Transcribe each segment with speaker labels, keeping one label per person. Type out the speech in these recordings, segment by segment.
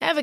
Speaker 1: Ever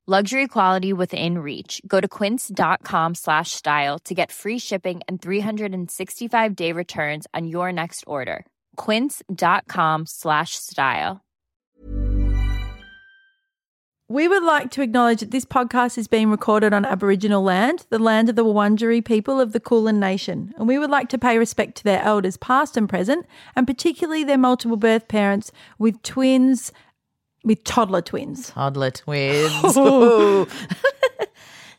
Speaker 2: Luxury quality within reach. Go to quince.com slash style to get free shipping and 365 day returns on your next order. Quince.com slash style.
Speaker 3: We would like to acknowledge that this podcast is being recorded on Aboriginal land, the land of the Wurundjeri people of the Kulin Nation, and we would like to pay respect to their elders, past and present, and particularly their multiple birth parents with twins, with toddler twins.
Speaker 4: Toddler twins.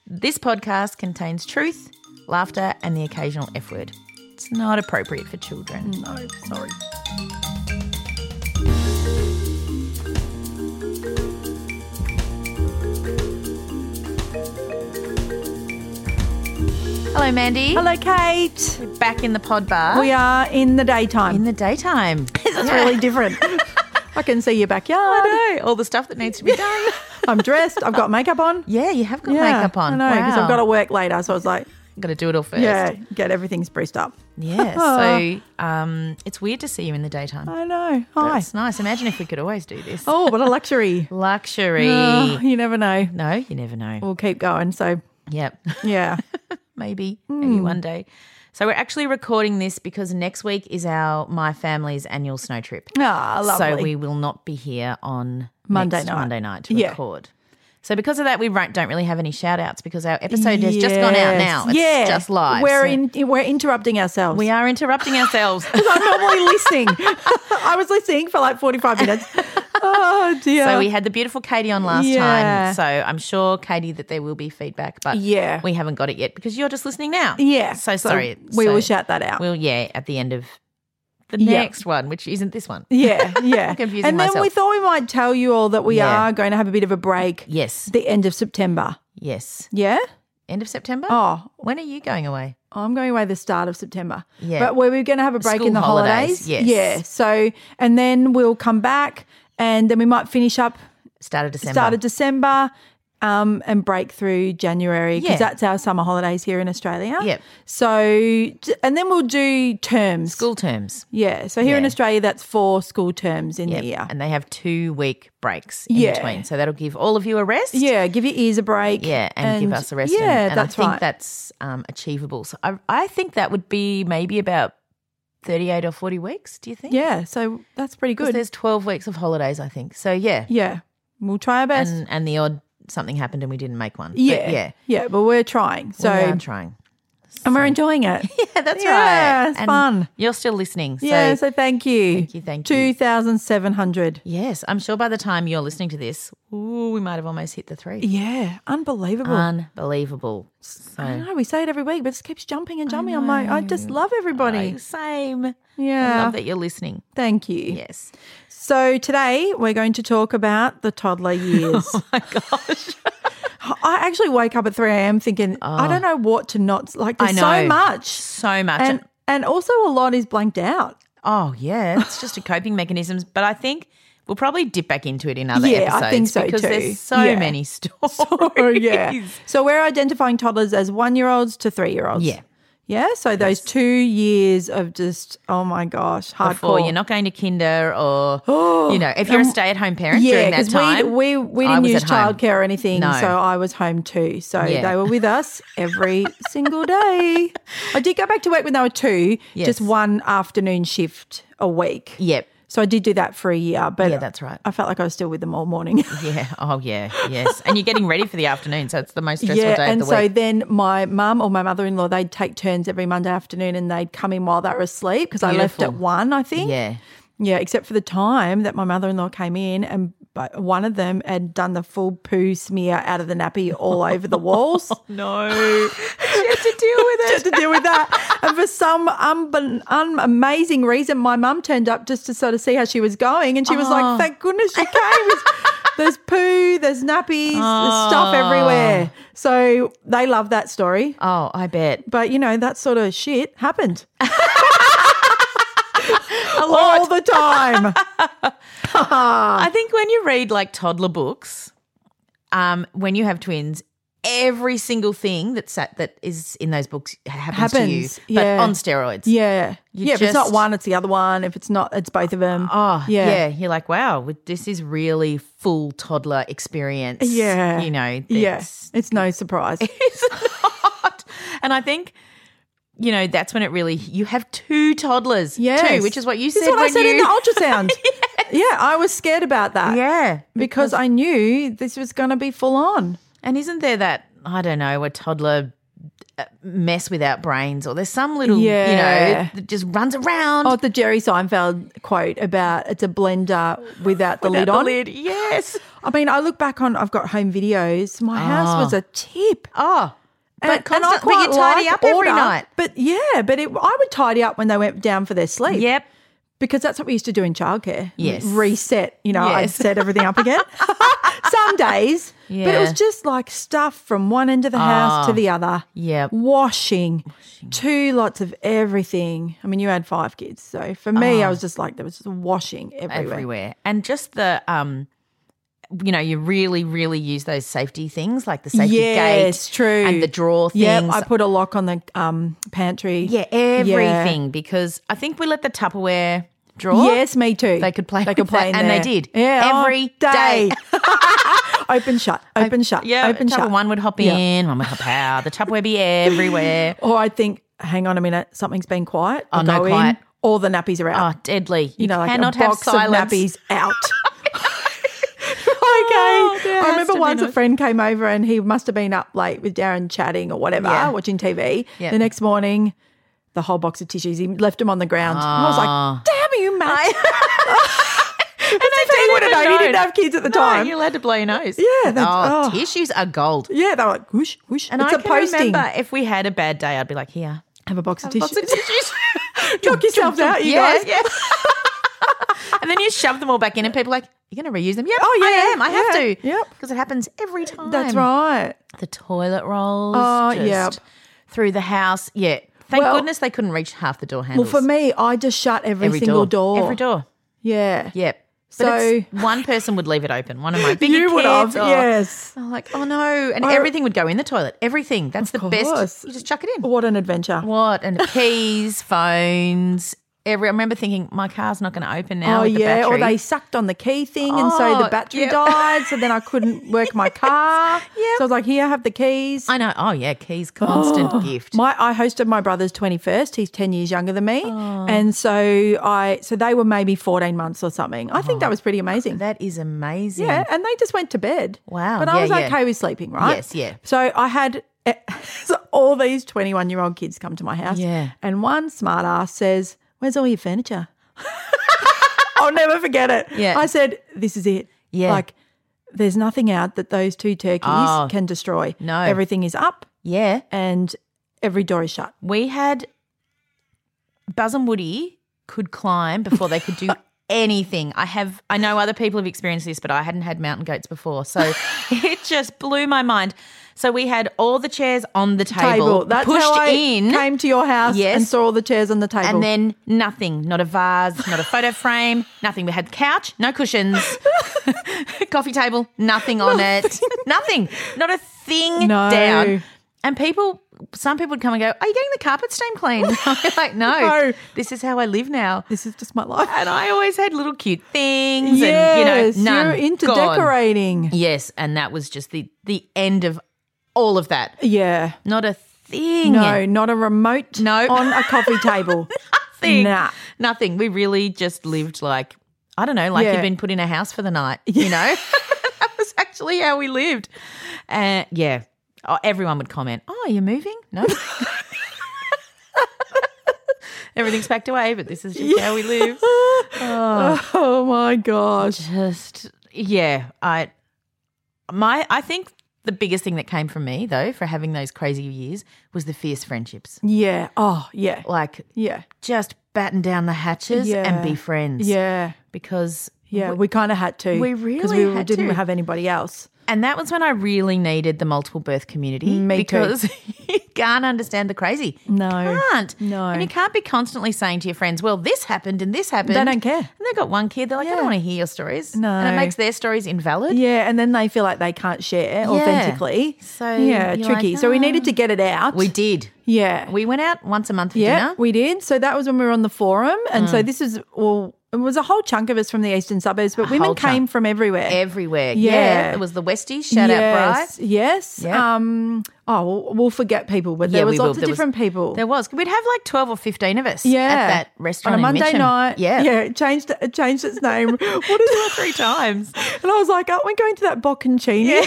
Speaker 4: this podcast contains truth, laughter, and the occasional F word. It's not appropriate for children.
Speaker 3: No, sorry.
Speaker 4: Hello, Mandy.
Speaker 3: Hello, Kate.
Speaker 4: We're back in the pod bar.
Speaker 3: We are in the daytime.
Speaker 4: in the daytime.
Speaker 3: this is really different. I can see your backyard.
Speaker 4: I know all the stuff that needs to be done.
Speaker 3: I'm dressed. I've got makeup on.
Speaker 4: yeah, you have got makeup on.
Speaker 3: I know because
Speaker 4: Wow.
Speaker 3: I've got to work later. So I was like,
Speaker 4: Gotta do it all first.
Speaker 3: yeah, get everything spruced up.
Speaker 4: Yeah. So um, it's weird to see you in the daytime.
Speaker 3: I know. Oh, Hi.
Speaker 4: That's nice. Imagine if we could always do this.
Speaker 3: Oh, what a luxury.
Speaker 4: Luxury.
Speaker 3: Oh, you never know.
Speaker 4: No, you never know.
Speaker 3: We'll keep going. So
Speaker 4: Yep.
Speaker 3: yeah,
Speaker 4: maybe, maybe
Speaker 3: Hmm.
Speaker 4: one day. So we're actually recording this because next week is our my family's annual snow trip.
Speaker 3: Ah,
Speaker 4: So
Speaker 3: lovely.
Speaker 4: we will not be here on
Speaker 3: Monday
Speaker 4: next
Speaker 3: night.
Speaker 4: Monday night to
Speaker 3: Yeah.
Speaker 4: record. So because of that, we won't- don't really have any shout outs because our episode has just gone out
Speaker 3: Yes.
Speaker 4: now. It's
Speaker 3: yeah,
Speaker 4: just live.
Speaker 3: We're
Speaker 4: So
Speaker 3: in. We're interrupting ourselves.
Speaker 4: we are interrupting ourselves.
Speaker 3: I'm normally listening. I was listening for like 45 minutes. Oh dear.
Speaker 4: So we had the beautiful Katie on last
Speaker 3: Yeah.
Speaker 4: time. So I'm sure, Katie, that there will be feedback, but
Speaker 3: Yeah.
Speaker 4: we haven't got it yet because you're just listening now.
Speaker 3: yeah.
Speaker 4: So, sorry.
Speaker 3: We
Speaker 4: So
Speaker 3: will shout that out.
Speaker 4: We'll yeah, at the end of the
Speaker 3: Yeah.
Speaker 4: next one, which isn't this one.
Speaker 3: yeah, yeah.
Speaker 4: confusing
Speaker 3: and then we
Speaker 4: myself.
Speaker 3: thought we might tell you all that we
Speaker 4: Yeah.
Speaker 3: are going to have a bit of a break.
Speaker 4: Yes.
Speaker 3: The end of September.
Speaker 4: Yes.
Speaker 3: Yeah.
Speaker 4: End of September?
Speaker 3: Oh,
Speaker 4: When are you going away?
Speaker 3: I'm going away the start of September.
Speaker 4: Yeah.
Speaker 3: But where we're going to have a break
Speaker 4: School
Speaker 3: in the holidays.
Speaker 4: holidays, yes.
Speaker 3: Yeah. So, and then we'll come back and then we might finish up
Speaker 4: Start of December.
Speaker 3: start of December um, and break through January because
Speaker 4: Yeah.
Speaker 3: that's our summer holidays here in Australia.
Speaker 4: Yep.
Speaker 3: So, d- and then we'll do terms.
Speaker 4: School terms.
Speaker 3: Yeah. So here in
Speaker 4: Yeah.
Speaker 3: Australia, that's four school terms in
Speaker 4: Yep.
Speaker 3: the year.
Speaker 4: And they have two week breaks in
Speaker 3: Yeah.
Speaker 4: between. So that'll give all of you a rest.
Speaker 3: Yeah. Give your ears a break.
Speaker 4: Yeah, and, give us a rest.
Speaker 3: Yeah,
Speaker 4: and, and
Speaker 3: that's
Speaker 4: I think
Speaker 3: right.
Speaker 4: that's um, achievable. So I, I think that would be maybe about 38 or 40 weeks, do you think?
Speaker 3: yeah. So that's pretty
Speaker 4: Because
Speaker 3: good.
Speaker 4: there's 12 weeks of holidays, I think. So yeah.
Speaker 3: Yeah. We'll try our best.
Speaker 4: And, and the odd something happened and we didn't make one. But
Speaker 3: yeah.
Speaker 4: yeah.
Speaker 3: Yeah. But we're trying. So,
Speaker 4: we are trying.
Speaker 3: and we're enjoying it.
Speaker 4: Yeah, that's
Speaker 3: Yeah,
Speaker 4: right.
Speaker 3: it's
Speaker 4: And
Speaker 3: fun.
Speaker 4: You're still listening. So
Speaker 3: yeah. So thank you.
Speaker 4: Thank you, thank you.
Speaker 3: 2,700.
Speaker 4: yes, I'm sure by the time you're listening to this, ooh, we might have almost hit the three.
Speaker 3: Yeah. Unbelievable.
Speaker 4: Unbelievable. So
Speaker 3: I know we say it every week, but it just keeps jumping and jumping. I'm like, I just love everybody.
Speaker 4: Like, same. I
Speaker 3: yeah.
Speaker 4: love that you're listening.
Speaker 3: Thank you.
Speaker 4: Yes.
Speaker 3: So today we're going to talk about the toddler years. oh my gosh. I actually wake up at 3 a.m. thinking, I don't know what to not like. There's
Speaker 4: Oh. I
Speaker 3: so
Speaker 4: know.
Speaker 3: much.
Speaker 4: So much.
Speaker 3: And, and also a lot is blanked out.
Speaker 4: oh yeah, it's just a coping mechanisms. But I think we'll probably dip back into it in other
Speaker 3: Yeah, I
Speaker 4: episodes
Speaker 3: think so
Speaker 4: because
Speaker 3: too.
Speaker 4: there's so
Speaker 3: Yeah.
Speaker 4: many stories.
Speaker 3: Oh, yeah. So we're identifying toddlers as one year olds to three year olds.
Speaker 4: Yeah.
Speaker 3: Yeah. So those two years of just, oh my gosh, hardcore.
Speaker 4: Before you're not going to kinder or you know, if you're a stay at home parent
Speaker 3: yeah,
Speaker 4: during that
Speaker 3: because
Speaker 4: time.
Speaker 3: we, we, we
Speaker 4: I
Speaker 3: didn't
Speaker 4: was
Speaker 3: use
Speaker 4: at home.
Speaker 3: childcare or anything.
Speaker 4: No.
Speaker 3: So I was home too. So
Speaker 4: Yeah.
Speaker 3: they were with us every single day. I did go back to work when they were two,
Speaker 4: Yes.
Speaker 3: just one afternoon shift a week.
Speaker 4: Yep.
Speaker 3: So I did do that for a year. But
Speaker 4: Yeah, that's right.
Speaker 3: I felt like I was still with them all morning.
Speaker 4: Yeah. Oh yeah. Yes. And you're getting ready for the afternoon, so it's the most stressful
Speaker 3: yeah,
Speaker 4: day
Speaker 3: and
Speaker 4: of the
Speaker 3: so
Speaker 4: week.
Speaker 3: then my mum or my mother in law, they'd take turns every Monday afternoon and they'd come in while they were asleep because I left at
Speaker 4: Beautiful.
Speaker 3: one, I think.
Speaker 4: Yeah.
Speaker 3: Yeah, except for the time that my mother in law came in and but one of them had done the full poo smear out of the nappy all over the walls.
Speaker 4: No. she had to deal with it.
Speaker 3: Just to deal with that. And for some unbe- un- amazing reason, my mum turned up just to sort of see how she was going. And she was
Speaker 4: Oh.
Speaker 3: like, thank goodness you came. It's- there's poo, there's nappies, there's stuff everywhere. So they love that story.
Speaker 4: Oh, I bet.
Speaker 3: But you know, that sort of shit happened. All
Speaker 4: lot.
Speaker 3: the time. Ah.
Speaker 4: I think when you read like toddler books, um, when you have twins, every single thing that's at, that is in those books happens,
Speaker 3: Happens,
Speaker 4: to you, but
Speaker 3: yeah.
Speaker 4: on steroids.
Speaker 3: Yeah.
Speaker 4: You
Speaker 3: yeah, if it's not
Speaker 4: just-
Speaker 3: one, it's the other one. If it's not, it's both of them.
Speaker 4: Oh,
Speaker 3: Ah, Yeah.
Speaker 4: yeah. You're like, wow, this is really full toddler experience.
Speaker 3: Yeah.
Speaker 4: You know,
Speaker 3: Yes.
Speaker 4: it's,
Speaker 3: It's no surprise.
Speaker 4: it's not. And I think, you know, that's when it really, you have two toddlers
Speaker 3: Yeah.
Speaker 4: too, which is what you
Speaker 3: This is
Speaker 4: said
Speaker 3: what I
Speaker 4: when
Speaker 3: said in
Speaker 4: you-
Speaker 3: the ultrasound. Yeah, I was scared about that.
Speaker 4: Yeah.
Speaker 3: Because, I knew this was going to be full on.
Speaker 4: And isn't there that, I don't know, a toddler uh, mess without brains or there's some little,
Speaker 3: Yeah.
Speaker 4: you know, that just runs around.
Speaker 3: Oh, the Jerry Seinfeld quote about it's a blender without the lid
Speaker 4: without
Speaker 3: on.
Speaker 4: the lid. Yes.
Speaker 3: I mean, I look back on, I've got home videos. My house was a tip.
Speaker 4: Oh. But,
Speaker 3: And- and I
Speaker 4: constant, but
Speaker 3: quite
Speaker 4: you tidy
Speaker 3: like
Speaker 4: up every
Speaker 3: order,
Speaker 4: night.
Speaker 3: But yeah, but it, I would tidy up when they went down for their sleep.
Speaker 4: Yep.
Speaker 3: Because that's what we used to do in childcare.
Speaker 4: Yes.
Speaker 3: Reset, you know, I'd
Speaker 4: Yes.
Speaker 3: set everything up again. Some days. But it was
Speaker 4: Yeah. Ah.
Speaker 3: just like stuff from one end of the house to the other.
Speaker 4: Yep.
Speaker 3: Washing, two lots of everything. I mean, you had five kids. So for me, I was just like, there was just washing everywhere.
Speaker 4: Ah. everywhere. And just the um you know, you really, really use those safety things like the safety
Speaker 3: Yes,
Speaker 4: gate
Speaker 3: true.
Speaker 4: and the drawer things.
Speaker 3: Yeah, I put a lock on the um, pantry.
Speaker 4: yeah, everything because I think we let the Tupperware drawer.
Speaker 3: Yes, me too.
Speaker 4: They could play
Speaker 3: They could
Speaker 4: with that,
Speaker 3: play, in
Speaker 4: and they
Speaker 3: there.
Speaker 4: did.
Speaker 3: Yeah,
Speaker 4: Every
Speaker 3: all day.
Speaker 4: day.
Speaker 3: open shut. Open shut.
Speaker 4: Yeah,
Speaker 3: Open
Speaker 4: Tupper-
Speaker 3: shut.
Speaker 4: One would hop
Speaker 3: Yeah.
Speaker 4: in, one would hop out. The Tupperware be everywhere.
Speaker 3: Or I think, hang on a minute, something's been quiet. I'll
Speaker 4: Oh, no,
Speaker 3: go in.
Speaker 4: quiet.
Speaker 3: All the nappies are
Speaker 4: Oh,
Speaker 3: out.
Speaker 4: deadly! You,
Speaker 3: you know, like
Speaker 4: cannot
Speaker 3: a box
Speaker 4: have silence.
Speaker 3: of nappies out.
Speaker 4: Oh,
Speaker 3: okay.
Speaker 4: there has
Speaker 3: I
Speaker 4: to
Speaker 3: remember
Speaker 4: be
Speaker 3: once a
Speaker 4: noise.
Speaker 3: friend came over and he must have been up late with Darren chatting or whatever,
Speaker 4: Yeah.
Speaker 3: watching TV.
Speaker 4: Yeah.
Speaker 3: The next morning, the whole box of tissues, he left them on the ground. And I was
Speaker 4: Ah.
Speaker 3: like, damn you, mate.
Speaker 4: And they
Speaker 3: he
Speaker 4: didn't
Speaker 3: would have
Speaker 4: even
Speaker 3: known. He
Speaker 4: know.
Speaker 3: didn't have kids at the
Speaker 4: No,
Speaker 3: time.
Speaker 4: You're allowed to blow your nose.
Speaker 3: Yeah, that's-
Speaker 4: oh,
Speaker 3: oh.
Speaker 4: tissues are gold.
Speaker 3: yeah, they were like, whoosh, whoosh.
Speaker 4: And
Speaker 3: it's
Speaker 4: I
Speaker 3: a
Speaker 4: can
Speaker 3: posting.
Speaker 4: remember if we had a bad day, I'd be like, here,
Speaker 3: Have a box of
Speaker 4: Lots
Speaker 3: tissues.
Speaker 4: of tissues.
Speaker 3: Knock yourselves out, you
Speaker 4: yeah,
Speaker 3: guys.
Speaker 4: Yeah. and then you shove them all back in, and people are like, you're going to reuse them? Yep,
Speaker 3: Oh, yeah,
Speaker 4: I am. I have
Speaker 3: yeah,
Speaker 4: to.
Speaker 3: yep.
Speaker 4: Because it happens every time.
Speaker 3: That's right.
Speaker 4: The toilet rolls.
Speaker 3: Oh,
Speaker 4: just
Speaker 3: yep.
Speaker 4: Through the house. Yeah. Thank
Speaker 3: Well-
Speaker 4: goodness they couldn't reach half the door
Speaker 3: Well,
Speaker 4: handles.
Speaker 3: for me, I just shut every, single door.
Speaker 4: Every door.
Speaker 3: Yeah.
Speaker 4: Yep.
Speaker 3: So-
Speaker 4: But it's- one person would leave it open. One of my bigger
Speaker 3: you would have.
Speaker 4: kids. or-
Speaker 3: Yes.
Speaker 4: I'm like, oh no. And
Speaker 3: I-
Speaker 4: everything would go in the toilet. Everything. That's the
Speaker 3: Of course.
Speaker 4: best. You just chuck it in.
Speaker 3: What an adventure.
Speaker 4: What? And keys, phones, every. I remember thinking, my car's not going to open now.
Speaker 3: Oh
Speaker 4: with the
Speaker 3: yeah, or
Speaker 4: battery.
Speaker 3: they sucked on the key thing, and so the
Speaker 4: Oh,
Speaker 3: battery
Speaker 4: yep.
Speaker 3: died. So then I couldn't work my car.
Speaker 4: yep.
Speaker 3: So I was like, "Here, have the keys."
Speaker 4: I know. Oh yeah, keys, constant gift.
Speaker 3: My, I hosted my brother's twenty first. He's ten years younger than me,
Speaker 4: Oh.
Speaker 3: and so I, so they were maybe fourteen months or something. I
Speaker 4: Oh,
Speaker 3: think that was pretty amazing.
Speaker 4: that is amazing.
Speaker 3: Yeah, and they just went to bed.
Speaker 4: Mm. Wow,
Speaker 3: But I
Speaker 4: yeah,
Speaker 3: was
Speaker 4: yeah.
Speaker 3: okay with sleeping, right?
Speaker 4: Yes, yeah.
Speaker 3: So I had so all these 21 year old kids come to my house.
Speaker 4: Yeah.
Speaker 3: And one smart ass says, Where's all your furniture? I'll never forget it.
Speaker 4: Yeah.
Speaker 3: I said, This is it.
Speaker 4: Yeah.
Speaker 3: Like, there's nothing out that those two turkeys
Speaker 4: Oh,
Speaker 3: can destroy.
Speaker 4: no.
Speaker 3: Everything is up
Speaker 4: Yeah.
Speaker 3: and every door is shut.
Speaker 4: We had Buzz and Woody could climb before they could do anything. I have I know other people have experienced this, but I hadn't had mountain goats before. So it just blew my mind. So we had all the chairs on the table,
Speaker 3: That's
Speaker 4: pushed
Speaker 3: how I
Speaker 4: in.
Speaker 3: came to your house
Speaker 4: Yes.
Speaker 3: and saw all the chairs on the table.
Speaker 4: And then nothing, not a vase, not a photo frame, nothing. We had couch, no cushions, coffee table, nothing on it, nothing, not a thing
Speaker 3: No.
Speaker 4: down. And people some people would come and go, "Are you getting the carpet steam clean?" I'm like, no,
Speaker 3: No.
Speaker 4: this is how I live now.
Speaker 3: This is just my life.
Speaker 4: And I always had little cute things,
Speaker 3: yes,
Speaker 4: and you know, none
Speaker 3: you're into
Speaker 4: gone.
Speaker 3: decorating.
Speaker 4: Yes, and that was just the the end of all of that.
Speaker 3: Yeah.
Speaker 4: Not a thing.
Speaker 3: No, not a remote
Speaker 4: No.
Speaker 3: on a coffee table.
Speaker 4: nothing.
Speaker 3: Nah.
Speaker 4: Nothing. We really just lived like I don't know, like
Speaker 3: Yeah.
Speaker 4: you've been put in a house for the night. You know, that was actually how we lived. Uh, yeah, oh, everyone would comment. Oh, you're moving? No. Everything's packed away, but this is just how we live. Oh,
Speaker 3: Oh my gosh.
Speaker 4: just yeah. I my I think the biggest thing that came from me though for having those crazy years was the fierce friendships.
Speaker 3: Yeah. Oh, yeah.
Speaker 4: Like
Speaker 3: Yeah.
Speaker 4: just batten down the hatches
Speaker 3: Yeah.
Speaker 4: and be friends.
Speaker 3: Yeah.
Speaker 4: Because
Speaker 3: Yeah. We, kind of had to.
Speaker 4: we
Speaker 3: Because we
Speaker 4: really had
Speaker 3: didn't
Speaker 4: to.
Speaker 3: have anybody else.
Speaker 4: and that was when I really needed the multiple birth community
Speaker 3: Me too.
Speaker 4: because you can't understand the crazy.
Speaker 3: No.
Speaker 4: You can't.
Speaker 3: No.
Speaker 4: And you can't be constantly saying to your friends, Well, this happened and this happened.
Speaker 3: They don't care.
Speaker 4: And they've got one kid, they're like, I
Speaker 3: Yeah.
Speaker 4: don't want to hear your stories.
Speaker 3: No.
Speaker 4: And it makes their stories invalid.
Speaker 3: Yeah. And then they feel like they can't share authentically.
Speaker 4: So
Speaker 3: yeah,
Speaker 4: you're
Speaker 3: tricky.
Speaker 4: like,
Speaker 3: So we
Speaker 4: "Ah."
Speaker 3: needed to get it out.
Speaker 4: We did.
Speaker 3: Yeah.
Speaker 4: We went out once a month for
Speaker 3: Yeah,
Speaker 4: dinner. Mm.
Speaker 3: we did. So that was when we were on the forum, and so this is well, it was a whole chunk of us from the eastern suburbs, but women
Speaker 4: whole
Speaker 3: came
Speaker 4: chunk.
Speaker 3: from everywhere.
Speaker 4: Everywhere.
Speaker 3: Yeah.
Speaker 4: There was the Westies. Shout out Bry.
Speaker 3: yes, Yes.
Speaker 4: Yeah.
Speaker 3: Um. Oh, we'll, we'll forget people, but there
Speaker 4: Yeah,
Speaker 3: was
Speaker 4: we will.
Speaker 3: lots of
Speaker 4: There was-
Speaker 3: different people.
Speaker 4: There was. We'd have like 12 or 15 of us
Speaker 3: yeah,
Speaker 4: at that restaurant
Speaker 3: on a
Speaker 4: in
Speaker 3: Monday
Speaker 4: Mitcham.
Speaker 3: night.
Speaker 4: Yeah.
Speaker 3: yeah, it changed it changed its name. what is it?
Speaker 4: Three times.
Speaker 3: And I was like, aren't we going to that bocconcini?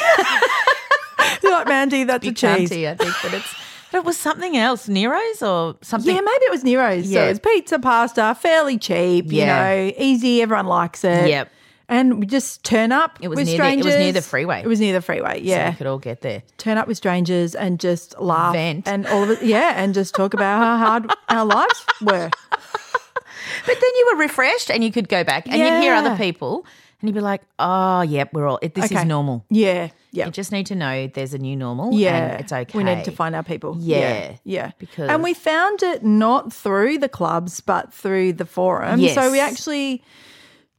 Speaker 3: You're like, Mandy, that's a
Speaker 4: Big
Speaker 3: cheese.
Speaker 4: Chianti, I think, but it's but it was something else, Nero's or something.
Speaker 3: Yeah, maybe it was Nero's. So
Speaker 4: Yeah.
Speaker 3: it was pizza, pasta, fairly cheap,
Speaker 4: Yeah.
Speaker 3: you know, easy, everyone likes it.
Speaker 4: Yep.
Speaker 3: And we just turn up
Speaker 4: It was
Speaker 3: with
Speaker 4: near the- it was
Speaker 3: strangers.
Speaker 4: near the freeway.
Speaker 3: It was near the freeway,
Speaker 4: So
Speaker 3: yeah.
Speaker 4: we could all get there.
Speaker 3: turn up with strangers and just laugh.
Speaker 4: Vent.
Speaker 3: And all of it, yeah, and just talk about how hard our lives were.
Speaker 4: But then you were refreshed and you could go back and you'd hear
Speaker 3: Yeah.
Speaker 4: other people and you'd be like, oh, yep, we're all, it, this
Speaker 3: Okay.
Speaker 4: is normal.
Speaker 3: Yeah, yeah.
Speaker 4: You just need to know there's a new normal
Speaker 3: yeah,
Speaker 4: and it's okay.
Speaker 3: We need to find our people.
Speaker 4: Yeah.
Speaker 3: yeah, yeah.
Speaker 4: Because-
Speaker 3: and we found it not through the clubs, but through the forum.
Speaker 4: Yes.
Speaker 3: So we actually,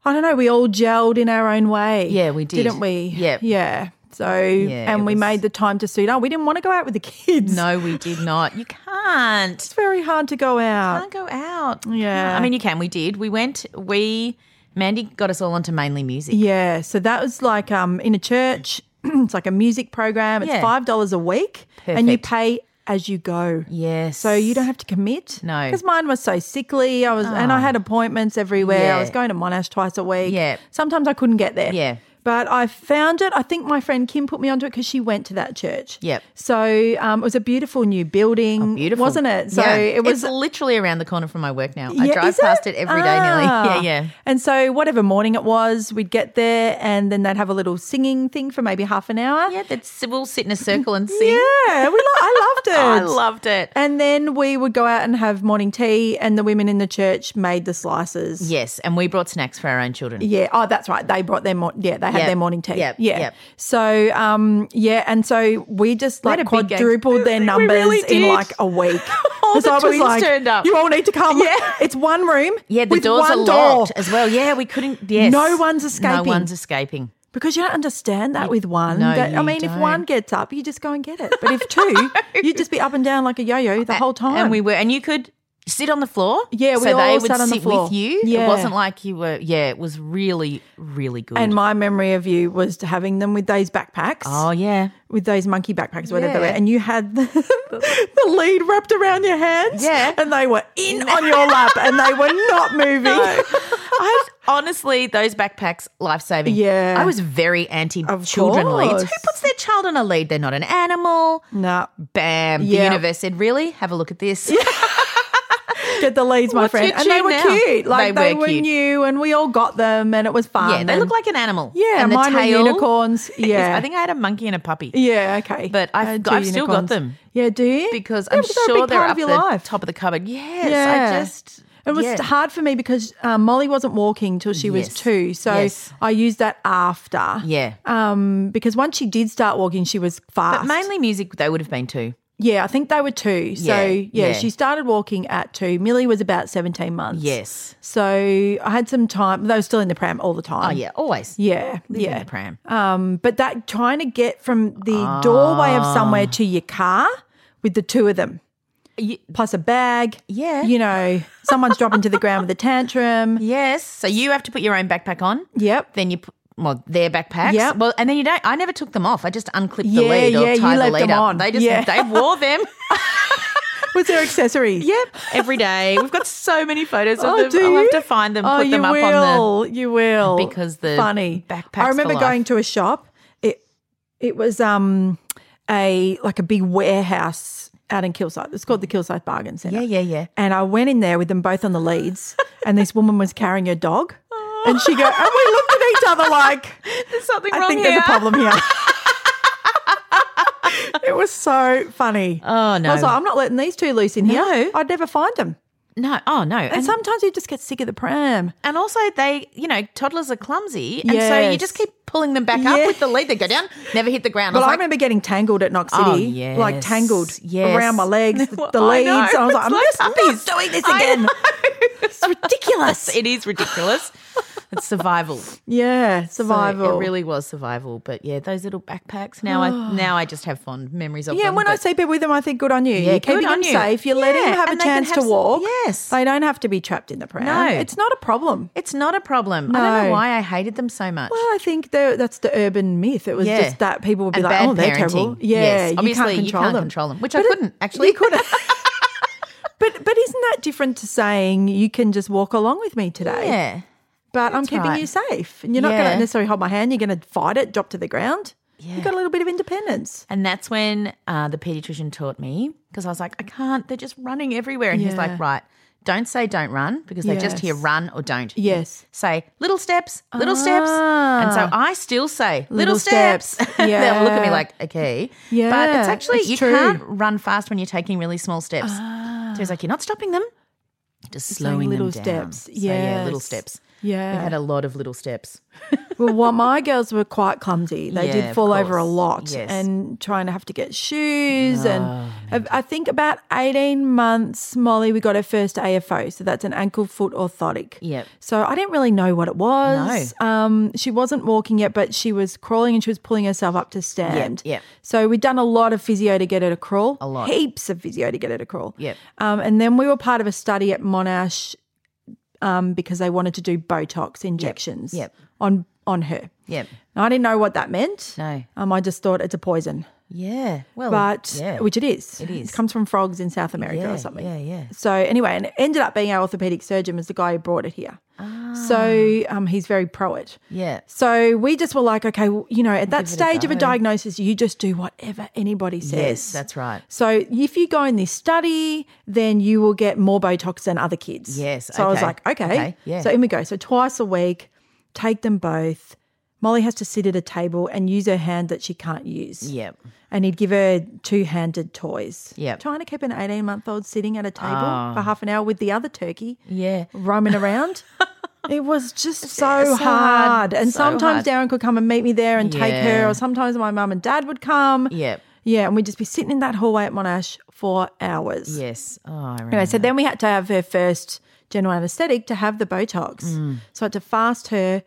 Speaker 3: I don't know, we all gelled in our own way.
Speaker 4: Yeah, we did.
Speaker 3: didn't we?
Speaker 4: Yep.
Speaker 3: yeah. So
Speaker 4: it
Speaker 3: and we
Speaker 4: was-
Speaker 3: made the time to suit up. We didn't want to go out with the kids.
Speaker 4: No, we did not. You can't.
Speaker 3: it's very hard to go out.
Speaker 4: Can't go out.
Speaker 3: Yeah.
Speaker 4: I mean, you can. We did. We went, we, Mandy got us all onto mainly music.
Speaker 3: Yeah, so that was like um in a church. it's like a music program. It's
Speaker 4: Yeah.
Speaker 3: five dollars a week, and you
Speaker 4: Perfect.
Speaker 3: pay as you go.
Speaker 4: Yes.
Speaker 3: So you don't have to commit.
Speaker 4: No. Ah.
Speaker 3: Because mine was so sickly. I was and I had appointments everywhere. I
Speaker 4: Yeah.
Speaker 3: was going to Monash twice a week.
Speaker 4: Yeah.
Speaker 3: Sometimes I couldn't get there.
Speaker 4: Yeah.
Speaker 3: But I found it. I think my friend Kim put me onto it because she went to that church.
Speaker 4: Yep.
Speaker 3: So um, it was a beautiful new building,
Speaker 4: Oh, Beautiful,
Speaker 3: wasn't it? So
Speaker 4: Yeah.
Speaker 3: it was
Speaker 4: It's literally around the corner from my work now. I
Speaker 3: yeah,
Speaker 4: drive
Speaker 3: is
Speaker 4: past it every day
Speaker 3: Ah.
Speaker 4: nearly. Yeah, yeah.
Speaker 3: And so whatever morning it was, we'd get there and then they'd have a little singing thing for maybe half an hour.
Speaker 4: Yeah, that's we'll sit in a circle and sing.
Speaker 3: Yeah, we lo- I loved it.
Speaker 4: I loved it.
Speaker 3: And then we would go out and have morning tea and the women in the church made the slices.
Speaker 4: Yes, and we brought snacks for our own children.
Speaker 3: Yeah. Oh, that's right. They brought their mor- yeah. They had
Speaker 4: Yep.
Speaker 3: their morning tea.
Speaker 4: Yep.
Speaker 3: Yeah.
Speaker 4: Yep.
Speaker 3: So um yeah, and so we just like
Speaker 4: had a big gang.
Speaker 3: quadrupled their
Speaker 4: We
Speaker 3: numbers
Speaker 4: really
Speaker 3: in
Speaker 4: did.
Speaker 3: like a week.
Speaker 4: All
Speaker 3: 'Cause
Speaker 4: the
Speaker 3: I was
Speaker 4: twins
Speaker 3: like,
Speaker 4: turned up.
Speaker 3: You all need to come.
Speaker 4: Yeah.
Speaker 3: It's one room.
Speaker 4: Yeah, the
Speaker 3: with
Speaker 4: doors
Speaker 3: one
Speaker 4: are
Speaker 3: door.
Speaker 4: locked as well. Yeah, we couldn't. Yes,
Speaker 3: No one's escaping.
Speaker 4: No one's escaping.
Speaker 3: Because you don't understand that with one.
Speaker 4: no,
Speaker 3: That- I
Speaker 4: you
Speaker 3: mean, if one
Speaker 4: don't.
Speaker 3: gets up, you just go and get it. But if two, you'd just be up and down like a yo-yo the whole time.
Speaker 4: And we were, and you could sit on the floor.
Speaker 3: Yeah, we
Speaker 4: so they
Speaker 3: all
Speaker 4: would
Speaker 3: sat on the
Speaker 4: sit
Speaker 3: floor.
Speaker 4: with you.
Speaker 3: Yeah.
Speaker 4: It wasn't like you were. Yeah, it was really, really good.
Speaker 3: and my memory of you was having them with those backpacks,
Speaker 4: oh yeah,
Speaker 3: with those monkey backpacks, whatever they were,
Speaker 4: Yeah.
Speaker 3: and you had the, the lead wrapped around your hands.
Speaker 4: Yeah.
Speaker 3: And they were in on your lap and they were not moving.
Speaker 4: I honestly, those backpacks, life saving.
Speaker 3: Yeah.
Speaker 4: I was very anti
Speaker 3: Of
Speaker 4: children leads. Who
Speaker 3: course.
Speaker 4: puts their child on a lead? They're not an animal.
Speaker 3: no.
Speaker 4: Bam.
Speaker 3: Yeah.
Speaker 4: The universe said, Really? Have a look at this.
Speaker 3: Get the leads, my
Speaker 4: What's your
Speaker 3: friend. And they
Speaker 4: tune
Speaker 3: were
Speaker 4: now?
Speaker 3: cute. Like they,
Speaker 4: They were
Speaker 3: were,
Speaker 4: cute.
Speaker 3: new and we all got them and it was fun.
Speaker 4: Yeah, they
Speaker 3: Um, and-
Speaker 4: look like an animal.
Speaker 3: Yeah,
Speaker 4: and the
Speaker 3: mine
Speaker 4: tail
Speaker 3: were unicorns.
Speaker 4: is-
Speaker 3: Yeah.
Speaker 4: I think I had a monkey and a puppy.
Speaker 3: Yeah, okay.
Speaker 4: But I've-
Speaker 3: had two
Speaker 4: I've still got
Speaker 3: unicorns.
Speaker 4: them.
Speaker 3: Yeah, do you?
Speaker 4: Because
Speaker 3: Yeah,
Speaker 4: I'm
Speaker 3: they're a
Speaker 4: sure
Speaker 3: big
Speaker 4: they're
Speaker 3: part
Speaker 4: up
Speaker 3: of your
Speaker 4: the
Speaker 3: life.
Speaker 4: top of the cupboard. Yes,
Speaker 3: Yeah.
Speaker 4: I just
Speaker 3: It was
Speaker 4: yeah.
Speaker 3: hard for me because um, Molly wasn't walking till she was
Speaker 4: Yes.
Speaker 3: two, so
Speaker 4: Yes.
Speaker 3: I used that after.
Speaker 4: Yeah.
Speaker 3: Um, because once she did start walking, she was
Speaker 4: But
Speaker 3: fast.
Speaker 4: mainly music they would have been too.
Speaker 3: yeah, I think they were two. So
Speaker 4: Yeah,
Speaker 3: yeah,
Speaker 4: yeah.
Speaker 3: she started walking at two. Millie was about seventeen months.
Speaker 4: Yes.
Speaker 3: So I had some time. They were still in the pram all the time.
Speaker 4: Oh yeah, always.
Speaker 3: Yeah,
Speaker 4: Living
Speaker 3: yeah. Ah.
Speaker 4: in the pram. Ah.
Speaker 3: Um, but that trying to get from the doorway of somewhere to your car with the two of them,
Speaker 4: Y-
Speaker 3: plus a bag.
Speaker 4: Yeah.
Speaker 3: You know, someone's dropping to the ground with a tantrum.
Speaker 4: Yes. So you have to put your own backpack on.
Speaker 3: Yep.
Speaker 4: Then you put well their backpacks.
Speaker 3: Yeah.
Speaker 4: Well, and then you don't. I never took them off. I just unclipped the
Speaker 3: Yeah,
Speaker 4: lead or
Speaker 3: yeah, you
Speaker 4: tied the
Speaker 3: left
Speaker 4: lead
Speaker 3: them
Speaker 4: up.
Speaker 3: on.
Speaker 4: They just
Speaker 3: Yeah.
Speaker 4: they wore them.
Speaker 3: With their accessories.
Speaker 4: yep. Every day. We've got so many photos of
Speaker 3: Oh,
Speaker 4: them.
Speaker 3: do
Speaker 4: I'll
Speaker 3: you?
Speaker 4: have to find them.
Speaker 3: Oh,
Speaker 4: put them
Speaker 3: you
Speaker 4: up on
Speaker 3: will. You will.
Speaker 4: Because the
Speaker 3: funny
Speaker 4: backpacks
Speaker 3: I remember
Speaker 4: for life.
Speaker 3: going to a shop. It it was um a like a big warehouse out in Kilsyth. It's called the Kilsyth Bargain
Speaker 4: the.
Speaker 3: Centre.
Speaker 4: yeah, yeah.
Speaker 3: And I went in there with them both on the leads, and this woman was carrying her dog. And she go, and we looked at each other like,
Speaker 4: There's something
Speaker 3: I
Speaker 4: Oh. wrong
Speaker 3: think
Speaker 4: here.
Speaker 3: there's a problem here. it was so funny.
Speaker 4: Oh no.
Speaker 3: I was like, I'm not letting these two loose in here.
Speaker 4: No.
Speaker 3: I'd never find them.
Speaker 4: no. Oh no.
Speaker 3: And,
Speaker 4: And,
Speaker 3: sometimes you just get sick of the pram.
Speaker 4: and also they, you know, toddlers are clumsy, and so you
Speaker 3: Yes.
Speaker 4: just keep pulling them back up
Speaker 3: Yes.
Speaker 4: with the lead. They go down, never hit the ground.
Speaker 3: But I,
Speaker 4: I was like,
Speaker 3: remember getting tangled at Knox City,
Speaker 4: Oh,
Speaker 3: like
Speaker 4: yes.
Speaker 3: tangled
Speaker 4: Yes.
Speaker 3: around my legs, the, the
Speaker 4: Well, I
Speaker 3: leads.
Speaker 4: know.
Speaker 3: And I was like,
Speaker 4: It's
Speaker 3: I'm
Speaker 4: like
Speaker 3: just
Speaker 4: puppies.
Speaker 3: not doing this
Speaker 4: I
Speaker 3: again.
Speaker 4: know.
Speaker 3: It's ridiculous.
Speaker 4: it is ridiculous. it's survival.
Speaker 3: yeah,
Speaker 4: So
Speaker 3: survival.
Speaker 4: it really was survival. But yeah, those little backpacks. Now I now I just have fond memories of
Speaker 3: yeah,
Speaker 4: them.
Speaker 3: when I
Speaker 4: but-
Speaker 3: see people with them, I think good on you.
Speaker 4: Yeah,
Speaker 3: You're keeping
Speaker 4: good on
Speaker 3: them
Speaker 4: you.
Speaker 3: safe. You're letting
Speaker 4: Yeah,
Speaker 3: them have a
Speaker 4: and they can
Speaker 3: chance
Speaker 4: have
Speaker 3: to
Speaker 4: s-
Speaker 3: walk.
Speaker 4: yes.
Speaker 3: They don't have to be trapped in the pram.
Speaker 4: No.
Speaker 3: It's not a problem.
Speaker 4: it's not a problem. I don't know
Speaker 3: No.
Speaker 4: why I hated them so much.
Speaker 3: Well, I think the, that's the urban myth. It was
Speaker 4: Yeah.
Speaker 3: just that people would be
Speaker 4: And
Speaker 3: like,
Speaker 4: bad
Speaker 3: oh, they're terrible.
Speaker 4: parenting.
Speaker 3: Yeah,
Speaker 4: Yes. Obviously,
Speaker 3: you
Speaker 4: you
Speaker 3: can't control
Speaker 4: can't
Speaker 3: them.
Speaker 4: control them, which I
Speaker 3: it-
Speaker 4: couldn't, actually.
Speaker 3: You couldn't. but but isn't that different to saying you can just walk along with me today?
Speaker 4: yeah.
Speaker 3: But I'm keeping
Speaker 4: right.
Speaker 3: you safe, and you're not going
Speaker 4: Yeah.
Speaker 3: to necessarily hold my hand. You're going to fight it, drop to the ground.
Speaker 4: Yeah.
Speaker 3: You got a little bit of independence.
Speaker 4: And that's when uh, the pediatrician taught me because I was like, I can't. They're just running everywhere. And he's
Speaker 3: Yeah.
Speaker 4: like, right, don't say don't run because they just hear
Speaker 3: Yes.
Speaker 4: run or don't.
Speaker 3: Yes. Ah.
Speaker 4: Say little steps, little steps. And so I still say little,
Speaker 3: Little
Speaker 4: steps.
Speaker 3: steps.
Speaker 4: They'll look at me
Speaker 3: Yeah.
Speaker 4: like, okay. But
Speaker 3: Yeah,
Speaker 4: it's actually,
Speaker 3: it's
Speaker 4: you
Speaker 3: true.
Speaker 4: can't run fast when you're taking really small steps. So he's like, you're not stopping them, just
Speaker 3: like
Speaker 4: slowing
Speaker 3: little
Speaker 4: them down.
Speaker 3: steps.
Speaker 4: So, yeah, little
Speaker 3: Yes.
Speaker 4: steps.
Speaker 3: Yeah.
Speaker 4: We had a lot of little steps.
Speaker 3: well, while my girls were quite clumsy, they
Speaker 4: Yeah, of
Speaker 3: did fall over a
Speaker 4: course.
Speaker 3: lot
Speaker 4: Yes. Ah,
Speaker 3: and trying to have to get shoes. and I I think about 18 months, Molly, we got her first AFO. So that's an ankle foot orthotic.
Speaker 4: Yep.
Speaker 3: So I didn't really know what it was. Um, she wasn't walking yet, but she was crawling and she was pulling herself up to stand.
Speaker 4: yep.
Speaker 3: So we'd done a lot of physio to get her to crawl. A
Speaker 4: lot.
Speaker 3: Heaps of physio to get her to crawl.
Speaker 4: Yep.
Speaker 3: Um, and then we were part of a study at Monash um, because they wanted to do Botox injections
Speaker 4: yep.
Speaker 3: on on her.
Speaker 4: Yep.
Speaker 3: And I didn't know what that meant.
Speaker 4: No.
Speaker 3: Um, I just thought it's a poison,
Speaker 4: Yeah. Well,
Speaker 3: but
Speaker 4: yeah.
Speaker 3: which it is.
Speaker 4: It is.
Speaker 3: It comes from frogs in South America
Speaker 4: Yeah,
Speaker 3: or something.
Speaker 4: yeah, yeah.
Speaker 3: So anyway, and it ended up being our orthopedic surgeon was the guy who brought it here.
Speaker 4: Ah.
Speaker 3: So um, he's very pro it.
Speaker 4: Yeah.
Speaker 3: So we just were like, okay, well, you know, at that
Speaker 4: it a
Speaker 3: stage of a
Speaker 4: go.
Speaker 3: diagnosis, you just do whatever anybody says.
Speaker 4: Yes, that's right.
Speaker 3: So if you go in this study, then you will get more Botox than other kids.
Speaker 4: Yes,
Speaker 3: So I was
Speaker 4: okay.
Speaker 3: like, okay.
Speaker 4: Okay, yeah.
Speaker 3: So in we go. So twice a week, take them both. Molly has to sit at a table and use her hand that she can't use.
Speaker 4: Yep.
Speaker 3: And he'd give her two-handed toys.
Speaker 4: Yep. Oh.
Speaker 3: Trying to keep an 18-month-old sitting at a table for half an hour with the other turkey
Speaker 4: Yeah.
Speaker 3: roaming around. It was just so,
Speaker 4: so
Speaker 3: hard.
Speaker 4: hard,
Speaker 3: And
Speaker 4: so
Speaker 3: sometimes Darren could come and meet me there and take her,
Speaker 4: Yeah.
Speaker 3: or sometimes my mum and dad would come.
Speaker 4: Yep.
Speaker 3: Yeah, and we'd just be sitting in that hallway at Monash for hours.
Speaker 4: Yes. Oh, I remember.
Speaker 3: Anyway, so then we had to have her first general anesthetic to have the Botox.
Speaker 4: Mm.
Speaker 3: So I had to fast her.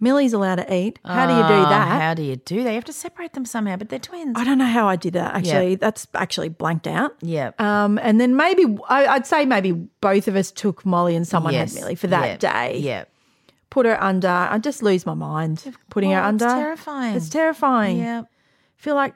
Speaker 3: Millie's allowed to eat. How do you do
Speaker 4: Oh,
Speaker 3: that?
Speaker 4: How do you do that? You have to separate them somehow, but they're twins.
Speaker 3: I don't know how I did that actually. That's actually blanked out.
Speaker 4: Yeah.
Speaker 3: Um, and then maybe I, I'd say maybe both of us took Molly and someone
Speaker 4: yes.
Speaker 3: had Millie for that
Speaker 4: Yep.
Speaker 3: day.
Speaker 4: Yep.
Speaker 3: put her under. I just lose my mind putting her
Speaker 4: Well, it's
Speaker 3: under.
Speaker 4: terrifying.
Speaker 3: It's terrifying.
Speaker 4: Yeah.
Speaker 3: Feel like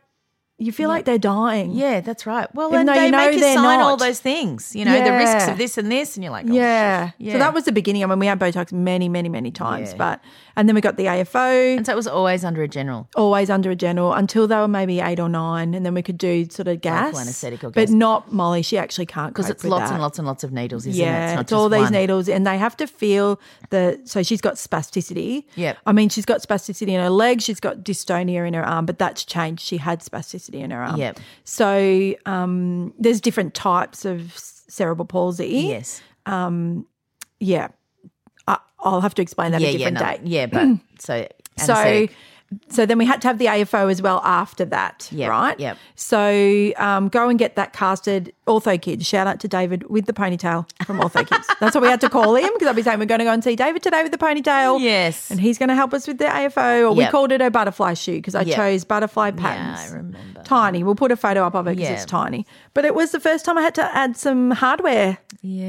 Speaker 3: you feel like they're dying.
Speaker 4: Yeah, that's right. Well,
Speaker 3: Even
Speaker 4: and
Speaker 3: though
Speaker 4: they
Speaker 3: you know
Speaker 4: make you
Speaker 3: they're
Speaker 4: sign all
Speaker 3: not.
Speaker 4: those things, you know, the risks
Speaker 3: Yeah.
Speaker 4: of this and this, and you're like, oh,
Speaker 3: Yeah.
Speaker 4: shit. yeah.
Speaker 3: So that was the beginning. I mean, we had Botox many, many, many times,
Speaker 4: Yeah.
Speaker 3: but and then we got the AFO,
Speaker 4: and so it was always under a general.
Speaker 3: always under a general until they were maybe eight or nine, and then we could do sort of gas,
Speaker 4: Local anaesthetic or
Speaker 3: but
Speaker 4: gas.
Speaker 3: not Molly. She actually can't
Speaker 4: Because
Speaker 3: cope
Speaker 4: it's
Speaker 3: with
Speaker 4: lots
Speaker 3: that.
Speaker 4: and lots and lots of needles, isn't it?
Speaker 3: Yeah,
Speaker 4: not
Speaker 3: it's,
Speaker 4: just
Speaker 3: all these
Speaker 4: one.
Speaker 3: needles, and they have to feel the. So she's got spasticity.
Speaker 4: Yep.
Speaker 3: I mean, she's got spasticity in her leg. She's got dystonia in her arm, but that's changed. She had spasticity in her arm.
Speaker 4: Yep.
Speaker 3: So um, there's different types of s- cerebral palsy.
Speaker 4: Yes.
Speaker 3: Yeah. I, I'll have to explain that
Speaker 4: yeah,
Speaker 3: a
Speaker 4: yeah,
Speaker 3: different
Speaker 4: no.
Speaker 3: day.
Speaker 4: Yeah, but so
Speaker 3: So
Speaker 4: anesthetic.
Speaker 3: So then we had to have the AFO as well after that,
Speaker 4: Yep,
Speaker 3: right?
Speaker 4: yep.
Speaker 3: So um, go and get that casted. Ortho Kids. Shout out to David with the ponytail from Ortho Kids. That's what we had to call him because I'll be saying we're going to go and see David today with the ponytail.
Speaker 4: Yes.
Speaker 3: And he's going to help us with the AFO. Or we
Speaker 4: Yep.
Speaker 3: called it a butterfly shoe because I
Speaker 4: Yep.
Speaker 3: chose butterfly
Speaker 4: Yeah,
Speaker 3: patterns.
Speaker 4: I remember.
Speaker 3: Tiny. We'll put a photo up of it because
Speaker 4: Yeah.
Speaker 3: it's tiny. But it was the first time I had to add some hardware
Speaker 4: Yeah.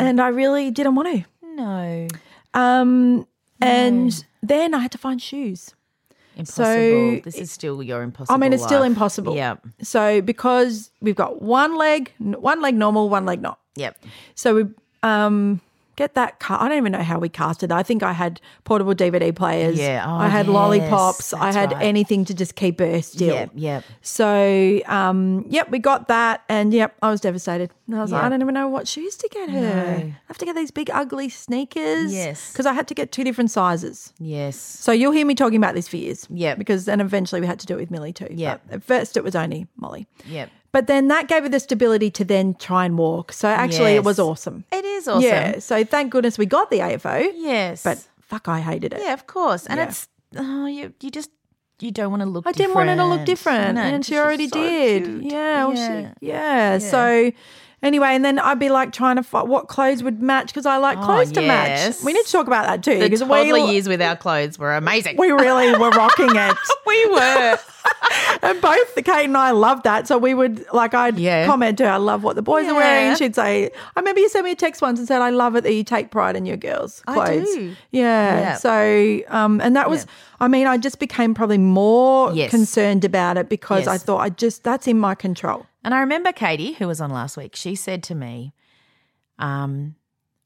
Speaker 3: and I really didn't want to.
Speaker 4: No.
Speaker 3: Um, and then I had to find shoes.
Speaker 4: Impossible. this is still your impossible.
Speaker 3: I mean, it's still
Speaker 4: life.
Speaker 3: impossible.
Speaker 4: Yep.
Speaker 3: So because we've got one leg, n- one leg normal, one leg not.
Speaker 4: Yep.
Speaker 3: So we um get that. Ca- I don't even know how we casted. I think I had portable DVD players.
Speaker 4: Yeah. Oh,
Speaker 3: I had
Speaker 4: yes.
Speaker 3: lollipops. I
Speaker 4: That's
Speaker 3: had
Speaker 4: right.
Speaker 3: anything to just keep her still.
Speaker 4: Yep. Yep.
Speaker 3: So um, yep, we got that, and yep, I was devastated. And I was like,
Speaker 4: Yeah.
Speaker 3: I don't even know what shoes to get her. I have to get these big ugly sneakers.
Speaker 4: Yes.
Speaker 3: because I had to get two different sizes.
Speaker 4: Yes.
Speaker 3: So you'll hear me talking about this for years.
Speaker 4: Yep.
Speaker 3: Because then eventually we had to do it with Millie too.
Speaker 4: Yep.
Speaker 3: But At first it was only Molly.
Speaker 4: Yep.
Speaker 3: But then that gave her the stability to then try and walk. So actually it
Speaker 4: Yes.
Speaker 3: was awesome.
Speaker 4: It is awesome.
Speaker 3: Yeah. So thank goodness we got the AFO.
Speaker 4: Yes.
Speaker 3: But fuck, I hated it.
Speaker 4: yeah, of course. And
Speaker 3: Yeah.
Speaker 4: it's oh, you you just you don't want to look.
Speaker 3: I didn't want her to look different,
Speaker 4: No,
Speaker 3: and she
Speaker 4: she's
Speaker 3: already
Speaker 4: so
Speaker 3: did.
Speaker 4: cute.
Speaker 3: Yeah, well, she-
Speaker 4: yeah.
Speaker 3: yeah, So anyway, and then I'd be like trying to find what clothes would match because I like
Speaker 4: Oh,
Speaker 3: clothes to match.
Speaker 4: yes.
Speaker 3: We need to talk about that too
Speaker 4: The
Speaker 3: because
Speaker 4: toddler
Speaker 3: we
Speaker 4: years with our clothes were amazing.
Speaker 3: we really were rocking it.
Speaker 4: we were.
Speaker 3: And both the Kate and I loved that. So we would like I'd
Speaker 4: Yeah.
Speaker 3: comment to her, I love what the boys are wearing.
Speaker 4: Yeah.
Speaker 3: She'd say, I remember you sent me a text once and said, I love it that you take pride in your girls'
Speaker 4: I
Speaker 3: clothes.
Speaker 4: do.
Speaker 3: Yeah.
Speaker 4: Yeah.
Speaker 3: So um and that was I mean, I just became probably more
Speaker 4: Yes.
Speaker 3: concerned about it because I
Speaker 4: Yes.
Speaker 3: thought I just that's in my control.
Speaker 4: And I remember Katie, who was on last week, she said to me, um,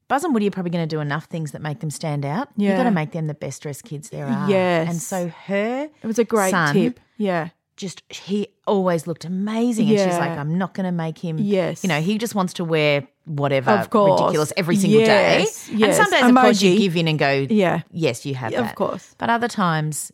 Speaker 4: Buzz and Woody are probably going to do enough things that make them stand out.
Speaker 3: Yeah.
Speaker 4: You've got to make them the best dressed kids there are.
Speaker 3: Yes.
Speaker 4: And so her
Speaker 3: It was a great
Speaker 4: son
Speaker 3: tip. Yeah.
Speaker 4: just he always looked amazing. And she's
Speaker 3: Yeah.
Speaker 4: like, I'm not going to make him.
Speaker 3: Yes.
Speaker 4: You know, he just wants to wear whatever
Speaker 3: Of course.
Speaker 4: ridiculous every single
Speaker 3: Yes,
Speaker 4: day.
Speaker 3: yes.
Speaker 4: And some days, of course,
Speaker 3: Emoji.
Speaker 4: you give in and go,
Speaker 3: Yeah.
Speaker 4: yes, you have
Speaker 3: Yeah, of
Speaker 4: that.
Speaker 3: course.
Speaker 4: But other times,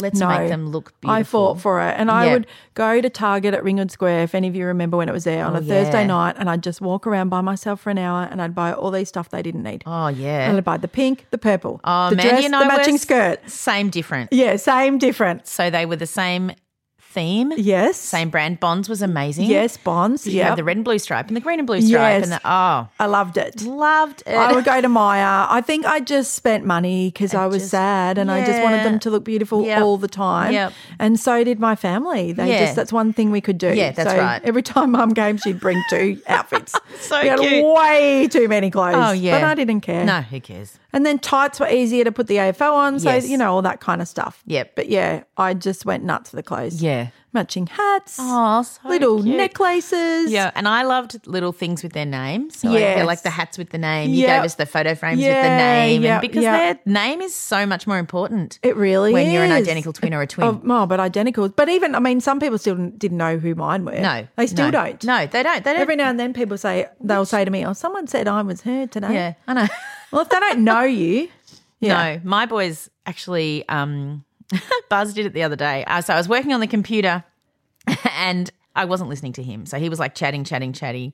Speaker 4: let's
Speaker 3: No.
Speaker 4: make them look beautiful.
Speaker 3: I fought for it. And I
Speaker 4: Yeah.
Speaker 3: would go to Target at Ringwood Square, if any of you remember when it was there, on
Speaker 4: Oh,
Speaker 3: a Thursday
Speaker 4: yeah.
Speaker 3: night. And I'd just walk around by myself for an hour and I'd buy all these stuff they didn't need.
Speaker 4: Oh, yeah.
Speaker 3: And I'd buy the pink, the purple,
Speaker 4: oh,
Speaker 3: the
Speaker 4: Mandy
Speaker 3: dress,
Speaker 4: and I
Speaker 3: the
Speaker 4: were
Speaker 3: matching
Speaker 4: s-
Speaker 3: skirt.
Speaker 4: Same different.
Speaker 3: Yeah, same difference.
Speaker 4: So they were the same theme.
Speaker 3: Yes.
Speaker 4: Same brand. Bonds was amazing.
Speaker 3: Yes, bonds.
Speaker 4: You
Speaker 3: Yeah.
Speaker 4: had the red and blue stripe and the green and blue stripe.
Speaker 3: Yes.
Speaker 4: And the, oh,
Speaker 3: I loved it.
Speaker 4: loved it.
Speaker 3: I would go to Maya. I think I just spent money because I was
Speaker 4: just-
Speaker 3: sad and I just wanted
Speaker 4: yeah.
Speaker 3: them to look beautiful
Speaker 4: Yep.
Speaker 3: all the time.
Speaker 4: Yep.
Speaker 3: And so did my family. They
Speaker 4: Yeah.
Speaker 3: just that's one thing we could do.
Speaker 4: Yeah, that's
Speaker 3: so
Speaker 4: right.
Speaker 3: Every time mum came, she'd bring two outfits.
Speaker 4: So
Speaker 3: we had
Speaker 4: cute.
Speaker 3: way too many clothes.
Speaker 4: Oh, yeah.
Speaker 3: But I didn't care.
Speaker 4: No, who cares?
Speaker 3: And then tights were easier to put the AFO on, so
Speaker 4: Yes.
Speaker 3: you know all that kind of stuff.
Speaker 4: Yep.
Speaker 3: But yeah, I just went nuts for the clothes.
Speaker 4: Yeah.
Speaker 3: matching hats.
Speaker 4: Oh, so
Speaker 3: little
Speaker 4: cute.
Speaker 3: necklaces.
Speaker 4: Yeah, and I loved little things with their names. So like,
Speaker 3: Yes.
Speaker 4: they're like the hats with the name. You
Speaker 3: Yep.
Speaker 4: gave us the photo frames with the
Speaker 3: Yeah,
Speaker 4: name,
Speaker 3: yep,
Speaker 4: and because
Speaker 3: yep.
Speaker 4: their name is so much more important.
Speaker 3: It really
Speaker 4: when you're an
Speaker 3: is.
Speaker 4: identical twin or a twin.
Speaker 3: Oh, oh, but identical. But even, I mean, some people still didn't know who mine were.
Speaker 4: no,
Speaker 3: They still
Speaker 4: no.
Speaker 3: don't.
Speaker 4: No, they don't. They don't.
Speaker 3: Every now and then people say, they'll say to me, oh, someone said I was her today.
Speaker 4: yeah, I know.
Speaker 3: Well, if they don't know you, yeah.
Speaker 4: No, my boys actually, um, Buzz did it the other day. Uh, so I was working on the computer and I wasn't listening to him. So he was like chatting, chatting, chatting.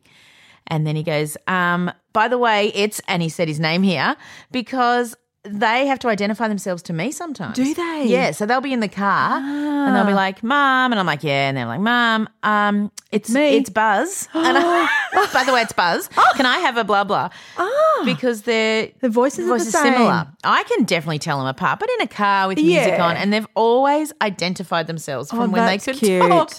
Speaker 4: And then he goes, um, by the way, it's, and he said his name here because they have to identify themselves to me sometimes.
Speaker 3: Do they? Ah.
Speaker 4: Yeah. So they'll be in the car and they'll be like, Mom. And I'm like, Yeah. And they're like, Mom, um, it's
Speaker 3: me." Oh.
Speaker 4: It's Buzz. And I- by the way, it's Buzz. Can I have a blah, blah? Because they're,
Speaker 3: Ah. The voices are the
Speaker 4: are similar.
Speaker 3: same.
Speaker 4: I can definitely tell them apart, but in a car with music
Speaker 3: Yeah.
Speaker 4: on, and they've always identified themselves from
Speaker 3: Oh,
Speaker 4: when they
Speaker 3: that's
Speaker 4: could
Speaker 3: cute.
Speaker 4: talk.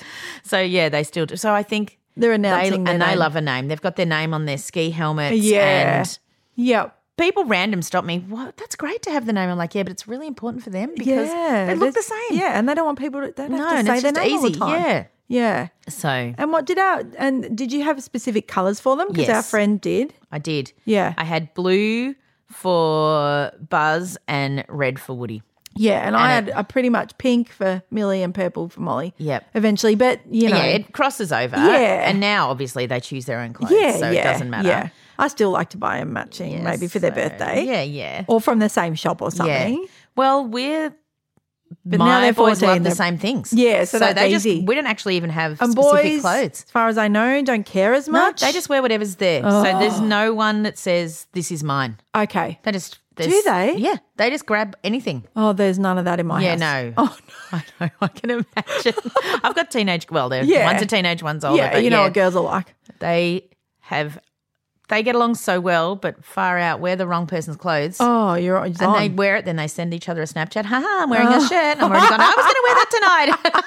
Speaker 4: So yeah, they still do. So I think
Speaker 3: They're
Speaker 4: they
Speaker 3: announcing
Speaker 4: and
Speaker 3: their
Speaker 4: they
Speaker 3: name.
Speaker 4: love a name. They've got their name on their ski helmets.
Speaker 3: Yeah.
Speaker 4: and
Speaker 3: Yep.
Speaker 4: people random stop me. What? That's great to have the name. I'm like, yeah, but it's really important for them because
Speaker 3: yeah.
Speaker 4: they look the
Speaker 3: That's-
Speaker 4: same.
Speaker 3: Yeah. And they don't want people to, they don't
Speaker 4: No,
Speaker 3: have
Speaker 4: and
Speaker 3: to say
Speaker 4: it's
Speaker 3: their
Speaker 4: just
Speaker 3: name all the
Speaker 4: easy,
Speaker 3: time.
Speaker 4: yeah.
Speaker 3: Yeah.
Speaker 4: So
Speaker 3: And what did our, and did you have specific colours for them? Because
Speaker 4: Yes.
Speaker 3: our friend did.
Speaker 4: I did.
Speaker 3: Yeah.
Speaker 4: I had blue for Buzz and red for Woody.
Speaker 3: Yeah, and, I had
Speaker 4: And
Speaker 3: a pretty much pink for Millie and purple for Molly.
Speaker 4: Yep.
Speaker 3: Eventually, but you know,
Speaker 4: Yeah, it crosses over.
Speaker 3: Yeah.
Speaker 4: And now obviously they choose their own clothes.
Speaker 3: yeah,
Speaker 4: so
Speaker 3: yeah,
Speaker 4: it doesn't matter.
Speaker 3: Yeah, I still like to buy them matching,
Speaker 4: Yeah,
Speaker 3: maybe for their
Speaker 4: so-
Speaker 3: birthday.
Speaker 4: Yeah, yeah.
Speaker 3: or from the same shop or something.
Speaker 4: Yeah. Well, we're
Speaker 3: But
Speaker 4: my
Speaker 3: now they're
Speaker 4: boys
Speaker 3: 14,
Speaker 4: love the
Speaker 3: they're-
Speaker 4: same things.
Speaker 3: Yeah, so that's
Speaker 4: they
Speaker 3: easy.
Speaker 4: just we don't actually even have
Speaker 3: And
Speaker 4: specific
Speaker 3: boys,
Speaker 4: clothes.
Speaker 3: as far as I know, don't care as
Speaker 4: No,
Speaker 3: much. Oh.
Speaker 4: they just wear whatever's there. So there's no one that says this is mine.
Speaker 3: okay.
Speaker 4: They just There's-
Speaker 3: they?
Speaker 4: Yeah, they just grab anything.
Speaker 3: Oh, there's none of that in my
Speaker 4: yeah,
Speaker 3: house.
Speaker 4: no.
Speaker 3: Oh,
Speaker 4: I know. I can imagine. I've got teenage. Well, they're
Speaker 3: Yeah.
Speaker 4: one's a teenage, one's
Speaker 3: no.
Speaker 4: older.
Speaker 3: Yeah,
Speaker 4: but
Speaker 3: you know
Speaker 4: yeah,
Speaker 3: what girls are like.
Speaker 4: they have. They get along so well, but far out. Wear the wrong person's clothes.
Speaker 3: Oh, you're on. Oh.
Speaker 4: And they wear it, then they send each other a Snapchat. Ha ha! I'm wearing a shirt. I'm already gone. I was going to wear that tonight.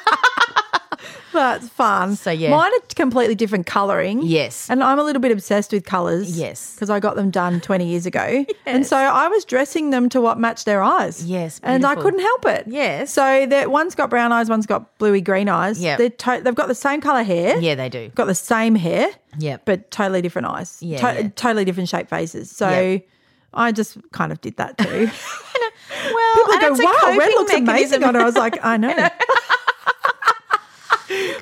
Speaker 3: That's fun.
Speaker 4: So, yeah.
Speaker 3: Mine are completely different colouring.
Speaker 4: Yes.
Speaker 3: And I'm a little bit obsessed with colours.
Speaker 4: Yes.
Speaker 3: Because I got them done 20 years ago. And so I was dressing them to what matched their eyes.
Speaker 4: Yes,
Speaker 3: And I
Speaker 4: beautiful.
Speaker 3: couldn't help it.
Speaker 4: Yes.
Speaker 3: So that one's got brown eyes, one's got bluey green eyes.
Speaker 4: Yep.
Speaker 3: They're to- they've got the same colour hair.
Speaker 4: yeah, they do.
Speaker 3: Got the same hair.
Speaker 4: Yep.
Speaker 3: But totally different eyes.
Speaker 4: Yeah,
Speaker 3: To-
Speaker 4: yeah.
Speaker 3: Totally different shape faces. So
Speaker 4: Yep.
Speaker 3: I just kind of did that too.
Speaker 4: well,
Speaker 3: People
Speaker 4: and
Speaker 3: go,
Speaker 4: it's a
Speaker 3: wow, red
Speaker 4: coping
Speaker 3: looks amazing
Speaker 4: mechanism.
Speaker 3: on her. I was like, I know.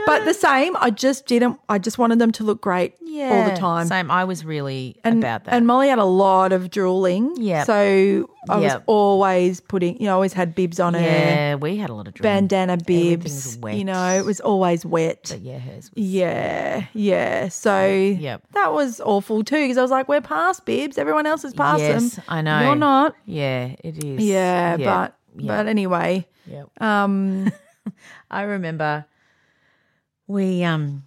Speaker 3: but the same, I just didn't, I just wanted them to look great all the time.
Speaker 4: Same. I was really
Speaker 3: And,
Speaker 4: about that.
Speaker 3: and Molly had a lot of drooling.
Speaker 4: Yep.
Speaker 3: So I was
Speaker 4: Yep.
Speaker 3: always putting, you know, I always had bibs on her,
Speaker 4: yeah, we had a lot of dreams.
Speaker 3: bandana bibs.
Speaker 4: Everything's wet.
Speaker 3: You know, it was always wet.
Speaker 4: yeah, hers. Was,
Speaker 3: Yeah, yeah. So
Speaker 4: Yep.
Speaker 3: that was awful too because I was like, we're past bibs. Everyone else is past
Speaker 4: Yes,
Speaker 3: them.
Speaker 4: I know.
Speaker 3: You're not.
Speaker 4: yeah, it is.
Speaker 3: Yeah, but
Speaker 4: yeah,
Speaker 3: but anyway,
Speaker 4: yeah.
Speaker 3: um,
Speaker 4: I remember we um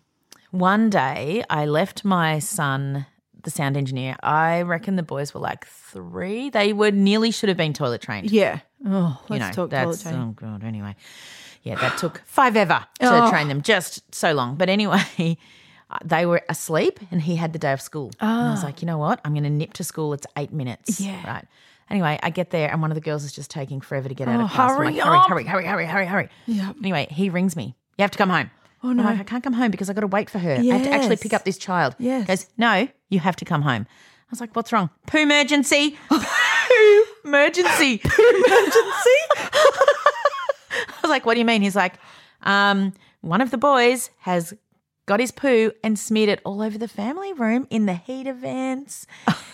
Speaker 4: one day I left my son the sound engineer. I reckon the boys were like three. They were nearly should have been toilet trained.
Speaker 3: yeah. Oh,
Speaker 4: you
Speaker 3: let's
Speaker 4: know,
Speaker 3: talk toilet
Speaker 4: that's
Speaker 3: training.
Speaker 4: oh god. Anyway, yeah, that took five ever to
Speaker 3: Oh.
Speaker 4: train them, just so long. But anyway, uh, they were asleep, and he had the day of school. And I was like, you know what? I'm going to nip to school. It's eight minutes.
Speaker 3: Ah. Yeah.
Speaker 4: Right. Anyway, I get there, and one of the girls is just taking forever to get out
Speaker 3: Oh,
Speaker 4: of class. I'm
Speaker 3: hurry
Speaker 4: like,
Speaker 3: up.
Speaker 4: hurry, hurry, hurry, hurry, hurry,
Speaker 3: Yep.
Speaker 4: Anyway, he rings me. You have to come home.
Speaker 3: Oh,
Speaker 4: I'm
Speaker 3: no.
Speaker 4: like, I can't come home because I got to wait for her. I have to actually pick
Speaker 3: Yes.
Speaker 4: up this child.
Speaker 3: Yes.
Speaker 4: Goes, no, you have to come home. I was like, what's wrong? Poo emergency. Poo emergency. I was like, what do you mean? He's like, um, one of the boys has got his poo and smeared it all over the family room in the heat events.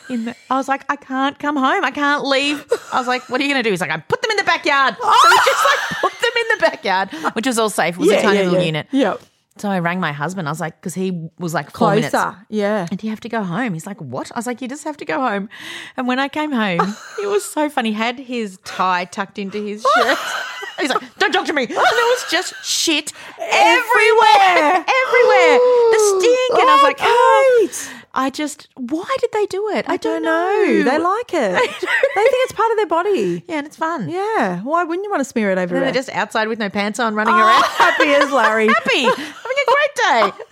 Speaker 4: In the, I was like, I can't come home. I can't leave. I was like, what are you going to do? He's like, I put them in the backyard. So we just like put them in the backyard, which was all safe. It was a tiny little unit.
Speaker 3: Yep.
Speaker 4: So I rang my husband. I was like, because he was like four minutes.
Speaker 3: Closer. Yeah.
Speaker 4: And you have to go home. He's like, What? I was like, You just have to go home. And when I came home, it was so funny. He had his tie tucked into his shirt. He's like, Don't talk to me. And there was just shit everywhere.
Speaker 3: Everywhere.
Speaker 4: everywhere. The stink. And I was like,
Speaker 3: Okay.
Speaker 4: Oh, I just, why did they do it? I, don't, know.
Speaker 3: They like it. they think it's part of their body.
Speaker 4: Yeah, and it's fun. Yeah.
Speaker 3: Yeah. Why wouldn't you want to smear it
Speaker 4: And
Speaker 3: everywhere?
Speaker 4: they're just outside with no pants on running
Speaker 3: Oh,
Speaker 4: around.
Speaker 3: happy as Larry.
Speaker 4: Happy, having a great day.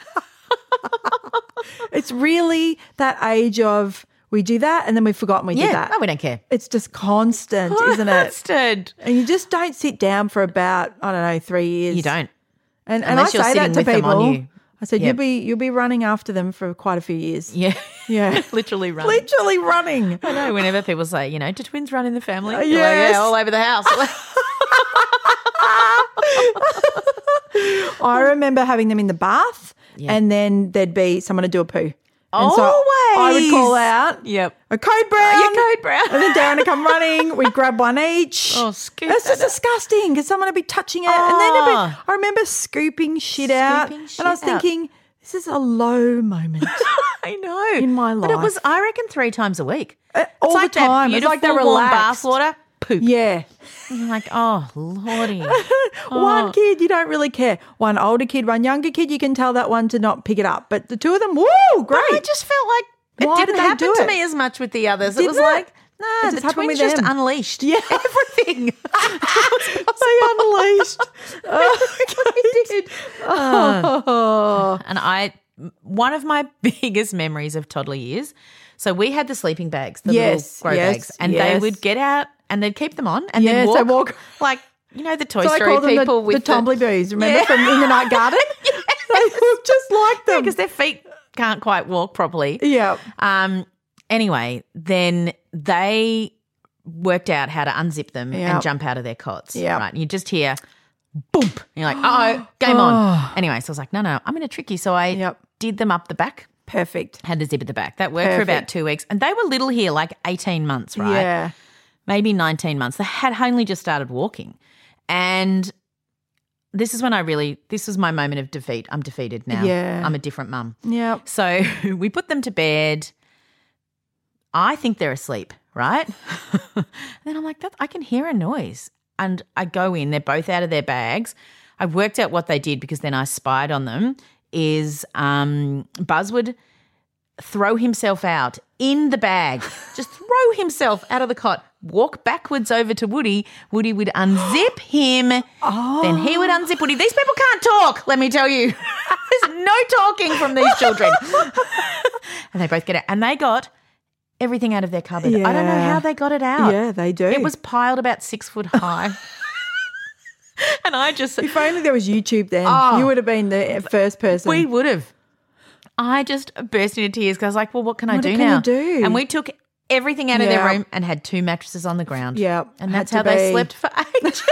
Speaker 3: It's really that age of we do that and then we've forgotten we
Speaker 4: yeah,
Speaker 3: did that.
Speaker 4: no, we don't care.
Speaker 3: It's just constant, isn't it?
Speaker 4: Bastard.
Speaker 3: And you just don't sit down for about I don't know three years.
Speaker 4: You don't.
Speaker 3: And, and I
Speaker 4: Unless you're
Speaker 3: say that
Speaker 4: sitting
Speaker 3: to
Speaker 4: with them on
Speaker 3: people.
Speaker 4: you.
Speaker 3: I said
Speaker 4: Yep.
Speaker 3: you'll be you'll be running after them for quite a few years.
Speaker 4: Yeah.
Speaker 3: Yeah,
Speaker 4: Literally running.
Speaker 3: literally running.
Speaker 4: I know. Whenever people say, you know, do twins run in the family? You're like,
Speaker 3: Uh, yes.
Speaker 4: yeah, all over the house.
Speaker 3: I remember having them in the bath, and then there'd be someone to do a poo. And so I would call
Speaker 4: Always.
Speaker 3: out,
Speaker 4: yep.
Speaker 3: a code brown,
Speaker 4: Your code brown.
Speaker 3: and then Darren would come running. We'd grab one each.
Speaker 4: Oh, scoop
Speaker 3: That's
Speaker 4: that
Speaker 3: just disgusting because someone would be touching it, and then it'd be,
Speaker 4: Ah.
Speaker 3: I remember scooping shit out,
Speaker 4: Scooping
Speaker 3: and I was
Speaker 4: shit out.
Speaker 3: thinking, this is a low moment.
Speaker 4: I know.
Speaker 3: In my
Speaker 4: But it was,
Speaker 3: life.
Speaker 4: I reckon, three times a week.
Speaker 3: Uh, all the
Speaker 4: it's like
Speaker 3: time.
Speaker 4: That
Speaker 3: It's like
Speaker 4: beautiful
Speaker 3: they're
Speaker 4: warm
Speaker 3: relaxed.
Speaker 4: bath water. Poop.
Speaker 3: yeah.
Speaker 4: And you're like, oh, lordy. Oh.
Speaker 3: One kid, you don't really care. One older kid, one younger kid, you can tell that one to not pick it up. But the two of them, woo,
Speaker 4: But
Speaker 3: great.
Speaker 4: I just felt like it
Speaker 3: Why did
Speaker 4: didn't
Speaker 3: they
Speaker 4: happen
Speaker 3: do
Speaker 4: to
Speaker 3: it?
Speaker 4: me as much with the others. It
Speaker 3: Didn't
Speaker 4: was
Speaker 3: it?
Speaker 4: like,
Speaker 3: It
Speaker 4: nah,
Speaker 3: just
Speaker 4: the
Speaker 3: happened
Speaker 4: twins
Speaker 3: with
Speaker 4: just
Speaker 3: them.
Speaker 4: unleashed.
Speaker 3: Yeah. they
Speaker 4: Everything.
Speaker 3: unleashed. Oh,
Speaker 4: It did.
Speaker 3: oh.
Speaker 4: And I, one of my biggest memories of toddler years. So we had the sleeping bags, the
Speaker 3: Yes,
Speaker 4: little grow
Speaker 3: yes,
Speaker 4: bags, and they
Speaker 3: yes.
Speaker 4: would get out and they'd keep them on and
Speaker 3: Yes,
Speaker 4: then
Speaker 3: they
Speaker 4: walk,
Speaker 3: walk-
Speaker 4: like you know the Toy
Speaker 3: So I
Speaker 4: Story
Speaker 3: call them
Speaker 4: people
Speaker 3: the,
Speaker 4: with
Speaker 3: the Tumbly Boos, remember
Speaker 4: Yeah.
Speaker 3: from In the Night Garden? They look just like them.
Speaker 4: because their feet can't quite walk properly.
Speaker 3: yeah.
Speaker 4: Um. Anyway, then they worked out how to unzip them
Speaker 3: Yep.
Speaker 4: and jump out of their cots.
Speaker 3: Yep.
Speaker 4: Right. You just hear, boom. And you're like, oh, game on. Anyway, so I was like, no, no, I'm going to trick you. So I
Speaker 3: Yep.
Speaker 4: did them up the back.
Speaker 3: Perfect.
Speaker 4: had to zip at the back. That worked for about
Speaker 3: Perfect.
Speaker 4: two weeks. And they were little here, like 18 months, right?
Speaker 3: Yeah.
Speaker 4: Maybe 19 months. They had only just started walking. And this is when I really, this was my moment of defeat. I'm defeated now.
Speaker 3: Yeah.
Speaker 4: I'm a different mum.
Speaker 3: Yep.
Speaker 4: So we put them to bed. I think they're asleep, right? and then I'm like, that I can hear a noise. And I go in, they're both out of their bags. I worked out what they did because then I spied on them. Is um, Buzz would throw himself out in the bag, just throw himself out of the cot, walk backwards over to Woody. Woody would unzip him. Then he
Speaker 3: Oh.
Speaker 4: would unzip Woody. These people can't talk, let me tell you. There's no talking from these children. and they both get it. And they got everything out of their cupboard. I don't know
Speaker 3: Yeah.
Speaker 4: how they got it out.
Speaker 3: Yeah, they do.
Speaker 4: It was piled about six foot high. and I just
Speaker 3: If only there was YouTube then,
Speaker 4: Oh.
Speaker 3: you would have been the first person.
Speaker 4: we would have. I just burst into tears because I was like, well, what can I
Speaker 3: What
Speaker 4: do
Speaker 3: can you
Speaker 4: now?
Speaker 3: do?
Speaker 4: And we took everything out of their
Speaker 3: Yeah.
Speaker 4: room and had two mattresses on the ground.
Speaker 3: Yeah,
Speaker 4: And
Speaker 3: had
Speaker 4: that's
Speaker 3: to
Speaker 4: how they
Speaker 3: be.
Speaker 4: slept for ages.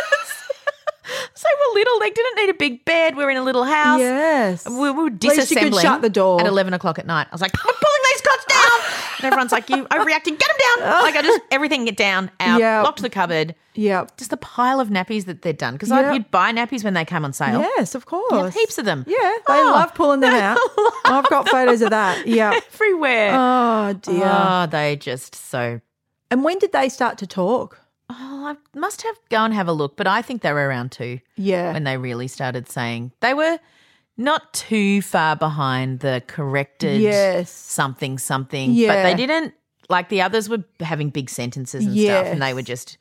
Speaker 4: so we're little. They didn't need a big bed. We were in a little house.
Speaker 3: Yes.
Speaker 4: We, we were disassembling.
Speaker 3: At least you could shut the door.
Speaker 4: At 11 o'clock at night. I was like, I'm pulling these cots down. and everyone's like, you overreacting. Get them down. Like, I just, everything get down, out,
Speaker 3: Yeah.
Speaker 4: locked the cupboard.
Speaker 3: Yep.
Speaker 4: Just the pile of nappies that they'd done. Because
Speaker 3: Yeah.
Speaker 4: you'd buy nappies when they came on sale.
Speaker 3: Yes, of course.
Speaker 4: Yeah, heaps of them.
Speaker 3: Yeah, they
Speaker 4: Oh,
Speaker 3: love pulling them out. I've got photos of that. Yeah.
Speaker 4: Everywhere.
Speaker 3: Oh dear.
Speaker 4: Oh, they just so.
Speaker 3: and when did they start to talk?
Speaker 4: Oh, I must have go and have a look, but I think they were around two
Speaker 3: Yeah.
Speaker 4: when they really started saying they were not too far behind the corrected
Speaker 3: Yes.
Speaker 4: something something, but
Speaker 3: Yeah.
Speaker 4: they didn't like the others were having big sentences and stuff, and they
Speaker 3: Yes.
Speaker 4: were just.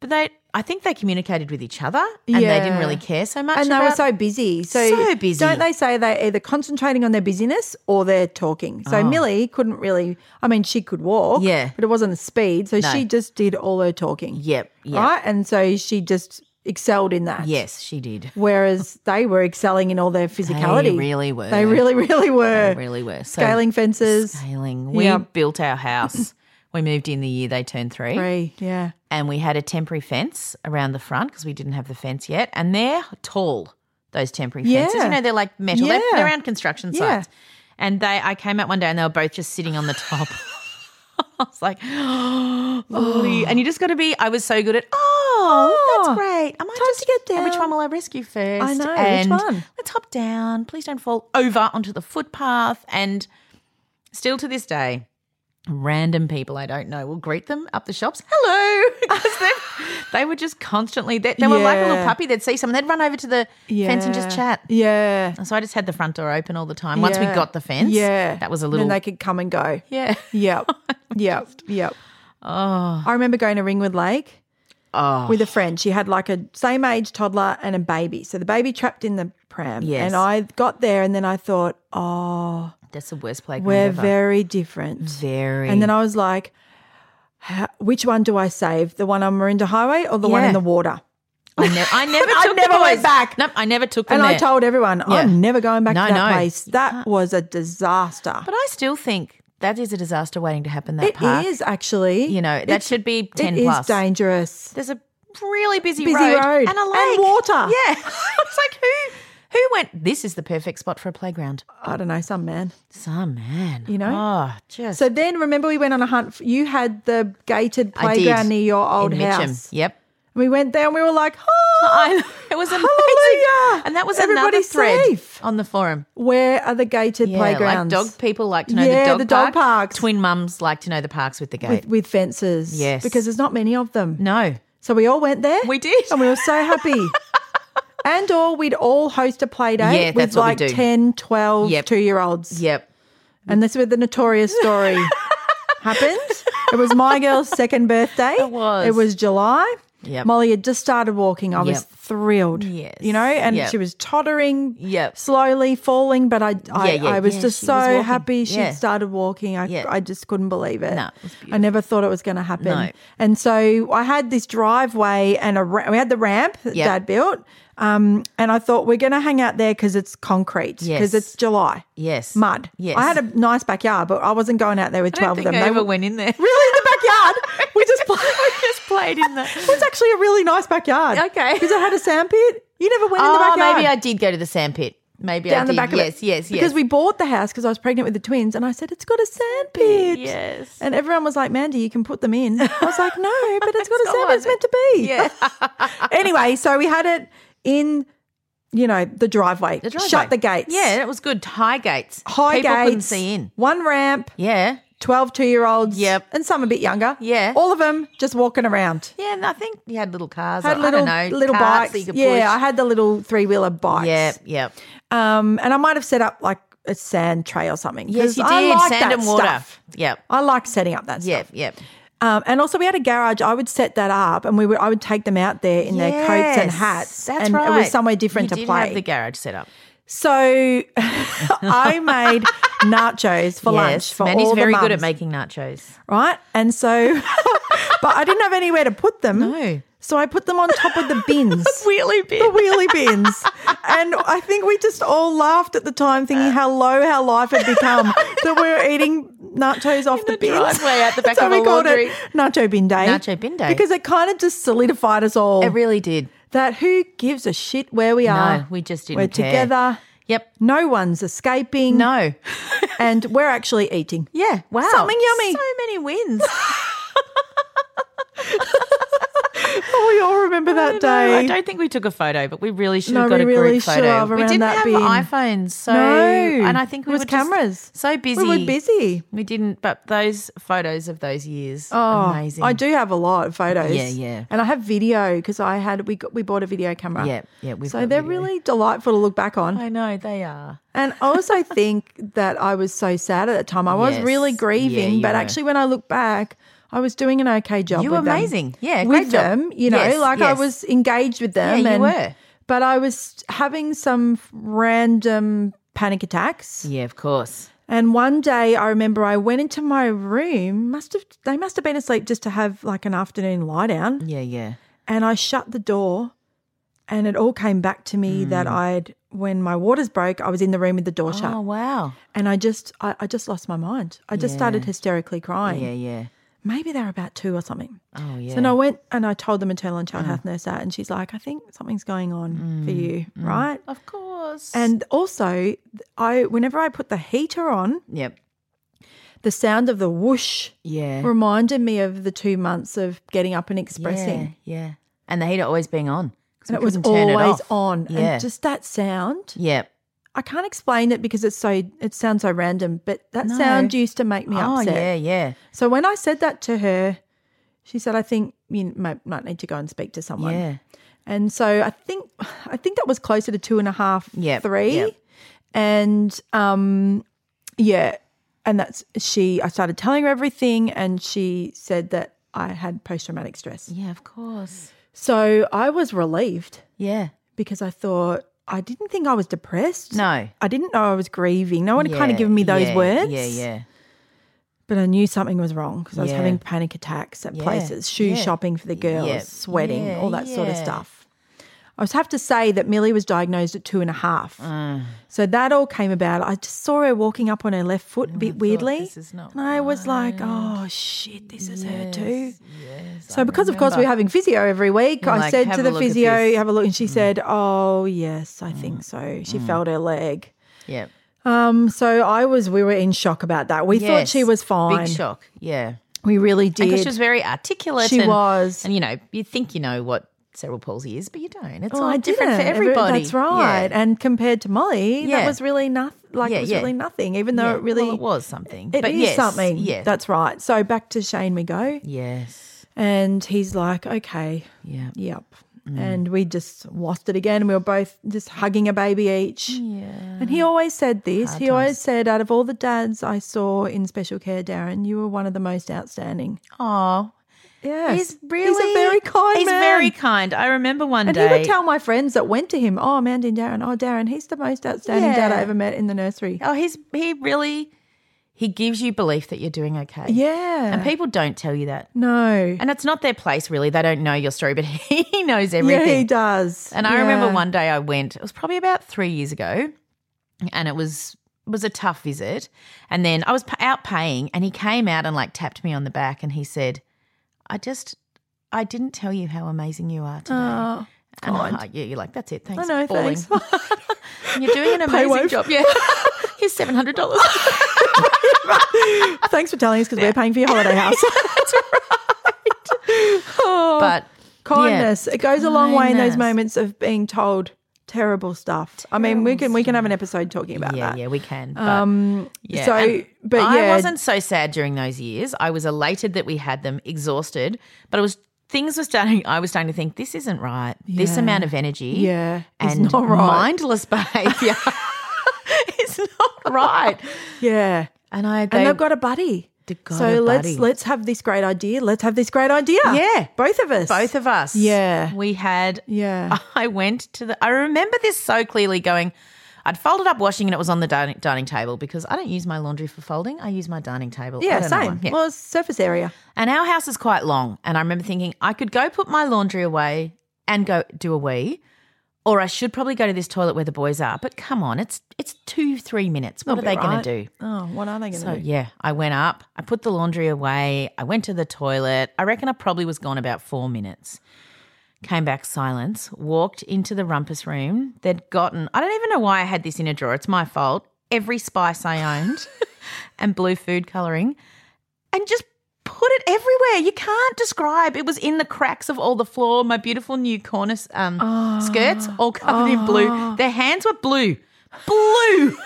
Speaker 4: But they, I think they communicated with each other, and they didn't
Speaker 3: Yeah.
Speaker 4: really care so much.
Speaker 3: and they were
Speaker 4: about-
Speaker 3: so busy. So,
Speaker 4: So busy.
Speaker 3: Don't they say they're either concentrating on their busyness or they're talking? So Millie couldn't really. I mean, she could walk.
Speaker 4: Ah. Yeah.
Speaker 3: But it wasn't the speed, so
Speaker 4: No.
Speaker 3: she just did all her talking.
Speaker 4: Yep. Yep.
Speaker 3: Right. And so she just excelled in that.
Speaker 4: Yes, she did.
Speaker 3: Whereas they were excelling in all their physicality.
Speaker 4: really were.
Speaker 3: They really, really were.
Speaker 4: They really were. So-
Speaker 3: Scaling fences.
Speaker 4: Scaling. We
Speaker 3: Yep.
Speaker 4: built our house. we moved in the year they turned three,
Speaker 3: Three. Yeah.
Speaker 4: and we had a temporary fence around the front because we didn't have the fence yet. And they're tall. Those temporary fences,
Speaker 3: Yeah.
Speaker 4: you know, they're like metal. They're,
Speaker 3: Yeah.
Speaker 4: they're around construction
Speaker 3: Yeah.
Speaker 4: sites. And they, I came out one day and they were both just sitting on the top. I was like, oh, Lordy. and you just got to be. I was so good at. Oh,
Speaker 3: Oh,
Speaker 4: that's great. Am I
Speaker 3: time
Speaker 4: just
Speaker 3: to get
Speaker 4: and Which
Speaker 3: down.
Speaker 4: one will I rescue first?
Speaker 3: I know, which
Speaker 4: And
Speaker 3: one?
Speaker 4: Let's hop down. Please don't fall over onto the footpath. And still to this day, random people I don't know will greet them up the shops. Hello, 'Cause they- they were just constantly. They, they were like a little
Speaker 3: Yeah.
Speaker 4: puppy. They'd see someone, they'd run over to the fence and just
Speaker 3: Yeah.
Speaker 4: chat.
Speaker 3: Yeah.
Speaker 4: And So I just had the front door open all the time. Once we
Speaker 3: Yeah.
Speaker 4: got the fence,
Speaker 3: Yeah.
Speaker 4: that was a little.
Speaker 3: Then they could come and go.
Speaker 4: yeah.
Speaker 3: Yep. yep. Yep. Oh. I remember going to Ringwood Lake
Speaker 4: Oh,
Speaker 3: with a friend. She had like a same age toddler and a baby. So the baby trapped in the pram.
Speaker 4: Yes.
Speaker 3: And I got there and then I thought, oh,
Speaker 4: that's the worst playground
Speaker 3: we're
Speaker 4: ever.
Speaker 3: very different.
Speaker 4: very.
Speaker 3: And then I was like, "Ha- which one do I save? The one on Marinda Highway or the one
Speaker 4: Yeah.
Speaker 3: in the water?
Speaker 4: I, ne- I never.
Speaker 3: I
Speaker 4: took the
Speaker 3: never went
Speaker 4: boys.
Speaker 3: back.
Speaker 4: No, I never took them
Speaker 3: And I
Speaker 4: there.
Speaker 3: told everyone,
Speaker 4: Yeah.
Speaker 3: I'm never going back
Speaker 4: No,
Speaker 3: to that
Speaker 4: no.
Speaker 3: place. That was a disaster.
Speaker 4: But I still think that is a disaster waiting to happen. That
Speaker 3: It is
Speaker 4: park,
Speaker 3: actually.
Speaker 4: you know, that
Speaker 3: It's-
Speaker 4: should be ten
Speaker 3: It
Speaker 4: plus.
Speaker 3: is dangerous.
Speaker 4: There's a really busy,
Speaker 3: Busy
Speaker 4: road,
Speaker 3: road.
Speaker 4: and a
Speaker 3: And
Speaker 4: lake
Speaker 3: water.
Speaker 4: Yeah, it's like who who went? This is the perfect spot for a playground.
Speaker 3: I don't know, some man.
Speaker 4: Some man,
Speaker 3: You know?
Speaker 4: Oh, just
Speaker 3: So then remember we went on a hunt. f- You had the gated
Speaker 4: I did.
Speaker 3: playground near your old
Speaker 4: In Mitcham.
Speaker 3: house.
Speaker 4: Yep.
Speaker 3: We went there and we were like, oh,
Speaker 4: I, it was amazing,
Speaker 3: Hallelujah.
Speaker 4: and that was another
Speaker 3: Everybody's
Speaker 4: thread
Speaker 3: safe.
Speaker 4: on the forum.
Speaker 3: where are the gated
Speaker 4: Yeah,
Speaker 3: playgrounds?
Speaker 4: like dog people like to know
Speaker 3: Yeah,
Speaker 4: the dog
Speaker 3: the dog
Speaker 4: park.
Speaker 3: parks.
Speaker 4: Twin mums like to know the parks with the gate.
Speaker 3: with, with fences.
Speaker 4: Yes.
Speaker 3: Because there's not many of them.
Speaker 4: no,
Speaker 3: So we all went there.
Speaker 4: We did.
Speaker 3: And we were so happy. and or we'd all host a play date
Speaker 4: Yeah,
Speaker 3: with
Speaker 4: that's what we
Speaker 3: like
Speaker 4: do.
Speaker 3: 10, 12,
Speaker 4: Yep.
Speaker 3: two-year-olds.
Speaker 4: yep.
Speaker 3: And this is where the notorious story happened. It was my girl's second birthday. It
Speaker 4: was.
Speaker 3: It was July.
Speaker 4: Yep.
Speaker 3: Molly had just started walking. I was
Speaker 4: Yep.
Speaker 3: thrilled.
Speaker 4: Yes.
Speaker 3: You know, and
Speaker 4: Yep.
Speaker 3: she was tottering,
Speaker 4: Yep.
Speaker 3: slowly falling, but I I,
Speaker 4: Yeah, yeah,
Speaker 3: I was
Speaker 4: yeah,
Speaker 3: just
Speaker 4: she
Speaker 3: so
Speaker 4: was walking.
Speaker 3: happy she
Speaker 4: Yeah.
Speaker 3: would started walking. I,
Speaker 4: Yeah.
Speaker 3: I just couldn't believe it.
Speaker 4: No, it was beautiful.
Speaker 3: I never thought it was going to happen.
Speaker 4: No.
Speaker 3: And so I had this driveway and a ra- we had the ramp that
Speaker 4: Yep.
Speaker 3: Dad built. Um, and I thought we're going to hang out there because it's concrete
Speaker 4: Yes.
Speaker 3: because it's July.
Speaker 4: Yes.
Speaker 3: Mud.
Speaker 4: Yes.
Speaker 3: I had a nice backyard, but I wasn't going out there with
Speaker 4: I don't
Speaker 3: 12
Speaker 4: think
Speaker 3: of them.
Speaker 4: I
Speaker 3: They
Speaker 4: ever
Speaker 3: were-
Speaker 4: went in there.
Speaker 3: really in the backyard. We just played.
Speaker 4: I just played in the.
Speaker 3: It was actually a really nice backyard.
Speaker 4: Okay.
Speaker 3: Because it had a sandpit. You never went in the
Speaker 4: oh,
Speaker 3: backyard.
Speaker 4: maybe I did go to the sandpit. Maybe I
Speaker 3: Down
Speaker 4: did.
Speaker 3: the back of
Speaker 4: yes,
Speaker 3: it.
Speaker 4: yes, yes.
Speaker 3: Because we bought the house because I was pregnant with the twins and I said, it's got a sandpit.
Speaker 4: yes.
Speaker 3: And everyone was like, Mandy, you can put them in. I was like, no, but it's got a sandpit. It's meant to be.
Speaker 4: Yeah.
Speaker 3: anyway, so we had it in, you know, the driveway.
Speaker 4: The driveway.
Speaker 3: Shut the gates.
Speaker 4: Yeah, that was good. High gates.
Speaker 3: High
Speaker 4: People
Speaker 3: gates.
Speaker 4: couldn't see in.
Speaker 3: One ramp.
Speaker 4: Yeah.
Speaker 3: 12, two year olds.
Speaker 4: Yep.
Speaker 3: And some a bit younger.
Speaker 4: Yeah.
Speaker 3: All of them just walking around.
Speaker 4: Yeah, and I think you had little cars.
Speaker 3: Had
Speaker 4: or,
Speaker 3: little,
Speaker 4: I don't know,
Speaker 3: little
Speaker 4: carts
Speaker 3: bikes.
Speaker 4: That you could
Speaker 3: yeah, I
Speaker 4: push.
Speaker 3: had the little three wheeler bikes.
Speaker 4: yeah, yeah.
Speaker 3: Um, and I might have set up like a sand tray or something.
Speaker 4: Yes,
Speaker 3: 'cause
Speaker 4: you did.
Speaker 3: I like
Speaker 4: Sand
Speaker 3: that
Speaker 4: and water.
Speaker 3: Stuff.
Speaker 4: Yep.
Speaker 3: I like setting up that
Speaker 4: Yep,
Speaker 3: stuff.
Speaker 4: yep.
Speaker 3: Um, and also we had a garage. I would set that up and we would I would take them out there in their coats and
Speaker 4: Yes,
Speaker 3: hats.
Speaker 4: That's
Speaker 3: and
Speaker 4: right.
Speaker 3: it was somewhere different
Speaker 4: You
Speaker 3: to
Speaker 4: did
Speaker 3: play.
Speaker 4: Have the garage set up.
Speaker 3: so I made nachos for lunch for
Speaker 4: Mandy's
Speaker 3: all
Speaker 4: very
Speaker 3: the
Speaker 4: good at
Speaker 3: mums,
Speaker 4: making nachos.
Speaker 3: right? And so but I didn't have anywhere to put them.
Speaker 4: No.
Speaker 3: So I put them on top of the bins.
Speaker 4: Wheelie
Speaker 3: the wheelie bins. and I think we just all laughed at the time, thinking how low our life had become that we were eating nachos off the, bins.
Speaker 4: driveway out the back
Speaker 3: so
Speaker 4: of
Speaker 3: we
Speaker 4: a
Speaker 3: called
Speaker 4: laundry.
Speaker 3: it Nacho Bin Day.
Speaker 4: Nacho Bin Day.
Speaker 3: Because it kind of just solidified us all
Speaker 4: It really did.
Speaker 3: that who gives a shit where we are.
Speaker 4: No, we just didn't
Speaker 3: We're
Speaker 4: care.
Speaker 3: together.
Speaker 4: Yep.
Speaker 3: No one's escaping.
Speaker 4: No.
Speaker 3: and we're actually eating.
Speaker 4: Yeah. Wow.
Speaker 3: Something yummy.
Speaker 4: So many wins.
Speaker 3: Oh, we all remember that day.
Speaker 4: I don't think we took a photo, but we really should
Speaker 3: No,
Speaker 4: have got
Speaker 3: we
Speaker 4: a group
Speaker 3: really should
Speaker 4: photo.
Speaker 3: have
Speaker 4: we
Speaker 3: around
Speaker 4: didn't
Speaker 3: that
Speaker 4: have
Speaker 3: bin.
Speaker 4: iPhones, so
Speaker 3: No.
Speaker 4: and I think we
Speaker 3: It was
Speaker 4: were just
Speaker 3: cameras.
Speaker 4: so busy.
Speaker 3: We were busy.
Speaker 4: We didn't, but those photos of those years,
Speaker 3: Oh,
Speaker 4: amazing.
Speaker 3: I do have a lot of photos.
Speaker 4: Yeah, yeah.
Speaker 3: And I have video because I had we got, we bought a video camera.
Speaker 4: Yeah, yeah, we've
Speaker 3: so
Speaker 4: got
Speaker 3: they're
Speaker 4: video.
Speaker 3: really delightful to look back on.
Speaker 4: I know they are.
Speaker 3: And I also think that I was so sad at that time. I was
Speaker 4: Yes.
Speaker 3: really
Speaker 4: Yeah,
Speaker 3: grieving,
Speaker 4: you
Speaker 3: but
Speaker 4: were.
Speaker 3: actually, when I look back, I was doing an okay job.
Speaker 4: You were
Speaker 3: with them.
Speaker 4: amazing. Yeah, great
Speaker 3: with
Speaker 4: job.
Speaker 3: them, you know,
Speaker 4: Yes,
Speaker 3: like
Speaker 4: yes.
Speaker 3: I was engaged with them.
Speaker 4: Yeah, you
Speaker 3: and,
Speaker 4: were.
Speaker 3: But I was having some random panic attacks.
Speaker 4: Yeah, of course.
Speaker 3: And one day I remember I went into my room, must have they must have been asleep just to have like an afternoon lie down.
Speaker 4: Yeah, yeah.
Speaker 3: And I shut the door and it all came back to me that I'd when my waters broke, I was in the room with the door
Speaker 4: Mm. Oh
Speaker 3: shut.
Speaker 4: wow.
Speaker 3: And I just I, I just lost my mind. I just
Speaker 4: Yeah.
Speaker 3: started hysterically crying.
Speaker 4: Yeah, yeah.
Speaker 3: Maybe they were about two or something.
Speaker 4: Oh yeah. Uh-huh.
Speaker 3: So then I went and I told the maternal and child health nurse that and she's like, I think something's going on for
Speaker 4: Mm.
Speaker 3: you, right?
Speaker 4: of course.
Speaker 3: And also I whenever I put the heater on,
Speaker 4: yep.
Speaker 3: the sound of the whoosh
Speaker 4: Yeah.
Speaker 3: reminded me of the two months of getting up and expressing.
Speaker 4: Yeah, yeah. And the heater always being on. 'cause
Speaker 3: And
Speaker 4: we
Speaker 3: it was
Speaker 4: couldn't turn it
Speaker 3: always
Speaker 4: off.
Speaker 3: on.
Speaker 4: Yeah.
Speaker 3: And just that sound.
Speaker 4: Yep.
Speaker 3: I can't explain it because it's so it sounds so random, but that
Speaker 4: No.
Speaker 3: sound used to make me
Speaker 4: Oh
Speaker 3: upset.
Speaker 4: yeah, yeah.
Speaker 3: So when I said that to her, she said, I think you might, might need to go and speak to someone.
Speaker 4: Yeah.
Speaker 3: And so I think I think that was closer to two and a half,
Speaker 4: Yep,
Speaker 3: three.
Speaker 4: yep.
Speaker 3: And um yeah. And that's she I started telling her everything and she said that I had post traumatic stress.
Speaker 4: Yeah, of course.
Speaker 3: So I was relieved
Speaker 4: Yeah.
Speaker 3: because I thought I didn't think I was depressed.
Speaker 4: No.
Speaker 3: I didn't know I was grieving. No one had kind
Speaker 4: Yeah,
Speaker 3: of given me those
Speaker 4: yeah,
Speaker 3: words.
Speaker 4: Yeah, yeah.
Speaker 3: But I knew something was wrong because I was
Speaker 4: Yeah.
Speaker 3: having panic attacks at
Speaker 4: Yeah,
Speaker 3: places, shoe
Speaker 4: yeah,
Speaker 3: shopping for the girls,
Speaker 4: yeah,
Speaker 3: sweating,
Speaker 4: yeah,
Speaker 3: all that sort of
Speaker 4: yeah.
Speaker 3: stuff. I just have to say that Millie was diagnosed at two and a half.
Speaker 4: Ah.
Speaker 3: So that all came about. I just saw her walking up on her left foot a bit weirdly.
Speaker 4: Oh this is not
Speaker 3: and I was like, oh shit, this is her too. so, because of course we're having physio every week, I
Speaker 4: like,
Speaker 3: said
Speaker 4: "Have
Speaker 3: to
Speaker 4: a
Speaker 3: the
Speaker 4: look at
Speaker 3: physio,
Speaker 4: this." Mm.
Speaker 3: have a look. And she said, oh, yes, I think so. She felt her leg.
Speaker 4: Yep.
Speaker 3: Um, so I was, we were in shock about that. We thought
Speaker 4: Yes.
Speaker 3: she was fine.
Speaker 4: Big shock. Yeah.
Speaker 3: We really
Speaker 4: Because
Speaker 3: did.
Speaker 4: she was very articulate.
Speaker 3: She
Speaker 4: and,
Speaker 3: was.
Speaker 4: And you know, you think you know what cerebral palsy is, but you don't. It's
Speaker 3: Oh,
Speaker 4: all
Speaker 3: I
Speaker 4: different for
Speaker 3: didn't. Every-
Speaker 4: everybody.
Speaker 3: That's right.
Speaker 4: Yeah.
Speaker 3: And compared to Molly, that
Speaker 4: Yeah.
Speaker 3: was really nothing. Like
Speaker 4: Yeah,
Speaker 3: it was
Speaker 4: yeah.
Speaker 3: really nothing, even though
Speaker 4: Yeah.
Speaker 3: it really
Speaker 4: well, it was something.
Speaker 3: It
Speaker 4: but
Speaker 3: is
Speaker 4: yes,
Speaker 3: something.
Speaker 4: Yeah.
Speaker 3: that's right. So back to Shane we go,
Speaker 4: yes.
Speaker 3: and he's like, "Okay,
Speaker 4: Yeah. Mm.
Speaker 3: yep." And we just lost it again. We were both just hugging a baby each.
Speaker 4: Yeah.
Speaker 3: And he always said this. he always said, out of all the dads I saw in special care, Darren, you were one of the most outstanding.
Speaker 4: Oh.
Speaker 3: Yes.
Speaker 4: He's really
Speaker 3: He's a very kind
Speaker 4: He's
Speaker 3: man.
Speaker 4: very kind. I remember one
Speaker 3: And
Speaker 4: day
Speaker 3: he would tell my friends that went to him, oh, Amanda and Darren, oh, Darren, he's the most outstanding dad I
Speaker 4: Yeah.
Speaker 3: ever met in the nursery.
Speaker 4: Oh, he's he really he gives you belief that you're doing okay.
Speaker 3: Yeah.
Speaker 4: And people don't tell you that.
Speaker 3: no.
Speaker 4: And it's not their place really. They don't know your story, but he knows
Speaker 3: yeah,
Speaker 4: everything.
Speaker 3: he does.
Speaker 4: And I remember
Speaker 3: Yeah.
Speaker 4: one day I went, it was probably about three years ago, and it was it was a tough visit. And then I was p- out paying, and he came out and like tapped me on the back, and he said, "I just, I didn't tell you how amazing you are today."
Speaker 3: Oh,
Speaker 4: and
Speaker 3: God.
Speaker 4: I- yeah, you're like, "That's it, thanks."
Speaker 3: I know,
Speaker 4: Balling.
Speaker 3: thanks.
Speaker 4: And you're doing an amazing
Speaker 3: Paywave.
Speaker 4: job. Yeah, here's seven hundred dollars.
Speaker 3: Thanks for telling us because we're paying for your holiday house.
Speaker 4: But
Speaker 3: Kindness.
Speaker 4: Yeah.
Speaker 3: It goes a long way in those moments
Speaker 4: Kindness.
Speaker 3: of being told terrible stuff. I mean, we can we can have an episode talking about
Speaker 4: yeah,
Speaker 3: that.
Speaker 4: yeah, we can. But
Speaker 3: Um.
Speaker 4: yeah.
Speaker 3: So,
Speaker 4: and
Speaker 3: but yeah,
Speaker 4: I wasn't so sad during those years. I was elated that we had them, exhausted, but it was things were starting. I was starting to think this isn't right. This
Speaker 3: Yeah.
Speaker 4: amount of energy,
Speaker 3: Yeah, it's
Speaker 4: and
Speaker 3: not right.
Speaker 4: mindless behavior. it's not right.
Speaker 3: Yeah.
Speaker 4: And I,
Speaker 3: and
Speaker 4: they,
Speaker 3: they've got a buddy.
Speaker 4: They've got
Speaker 3: so
Speaker 4: a
Speaker 3: let's
Speaker 4: buddy.
Speaker 3: let's have this great idea. Let's have this great idea.
Speaker 4: Yeah.
Speaker 3: both of us.
Speaker 4: both of Oh, us.
Speaker 3: Yeah.
Speaker 4: we had.
Speaker 3: Yeah.
Speaker 4: I went to the. I remember this so clearly. Going, I'd folded up washing, and it was on the dining, dining table because I don't use my laundry for folding. I use my dining table. I
Speaker 3: Yeah,
Speaker 4: don't know
Speaker 3: same.
Speaker 4: why. Yeah.
Speaker 3: Well, it's surface area.
Speaker 4: And our house is quite long. And I remember thinking, I could go put my laundry away and go do a wee, or I should probably go to this toilet where the boys are. But come on, it's it's two, three minutes. What are they going to do?
Speaker 3: Oh, what are they going to
Speaker 4: So,
Speaker 3: do?
Speaker 4: yeah, I went up, I put the laundry away, I went to the toilet. I reckon I probably was gone about four minutes. Came back silence, walked into the rumpus room. They'd gotten, I don't even know why I had this in a drawer, it's my fault. Every spice I owned and blue food colouring and just put it everywhere. You can't describe. It was in the cracks of all the floor. My beautiful new cornice um,
Speaker 3: Ah.
Speaker 4: skirts, all covered in blue. Their hands were blue, blue.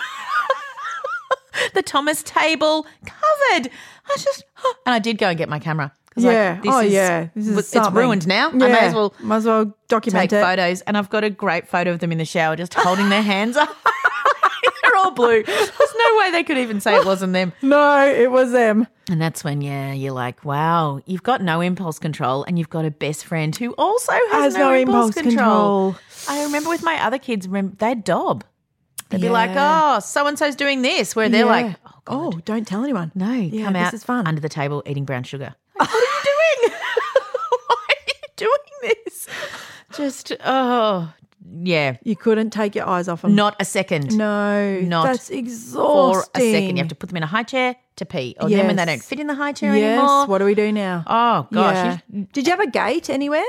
Speaker 4: the Thomas table covered. I was just, and I did go and get my camera. 'Cause, like,
Speaker 3: Yeah.
Speaker 4: this
Speaker 3: oh,
Speaker 4: is-
Speaker 3: yeah. This is
Speaker 4: it's
Speaker 3: something.
Speaker 4: ruined now. I may
Speaker 3: Yeah.
Speaker 4: as well
Speaker 3: might as well document
Speaker 4: take
Speaker 3: it.
Speaker 4: photos. And I've got a great photo of them in the shower, just holding their hands up. They're all blue. There's no way they could even say it wasn't them.
Speaker 3: No, it was them.
Speaker 4: And that's when, yeah, you're like, wow, you've got no impulse control and you've got a best friend who also has,
Speaker 3: Has no impulse control.
Speaker 4: I remember with my other kids, remember, they'd dob. They'd be like,
Speaker 3: Yeah.
Speaker 4: oh, so and so's doing this, where they're like,
Speaker 3: Yeah. oh, don't tell anyone.
Speaker 4: no,
Speaker 3: yeah,
Speaker 4: come out
Speaker 3: This is fun.
Speaker 4: under the table eating brown sugar. Like, what are you doing? Why are you doing this? Just, oh, yeah,
Speaker 3: you couldn't take your eyes off them.
Speaker 4: not a second.
Speaker 3: no,
Speaker 4: Not
Speaker 3: that's
Speaker 4: For
Speaker 3: exhausting.
Speaker 4: a second, you have to put them in a high chair to pee, or then when they
Speaker 3: Yes.
Speaker 4: don't fit in the high chair
Speaker 3: Yes.
Speaker 4: anymore,
Speaker 3: What do we do now?
Speaker 4: Oh gosh,
Speaker 3: Yeah. Did you have a gate anywhere?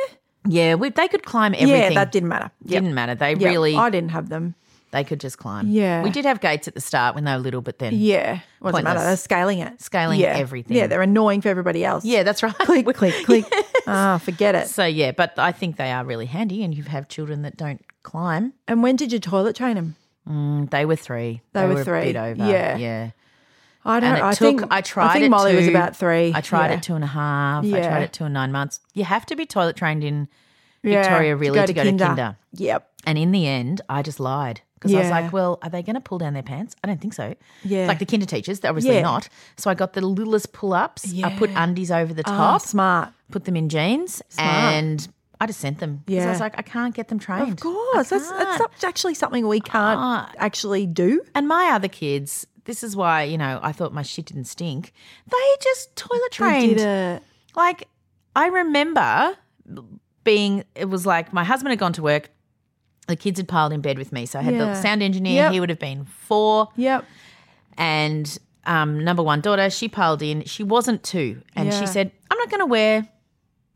Speaker 4: yeah, we, they could climb everything.
Speaker 3: Yeah, that didn't matter. Yep.
Speaker 4: Didn't matter. They
Speaker 3: Yep.
Speaker 4: really,
Speaker 3: I didn't have them.
Speaker 4: they could just climb.
Speaker 3: Yeah.
Speaker 4: we did have gates at the start when they were little, but then
Speaker 3: Yeah, wasn't
Speaker 4: Pointless.
Speaker 3: matter. They're scaling it,
Speaker 4: Scaling
Speaker 3: yeah.
Speaker 4: everything.
Speaker 3: Yeah, they're annoying for everybody else.
Speaker 4: yeah, that's right.
Speaker 3: click, click, click. Ah, forget it.
Speaker 4: So yeah, but I think they are really handy, and you have children that don't climb.
Speaker 3: And when did you toilet train them?
Speaker 4: Mm, They were three.
Speaker 3: They were
Speaker 4: a
Speaker 3: three.
Speaker 4: bit over.
Speaker 3: Yeah.
Speaker 4: yeah.
Speaker 3: I don't.
Speaker 4: And it
Speaker 3: I
Speaker 4: took.
Speaker 3: think
Speaker 4: I tried.
Speaker 3: I think
Speaker 4: at
Speaker 3: Molly was
Speaker 4: two-
Speaker 3: about three.
Speaker 4: I tried
Speaker 3: yeah.
Speaker 4: at two and a half. I
Speaker 3: Yeah.
Speaker 4: tried at two and nine months. You have to be toilet trained in
Speaker 3: Yeah,
Speaker 4: Victoria really to go to
Speaker 3: kinder.
Speaker 4: kinder.
Speaker 3: Yep.
Speaker 4: And in the end, I just lied because I was
Speaker 3: Yeah.
Speaker 4: like, well, are they going to pull down their pants? I don't think so.
Speaker 3: Yeah.
Speaker 4: Like the kinder teachers, they're obviously
Speaker 3: Yeah.
Speaker 4: not. So I got the littlest pull ups. I put undies over the
Speaker 3: Oh,
Speaker 4: top,
Speaker 3: smart.
Speaker 4: put them in jeans, and I just sent them. 'Cause I
Speaker 3: Yeah.
Speaker 4: was like, Oh, I can't get them trained.
Speaker 3: Of course, that's, that's
Speaker 4: can't. Ah.
Speaker 3: such- actually something we can't
Speaker 4: can't.
Speaker 3: actually do.
Speaker 4: And my other kids, this is why, you know, I thought my shit didn't stink. They just toilet trained.
Speaker 3: We did a,
Speaker 4: Like, I remember being, it was like my husband had gone to work. The kids had piled in bed with me. So I had
Speaker 3: Yeah.
Speaker 4: the sound engineer.
Speaker 3: Yep.
Speaker 4: He would have been four.
Speaker 3: yep.
Speaker 4: And um, number one daughter, she piled in. She wasn't two. And
Speaker 3: Yeah.
Speaker 4: she said, I'm not going to wear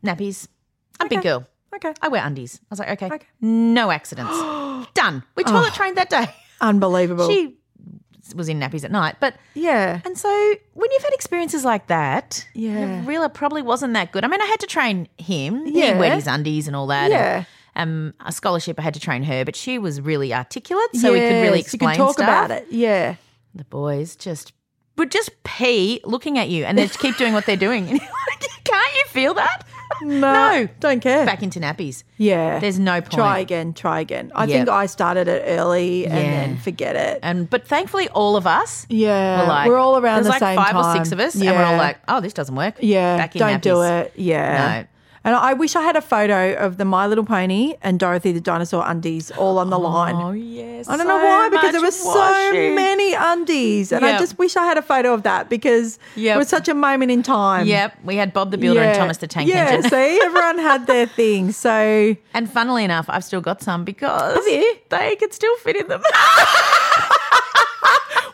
Speaker 4: nappies. I'm a big girl.
Speaker 3: Okay.
Speaker 4: I wear undies. I was like, okay, Oh.
Speaker 3: Okay.
Speaker 4: no accidents. Done. We toilet trained that day.
Speaker 3: Unbelievable.
Speaker 4: She was in nappies at night. But,
Speaker 3: yeah.
Speaker 4: Oh. and so when you've had experiences like that,
Speaker 3: Yeah.
Speaker 4: Rilla probably wasn't that good. I mean, I had to train him.
Speaker 3: Yeah.
Speaker 4: He wet his undies and all that.
Speaker 3: Yeah.
Speaker 4: And, um, a scholarship, I had to train her, but she was really articulate, so we could really
Speaker 3: Yes,
Speaker 4: explain
Speaker 3: You could talk
Speaker 4: stuff.
Speaker 3: about it. Yeah.
Speaker 4: The boys just would just pee looking at you and they just keep doing what they're doing. And you're like, Can't you feel that? No.
Speaker 3: Don't care.
Speaker 4: Back into nappies.
Speaker 3: yeah.
Speaker 4: There's no point.
Speaker 3: Try again. Try again. I
Speaker 4: Yep.
Speaker 3: think I started it early and
Speaker 4: Yeah.
Speaker 3: then forget it.
Speaker 4: And but thankfully all of us
Speaker 3: yeah.
Speaker 4: were like
Speaker 3: we're all around
Speaker 4: there's
Speaker 3: the
Speaker 4: like
Speaker 3: same
Speaker 4: five
Speaker 3: time.
Speaker 4: or six of us
Speaker 3: yeah.
Speaker 4: and we're all like, Oh, this doesn't work.
Speaker 3: yeah,
Speaker 4: Back in
Speaker 3: don't do
Speaker 4: nappies.
Speaker 3: it. Yeah.
Speaker 4: No.
Speaker 3: And I wish I had a photo of the My Little Pony and Dorothy the Dinosaur undies all on the line.
Speaker 4: Oh yes.
Speaker 3: I don't know why, because there were so many undies. And I
Speaker 4: Yep.
Speaker 3: just wish I had a photo of that because it
Speaker 4: Yep.
Speaker 3: was such a moment in time.
Speaker 4: Yep. We had Bob the Builder and Thomas the Tank
Speaker 3: yeah,
Speaker 4: Engine.
Speaker 3: see, everyone had their thing. So
Speaker 4: And funnily enough, I've still got some because
Speaker 3: you?
Speaker 4: they could still fit in them.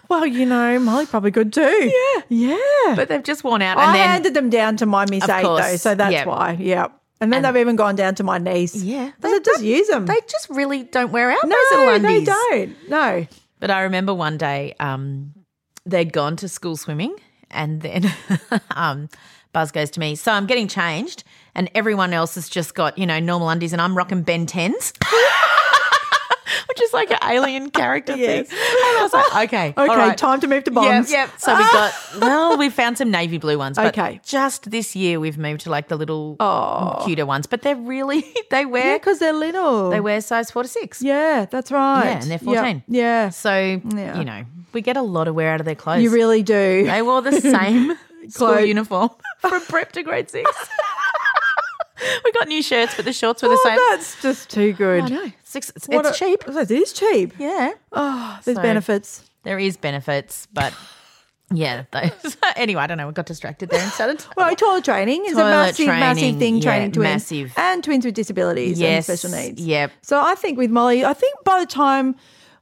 Speaker 3: Well, you know, Molly probably could too. Yeah. Yeah.
Speaker 4: but they've just worn out and
Speaker 3: I
Speaker 4: then
Speaker 3: handed them down to my Miss
Speaker 4: Of
Speaker 3: Eight, though.
Speaker 4: course,
Speaker 3: So that's
Speaker 4: yeah.
Speaker 3: why. Yeah. And then they've even gone down to my niece.
Speaker 4: Yeah,
Speaker 3: I said, just use them.
Speaker 4: They just really don't wear out
Speaker 3: no,
Speaker 4: those little
Speaker 3: they
Speaker 4: undies.
Speaker 3: don't. No.
Speaker 4: But I remember one day um, they'd gone to school swimming, and then um, Buzz goes to me, "So I'm getting changed, and everyone else has just got you know normal undies, and I'm rocking Ben tens." which is like an alien character thing. And I was like, okay, all
Speaker 3: Okay,
Speaker 4: right.
Speaker 3: time to move to
Speaker 4: Yep,
Speaker 3: bonds.
Speaker 4: yep. So we got well, we found some navy blue ones. But
Speaker 3: Okay.
Speaker 4: Just this year, we've moved to like the little cuter ones, but they're really they wear
Speaker 3: because they're little.
Speaker 4: they wear size four to six.
Speaker 3: Yeah, that's right.
Speaker 4: Yeah, and they're
Speaker 3: Yep.
Speaker 4: 14.
Speaker 3: Yeah,
Speaker 4: So you know, we get a lot of wear out of their clothes.
Speaker 3: you really do.
Speaker 4: they wore the same school
Speaker 3: Clothes.
Speaker 4: uniform from prep to grade six. we got new shirts, but the shorts were the same.
Speaker 3: Oh, that's just too good.
Speaker 4: I know. Six, it's
Speaker 3: What a-
Speaker 4: cheap.
Speaker 3: It is cheap.
Speaker 4: Yeah.
Speaker 3: Oh, there's
Speaker 4: So-
Speaker 3: benefits.
Speaker 4: There is benefits, but yeah, those. anyway, I don't know. We got distracted there and started.
Speaker 3: Well, toilet training is
Speaker 4: Toilet
Speaker 3: a massive, massive
Speaker 4: training,
Speaker 3: thing
Speaker 4: yeah,
Speaker 3: training twins
Speaker 4: massive.
Speaker 3: and twins with disabilities
Speaker 4: Yes,
Speaker 3: and special needs.
Speaker 4: yep.
Speaker 3: So I think with Molly, I think by the time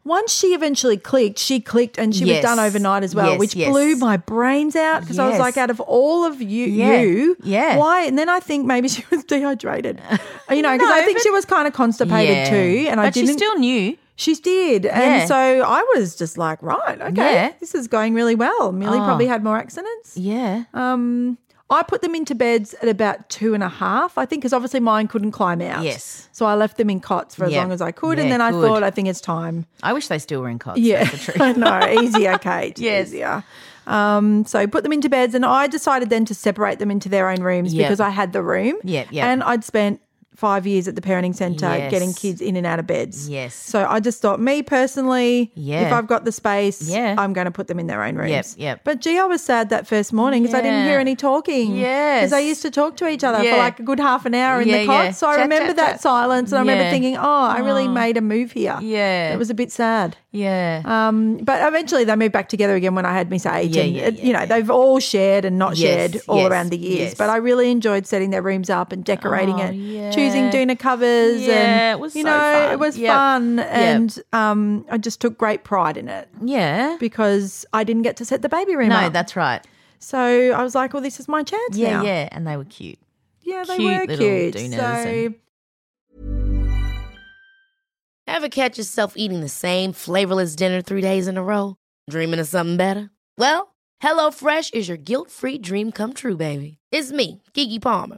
Speaker 3: once she eventually clicked, she clicked and she
Speaker 4: Yes.
Speaker 3: was done overnight as well,
Speaker 4: Yes,
Speaker 3: which
Speaker 4: yes.
Speaker 3: blew my brains out because I was
Speaker 4: Yes.
Speaker 3: like, out of all of you,
Speaker 4: Yeah,
Speaker 3: you,
Speaker 4: yeah.
Speaker 3: why? And then I think maybe she was dehydrated, you know, because I
Speaker 4: No,
Speaker 3: think
Speaker 4: but-
Speaker 3: she was kind of constipated
Speaker 4: Yeah.
Speaker 3: too, and
Speaker 4: but
Speaker 3: I didn't.
Speaker 4: She still knew.
Speaker 3: She did.
Speaker 4: Yeah.
Speaker 3: And so I was just like, right, okay,
Speaker 4: Yeah. Oh.
Speaker 3: this is going really well. Millie probably had more accidents.
Speaker 4: Yeah.
Speaker 3: Um, I put them into beds at about two and a half, I think, because obviously mine couldn't climb out.
Speaker 4: Yes.
Speaker 3: So I left them in cots for as
Speaker 4: Yeah.
Speaker 3: long as I could.
Speaker 4: Yeah,
Speaker 3: and then I
Speaker 4: good.
Speaker 3: thought, I think it's time.
Speaker 4: I wish they still were in cots.
Speaker 3: Yeah.
Speaker 4: That's the truth.
Speaker 3: I know. Easier, Kate.
Speaker 4: Yes.
Speaker 3: Easier. Um, so put them into beds, and I decided then to separate them into their own rooms
Speaker 4: Yep.
Speaker 3: because I had the room.
Speaker 4: Yep, yep.
Speaker 3: And I'd spent five years at the parenting centre
Speaker 4: Yes.
Speaker 3: getting kids in and out of beds.
Speaker 4: Yes.
Speaker 3: So I just thought, me personally,
Speaker 4: Yeah.
Speaker 3: if I've got the space,
Speaker 4: Yeah.
Speaker 3: I'm going to put them in their own rooms.
Speaker 4: yep.
Speaker 3: But gee, I was sad that first morning because I didn't
Speaker 4: Yeah.
Speaker 3: hear any talking.
Speaker 4: Yes.
Speaker 3: Because they used to talk to each other
Speaker 4: Yeah.
Speaker 3: for like a good half an hour in
Speaker 4: Yeah,
Speaker 3: the
Speaker 4: yeah.
Speaker 3: cot. So I
Speaker 4: Chat,
Speaker 3: remember
Speaker 4: chat,
Speaker 3: that
Speaker 4: chat.
Speaker 3: silence and I remember
Speaker 4: Yeah.
Speaker 3: thinking, oh, I really made a move here.
Speaker 4: Yeah.
Speaker 3: It was a bit sad.
Speaker 4: Yeah.
Speaker 3: Um, but eventually they moved back together again when I had Miss Age,
Speaker 4: Yeah,
Speaker 3: and
Speaker 4: yeah,
Speaker 3: it-
Speaker 4: yeah,
Speaker 3: you know they've all shared and not
Speaker 4: Yes,
Speaker 3: shared all
Speaker 4: yes,
Speaker 3: around the years.
Speaker 4: yes.
Speaker 3: But I really enjoyed setting their rooms up and decorating
Speaker 4: Oh,
Speaker 3: it,
Speaker 4: yeah.
Speaker 3: choosing Duna covers,
Speaker 4: Yeah,
Speaker 3: and
Speaker 4: it was
Speaker 3: you
Speaker 4: so
Speaker 3: know
Speaker 4: fun.
Speaker 3: it was
Speaker 4: Yep.
Speaker 3: fun,
Speaker 4: Yep.
Speaker 3: and um, I just took great pride in it
Speaker 4: yeah.
Speaker 3: because I didn't get to set the baby room
Speaker 4: No,
Speaker 3: up.
Speaker 4: that's right.
Speaker 3: so I was like, well, this is my chance
Speaker 4: Yeah,
Speaker 3: now.
Speaker 4: yeah. And they were cute.
Speaker 3: yeah, they
Speaker 4: Cute
Speaker 3: were
Speaker 4: little
Speaker 3: cute.
Speaker 4: Dunas
Speaker 3: so
Speaker 4: and-
Speaker 1: Ever catch yourself eating the same flavorless dinner three days in a row? Dreaming of something better? Well, HelloFresh is your guilt free dream come true, baby. It's me, Gigi Palmer.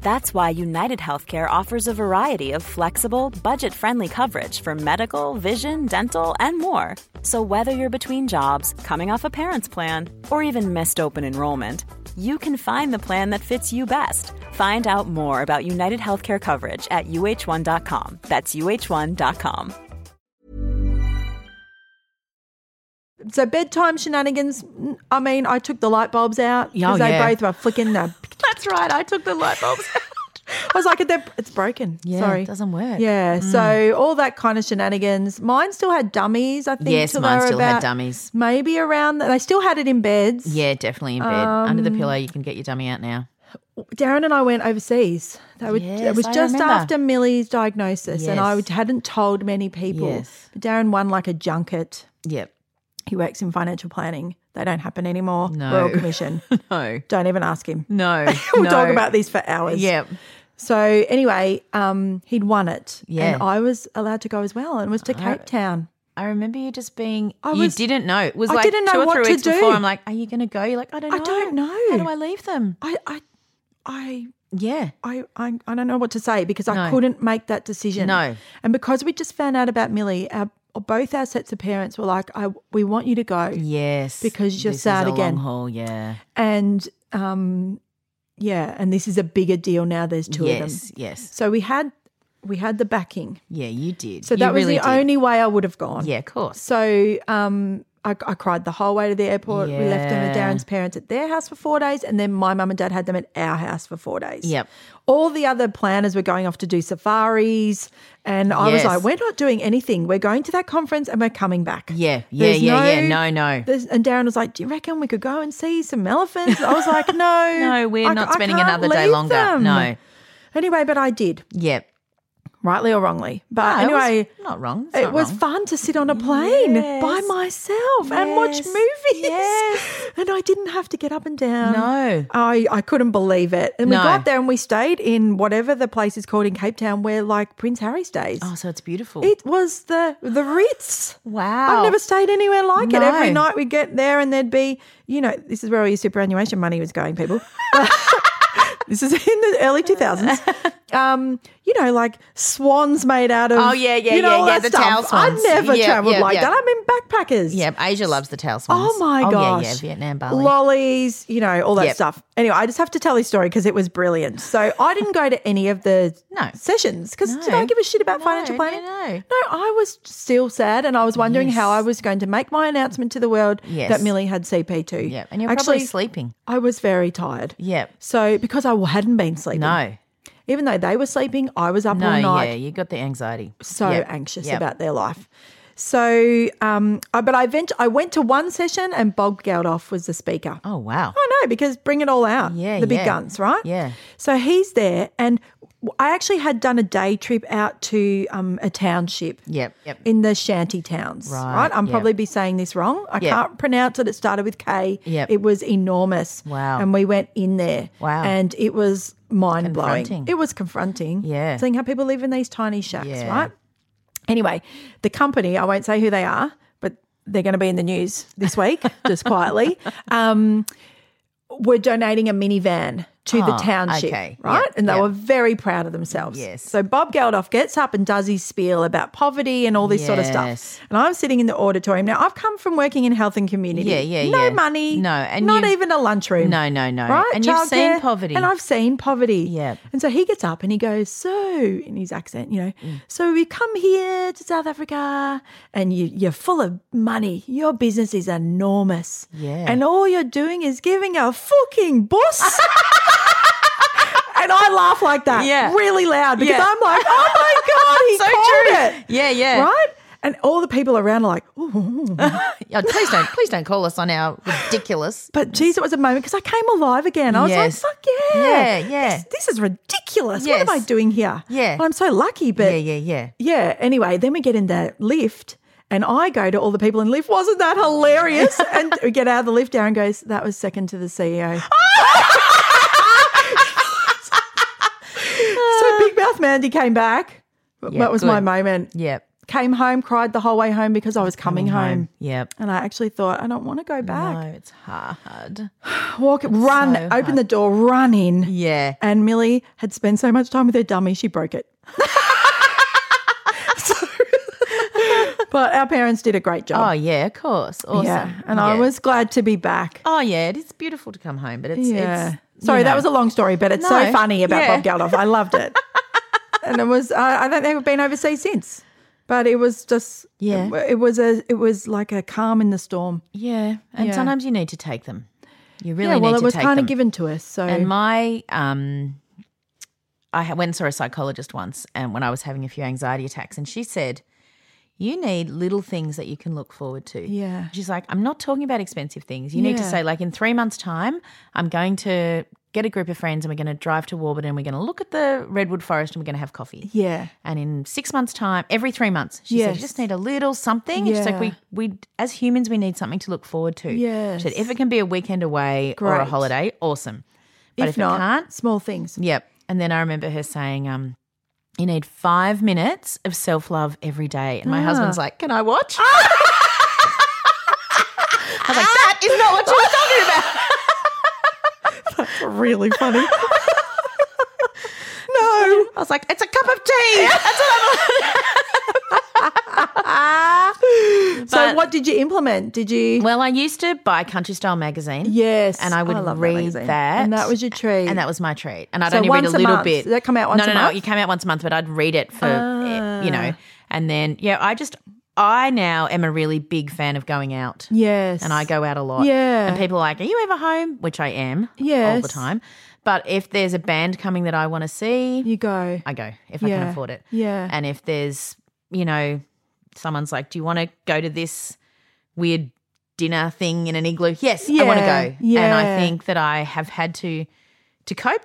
Speaker 5: That's why United Healthcare offers a variety of flexible, budget friendly coverage for medical, vision, dental, and more. So, whether you're between jobs, coming off a parent's plan, or even missed open enrollment, you can find the plan that fits you best. Find out more about United Healthcare coverage at uh1.com. That's uh1.com.
Speaker 3: So bedtime shenanigans. mm, I mean, I took the light bulbs out
Speaker 4: Yeah,
Speaker 3: because they
Speaker 4: Oh, yeah.
Speaker 3: both were flicking. The,
Speaker 4: That's right. I took the light bulbs out.
Speaker 3: I was like, "They're- it's broken.
Speaker 4: Yeah,
Speaker 3: Sorry,
Speaker 4: it doesn't work.
Speaker 3: Yeah. So all that kind of shenanigans. Mine still had dummies. I think.
Speaker 4: Yes,
Speaker 3: till
Speaker 4: mine
Speaker 3: they were
Speaker 4: still had
Speaker 3: about
Speaker 4: dummies.
Speaker 3: Maybe around. The, they still had it in beds.
Speaker 4: Yeah, definitely in bed. Under
Speaker 3: Um,
Speaker 4: the pillow, you can get your dummy out now.
Speaker 3: Darren and I went overseas. They were,
Speaker 4: Yes,
Speaker 3: it was
Speaker 4: I
Speaker 3: just
Speaker 4: remember.
Speaker 3: after Millie's diagnosis, and I
Speaker 4: Yes.
Speaker 3: hadn't told many people.
Speaker 4: Yes.
Speaker 3: But Darren won like a junket.
Speaker 4: Yep.
Speaker 3: He works in financial planning. They don't happen anymore.
Speaker 4: No.
Speaker 3: Royal Commission.
Speaker 4: No.
Speaker 3: don't even ask him.
Speaker 4: No.
Speaker 3: We'll
Speaker 4: no.
Speaker 3: talk about these for hours.
Speaker 4: Yep.
Speaker 3: So anyway, um, he'd won it.
Speaker 4: Yeah.
Speaker 3: And I was allowed to go as well and was to Cape Town.
Speaker 4: I remember you just being.
Speaker 3: I
Speaker 4: you
Speaker 3: was-
Speaker 4: didn't know. It was
Speaker 3: I
Speaker 4: like
Speaker 3: didn't know
Speaker 4: two or
Speaker 3: what
Speaker 4: three
Speaker 3: to
Speaker 4: weeks
Speaker 3: do.
Speaker 4: before. I'm like, are you going to go? You're like, I don't know.
Speaker 3: I don't know.
Speaker 4: How do I leave them?
Speaker 3: I I I
Speaker 4: Yeah.
Speaker 3: I, I, I don't know what to say because I
Speaker 4: No.
Speaker 3: couldn't make that decision.
Speaker 4: No.
Speaker 3: And because we just found out about Millie, our, both our sets of parents were like, I, we want you to go.
Speaker 4: Yes.
Speaker 3: Because you're
Speaker 4: this
Speaker 3: sad
Speaker 4: is a
Speaker 3: again.
Speaker 4: Long haul. Yeah.
Speaker 3: And um, yeah, and this is a bigger deal now. There's two of them.
Speaker 4: yes. Yes.
Speaker 3: So we had we had the backing.
Speaker 4: Yeah. You did.
Speaker 3: So
Speaker 4: You
Speaker 3: that was
Speaker 4: really
Speaker 3: the
Speaker 4: did.
Speaker 3: only way I would have gone.
Speaker 4: Yeah. Of course.
Speaker 3: So um, I, I cried the whole way to the airport. We left them at
Speaker 4: Yeah.
Speaker 3: Darren's parents at their house for four days, and then my mum and dad had them at our house for four days.
Speaker 4: Yep.
Speaker 3: All the other planners were going off to do safaris, and I was
Speaker 4: Yes.
Speaker 3: like, "We're not doing anything. We're going to that conference, and we're coming back."
Speaker 4: Yeah. Yeah.
Speaker 3: There's
Speaker 4: yeah. yeah. No. No.
Speaker 3: there's- And Darren was like, "Do you reckon we could go and see some elephants?" I was like, "No,
Speaker 4: No. We're
Speaker 3: I-
Speaker 4: not
Speaker 3: I
Speaker 4: spending
Speaker 3: can't
Speaker 4: another day
Speaker 3: leave
Speaker 4: longer.
Speaker 3: them."
Speaker 4: No.
Speaker 3: Anyway, but I did.
Speaker 4: Yep.
Speaker 3: rightly or wrongly. But
Speaker 4: No, it was
Speaker 3: anyway,
Speaker 4: not wrong. It's
Speaker 3: It
Speaker 4: not
Speaker 3: was
Speaker 4: wrong.
Speaker 3: fun to sit on a plane by
Speaker 4: Yes.
Speaker 3: myself and watch
Speaker 4: Yes.
Speaker 3: movies.
Speaker 4: Yes.
Speaker 3: And I didn't have to get up and down.
Speaker 4: No.
Speaker 3: I, I couldn't believe it. And we
Speaker 4: No.
Speaker 3: got there and we stayed in whatever the place is called in Cape Town where like Prince Harry stays.
Speaker 4: Oh, so it's beautiful.
Speaker 3: It was the the Ritz.
Speaker 4: Wow.
Speaker 3: I've never stayed anywhere like it.
Speaker 4: No.
Speaker 3: Every night we'd get there and there'd be, you know, this is where all your superannuation money was going, people. this is in the early 2000s. Um, you know, like swans made out of.
Speaker 4: Oh, yeah, yeah,
Speaker 3: you know,
Speaker 4: yeah,
Speaker 3: all
Speaker 4: yeah,
Speaker 3: that
Speaker 4: the
Speaker 3: stuff.
Speaker 4: towel swans.
Speaker 3: I never
Speaker 4: Yeah,
Speaker 3: traveled
Speaker 4: yeah,
Speaker 3: like
Speaker 4: yeah.
Speaker 3: that. I mean, backpackers.
Speaker 4: yeah, Asia loves the tail swans.
Speaker 3: Oh my
Speaker 4: yeah,
Speaker 3: gosh.
Speaker 4: yeah, Vietnam, Bali.
Speaker 3: Lollies, you know, all that
Speaker 4: Yep.
Speaker 3: stuff. Anyway, I just have to tell this story because it was brilliant. So I didn't go to any of the
Speaker 4: No.
Speaker 3: sessions because did
Speaker 4: No.
Speaker 3: I give a shit about
Speaker 4: No,
Speaker 3: financial
Speaker 4: no,
Speaker 3: planning?
Speaker 4: no.
Speaker 3: I was still sad and I was wondering how I
Speaker 4: Yes.
Speaker 3: was going to make my announcement to the world
Speaker 4: Yes.
Speaker 3: that Millie had CP2.
Speaker 4: yeah, and you're
Speaker 3: Actually,
Speaker 4: probably sleeping.
Speaker 3: I was very tired.
Speaker 4: Yep.
Speaker 3: So because I hadn't been sleeping.
Speaker 4: No,
Speaker 3: Even though they were sleeping, I was up
Speaker 4: no,
Speaker 3: all night
Speaker 4: yeah, you got the anxiety.
Speaker 3: so
Speaker 4: Yep,
Speaker 3: anxious
Speaker 4: yep.
Speaker 3: about their life. So, um, I, but I, vent- I went to one session and Bob Geldof was the speaker.
Speaker 4: Oh wow.
Speaker 3: I know because bring it all out.
Speaker 4: Yeah,
Speaker 3: the big
Speaker 4: yeah.
Speaker 3: guns, right?
Speaker 4: Yeah.
Speaker 3: So he's there, and w- I actually had done a day trip out to um, a township.
Speaker 4: Yep, yep.
Speaker 3: In the shanty towns, right?
Speaker 4: Right,
Speaker 3: I'm
Speaker 4: yep.
Speaker 3: probably be saying this wrong. I
Speaker 4: Yep.
Speaker 3: can't pronounce it. It started with K.
Speaker 4: Yep.
Speaker 3: It was enormous.
Speaker 4: Wow.
Speaker 3: And we went in there.
Speaker 4: Wow.
Speaker 3: And it was mind blowing.
Speaker 4: Confronting.
Speaker 3: It was confronting.
Speaker 4: Yeah.
Speaker 3: Seeing how people live in these tiny shacks,
Speaker 4: Yeah.
Speaker 3: right? Anyway, the company, I won't say who they are, but they're going to be in the news this week, just quietly. Um, were donating a minivan to the
Speaker 4: Ah,
Speaker 3: township,
Speaker 4: okay.
Speaker 3: right?
Speaker 4: Yep,
Speaker 3: and they
Speaker 4: yep.
Speaker 3: were very proud of themselves.
Speaker 4: Yes.
Speaker 3: So Bob Geldof gets up and does his spiel about poverty and all this sort of
Speaker 4: Yes.
Speaker 3: stuff. And I'm sitting in the auditorium. Now, I've come from working in health and community.
Speaker 4: Yeah, yeah,
Speaker 3: No
Speaker 4: yeah.
Speaker 3: money.
Speaker 4: No, and
Speaker 3: not
Speaker 4: you've-
Speaker 3: even a lunchroom.
Speaker 4: No, no, no.
Speaker 3: Right?
Speaker 4: And you've seen
Speaker 3: Childcare.
Speaker 4: poverty.
Speaker 3: And I've seen poverty.
Speaker 4: Yep.
Speaker 3: And so he gets up and he goes, So, in his accent, you know,
Speaker 4: Mm.
Speaker 3: so we come here to South Africa and you, you're full of money. Your business is enormous.
Speaker 4: Yeah.
Speaker 3: And all you're doing is giving a fucking boss. and I laugh like that
Speaker 4: Yeah.
Speaker 3: really loud because
Speaker 4: Yeah.
Speaker 3: I'm like, Oh my God, he
Speaker 4: So
Speaker 3: called
Speaker 4: true.
Speaker 3: it.
Speaker 4: Yeah, yeah.
Speaker 3: Right? And all the people around are like, Ooh.
Speaker 4: Yeah, Oh, please don't, please don't call us on our ridiculous.
Speaker 3: But geez, it was a moment because I came alive again. I
Speaker 4: Yes.
Speaker 3: was like, fuck yeah.
Speaker 4: Yeah, yeah.
Speaker 3: This, this is ridiculous. What am I
Speaker 4: Yes.
Speaker 3: doing here?
Speaker 4: Yeah.
Speaker 3: Well, I'm so lucky, but
Speaker 4: yeah, yeah, yeah.
Speaker 3: yeah. Anyway, then we get in the lift and I go to all the people in the lift. Wasn't that hilarious? and we get out of the lift. Darren goes, that was second to the E CEO. so Big Mouth Mandy came back. that was my
Speaker 4: good.
Speaker 3: moment.
Speaker 4: Yep. Um,
Speaker 3: Came home, cried the whole way home because I was coming, home.
Speaker 4: Yep.
Speaker 3: And I actually thought, I don't want to go back.
Speaker 4: No, it's hard.
Speaker 3: Walk, run,
Speaker 4: so
Speaker 3: open the door, run in.
Speaker 4: Yeah.
Speaker 3: And Millie had spent so much time with her dummy, she broke it. So- but our parents did a great
Speaker 4: Oh
Speaker 3: job.
Speaker 4: yeah, of course. Oh, Awesome.
Speaker 3: Yeah. And I
Speaker 4: Yeah.
Speaker 3: was glad to be back.
Speaker 4: Oh yeah, it is beautiful to come home, but it's
Speaker 3: yeah.
Speaker 4: it's you
Speaker 3: Sorry, that
Speaker 4: know.
Speaker 3: was a long story, but it's so
Speaker 4: No.
Speaker 3: funny about
Speaker 4: Yeah.
Speaker 3: Bob Geldof. I loved it. and it was, I, I don't think we've been overseas since. But it was just,
Speaker 4: Yeah.
Speaker 3: it, it was a, it was like a calm in the storm.
Speaker 4: yeah. And
Speaker 3: Yeah.
Speaker 4: sometimes you need to take them. You really
Speaker 3: yeah, well,
Speaker 4: need
Speaker 3: it
Speaker 4: to
Speaker 3: was
Speaker 4: take
Speaker 3: kind
Speaker 4: them.
Speaker 3: of given to us. So,
Speaker 4: And my, um, I ha- went and saw a psychologist once, and when I was having a few anxiety attacks, and she said, "You need little things that you can look forward to."
Speaker 3: Yeah.
Speaker 4: she's like, "I'm not talking about expensive things. You need to
Speaker 3: Yeah.
Speaker 4: say, like, in three months' time, I'm going to get a group of friends, and we're going to drive to Warburton, and we're going to look at the redwood forest, and we're going to have coffee."
Speaker 3: yeah.
Speaker 4: And in six months' time, every three months, she said,
Speaker 3: Yes.
Speaker 4: "You just need a little something." It's like
Speaker 3: Yeah.
Speaker 4: we, we, as humans, we need something to look forward to.
Speaker 3: Yes.
Speaker 4: She said, "If it can be a weekend away or a
Speaker 3: Great.
Speaker 4: holiday, awesome." But if,
Speaker 3: not,
Speaker 4: it can't,
Speaker 3: small things.
Speaker 4: Yep. And then I remember her saying, um, you need five minutes of self love every day. And my
Speaker 3: Ah.
Speaker 4: husband's like, Can I watch? I was like, That is not what you were talking about.
Speaker 3: really funny. no.
Speaker 4: I was like, It's a cup of tea. That's what I'm
Speaker 3: so
Speaker 4: But-
Speaker 3: what did you implement? Did you?
Speaker 4: Well, I used to buy Country Style magazine.
Speaker 3: yes,
Speaker 4: And I would
Speaker 3: love
Speaker 4: read
Speaker 3: magazine.
Speaker 4: that,
Speaker 3: and that was your treat.
Speaker 4: And that was my treat. And I'd
Speaker 3: So
Speaker 4: only read a
Speaker 3: once a
Speaker 4: little
Speaker 3: month.
Speaker 4: bit.
Speaker 3: Did that come out once
Speaker 4: no, no,
Speaker 3: a
Speaker 4: no.
Speaker 3: month?
Speaker 4: It came out once a month, but I'd read it for, eh,
Speaker 3: Ah.
Speaker 4: you know. And then, yeah, I just, I now am a really big fan of going out.
Speaker 3: yes,
Speaker 4: and I go out a lot.
Speaker 3: Yeah.
Speaker 4: And people are like, Are you ever home? Which I am all
Speaker 3: Yes.
Speaker 4: the time. But if there's a band coming that I want to see,
Speaker 3: You go.
Speaker 4: I go if I
Speaker 3: Yeah.
Speaker 4: can afford it.
Speaker 3: Yeah.
Speaker 4: And if there's, you know, someone's like, Do you want to go to this weird dinner thing in an igloo? Yes, I want to
Speaker 3: Yeah.
Speaker 4: go. And I
Speaker 3: Yeah.
Speaker 4: think that I have had to to cope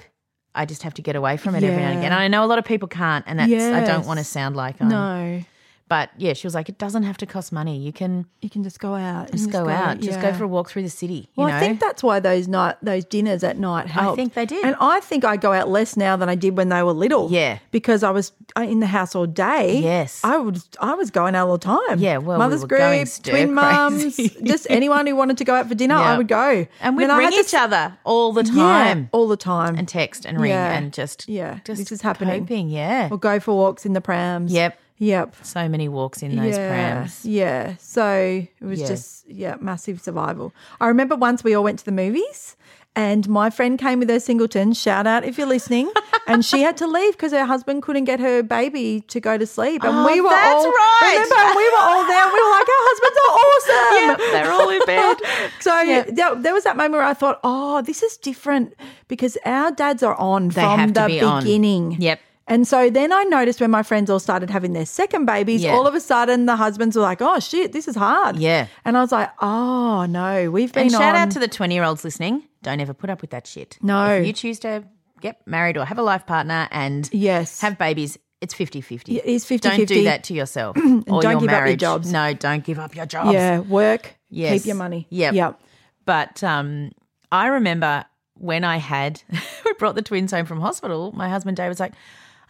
Speaker 4: I just have to get away from it every now and again. And I know a lot of people can't, and that's I don't want to
Speaker 3: Yes.
Speaker 4: sound like i
Speaker 3: No,
Speaker 4: But yeah, she was like, it doesn't have to cost money. You can
Speaker 3: you can just go out. and
Speaker 4: just, go, out, just go
Speaker 3: yeah.
Speaker 4: for a walk through the city.
Speaker 3: Well,
Speaker 4: you know?
Speaker 3: I think that's why those night those dinners at night helped.
Speaker 4: think they did.
Speaker 3: and I think I go out less now than I did when they were little.
Speaker 4: Yeah.
Speaker 3: because I was uh, in the house all day.
Speaker 4: Yes.
Speaker 3: I would. I was going out all the time.
Speaker 4: Yeah, well, we
Speaker 3: mothers
Speaker 4: were
Speaker 3: group,
Speaker 4: going stir
Speaker 3: twin mums,
Speaker 4: crazy.
Speaker 3: just anyone who wanted to go out for dinner,
Speaker 4: Yeah.
Speaker 3: I would go.
Speaker 4: and we'd
Speaker 3: then I
Speaker 4: ring
Speaker 3: had to
Speaker 4: each other all the
Speaker 3: Yeah,
Speaker 4: time,
Speaker 3: all the time,
Speaker 4: and text and ring
Speaker 3: Yeah.
Speaker 4: and just
Speaker 3: Yeah,
Speaker 4: just
Speaker 3: this is happening.
Speaker 4: coping, yeah,
Speaker 3: or go for walks in the prams.
Speaker 4: Yep.
Speaker 3: Yep.
Speaker 4: so many walks in those
Speaker 3: yeah,
Speaker 4: prams.
Speaker 3: Yeah. So it was
Speaker 4: Yeah.
Speaker 3: just yeah, massive survival. I remember once we all went to the movies and my friend came with her singleton, shout out if you're listening, and she had to leave because her husband couldn't get her baby to go to sleep. And
Speaker 4: Oh,
Speaker 3: we were all
Speaker 4: that's right.
Speaker 3: remember we were all there. We were like, our husbands are awesome.
Speaker 4: They're all in bed.
Speaker 3: So there, there was that moment where I thought, oh, this is different because our dads are on
Speaker 4: They
Speaker 3: from
Speaker 4: have to
Speaker 3: the
Speaker 4: be on.
Speaker 3: beginning.
Speaker 4: Yep.
Speaker 3: And so then I noticed when my friends all started having their second babies,
Speaker 4: Yeah.
Speaker 3: all of a sudden the husbands were like, "Oh shit, this is hard."
Speaker 4: Yeah.
Speaker 3: And I was like, "Oh no, we've been
Speaker 4: and
Speaker 3: on."
Speaker 4: shout out to the 20 year olds listening. Don't ever put up with that shit.
Speaker 3: No.
Speaker 4: If you choose to get married or have a life partner and
Speaker 3: yes,
Speaker 4: have babies, it's 50 50.
Speaker 3: It is 50-50.
Speaker 4: Don't do that to yourself or
Speaker 3: don't
Speaker 4: your
Speaker 3: give up your
Speaker 4: marriage.
Speaker 3: jobs.
Speaker 4: No, don't give up your jobs.
Speaker 3: yeah, work,
Speaker 4: Yes.
Speaker 3: keep your money.
Speaker 4: Yep.
Speaker 3: yep.
Speaker 4: But um, I remember when I had, we brought the twins home from hospital, my husband Dave was like,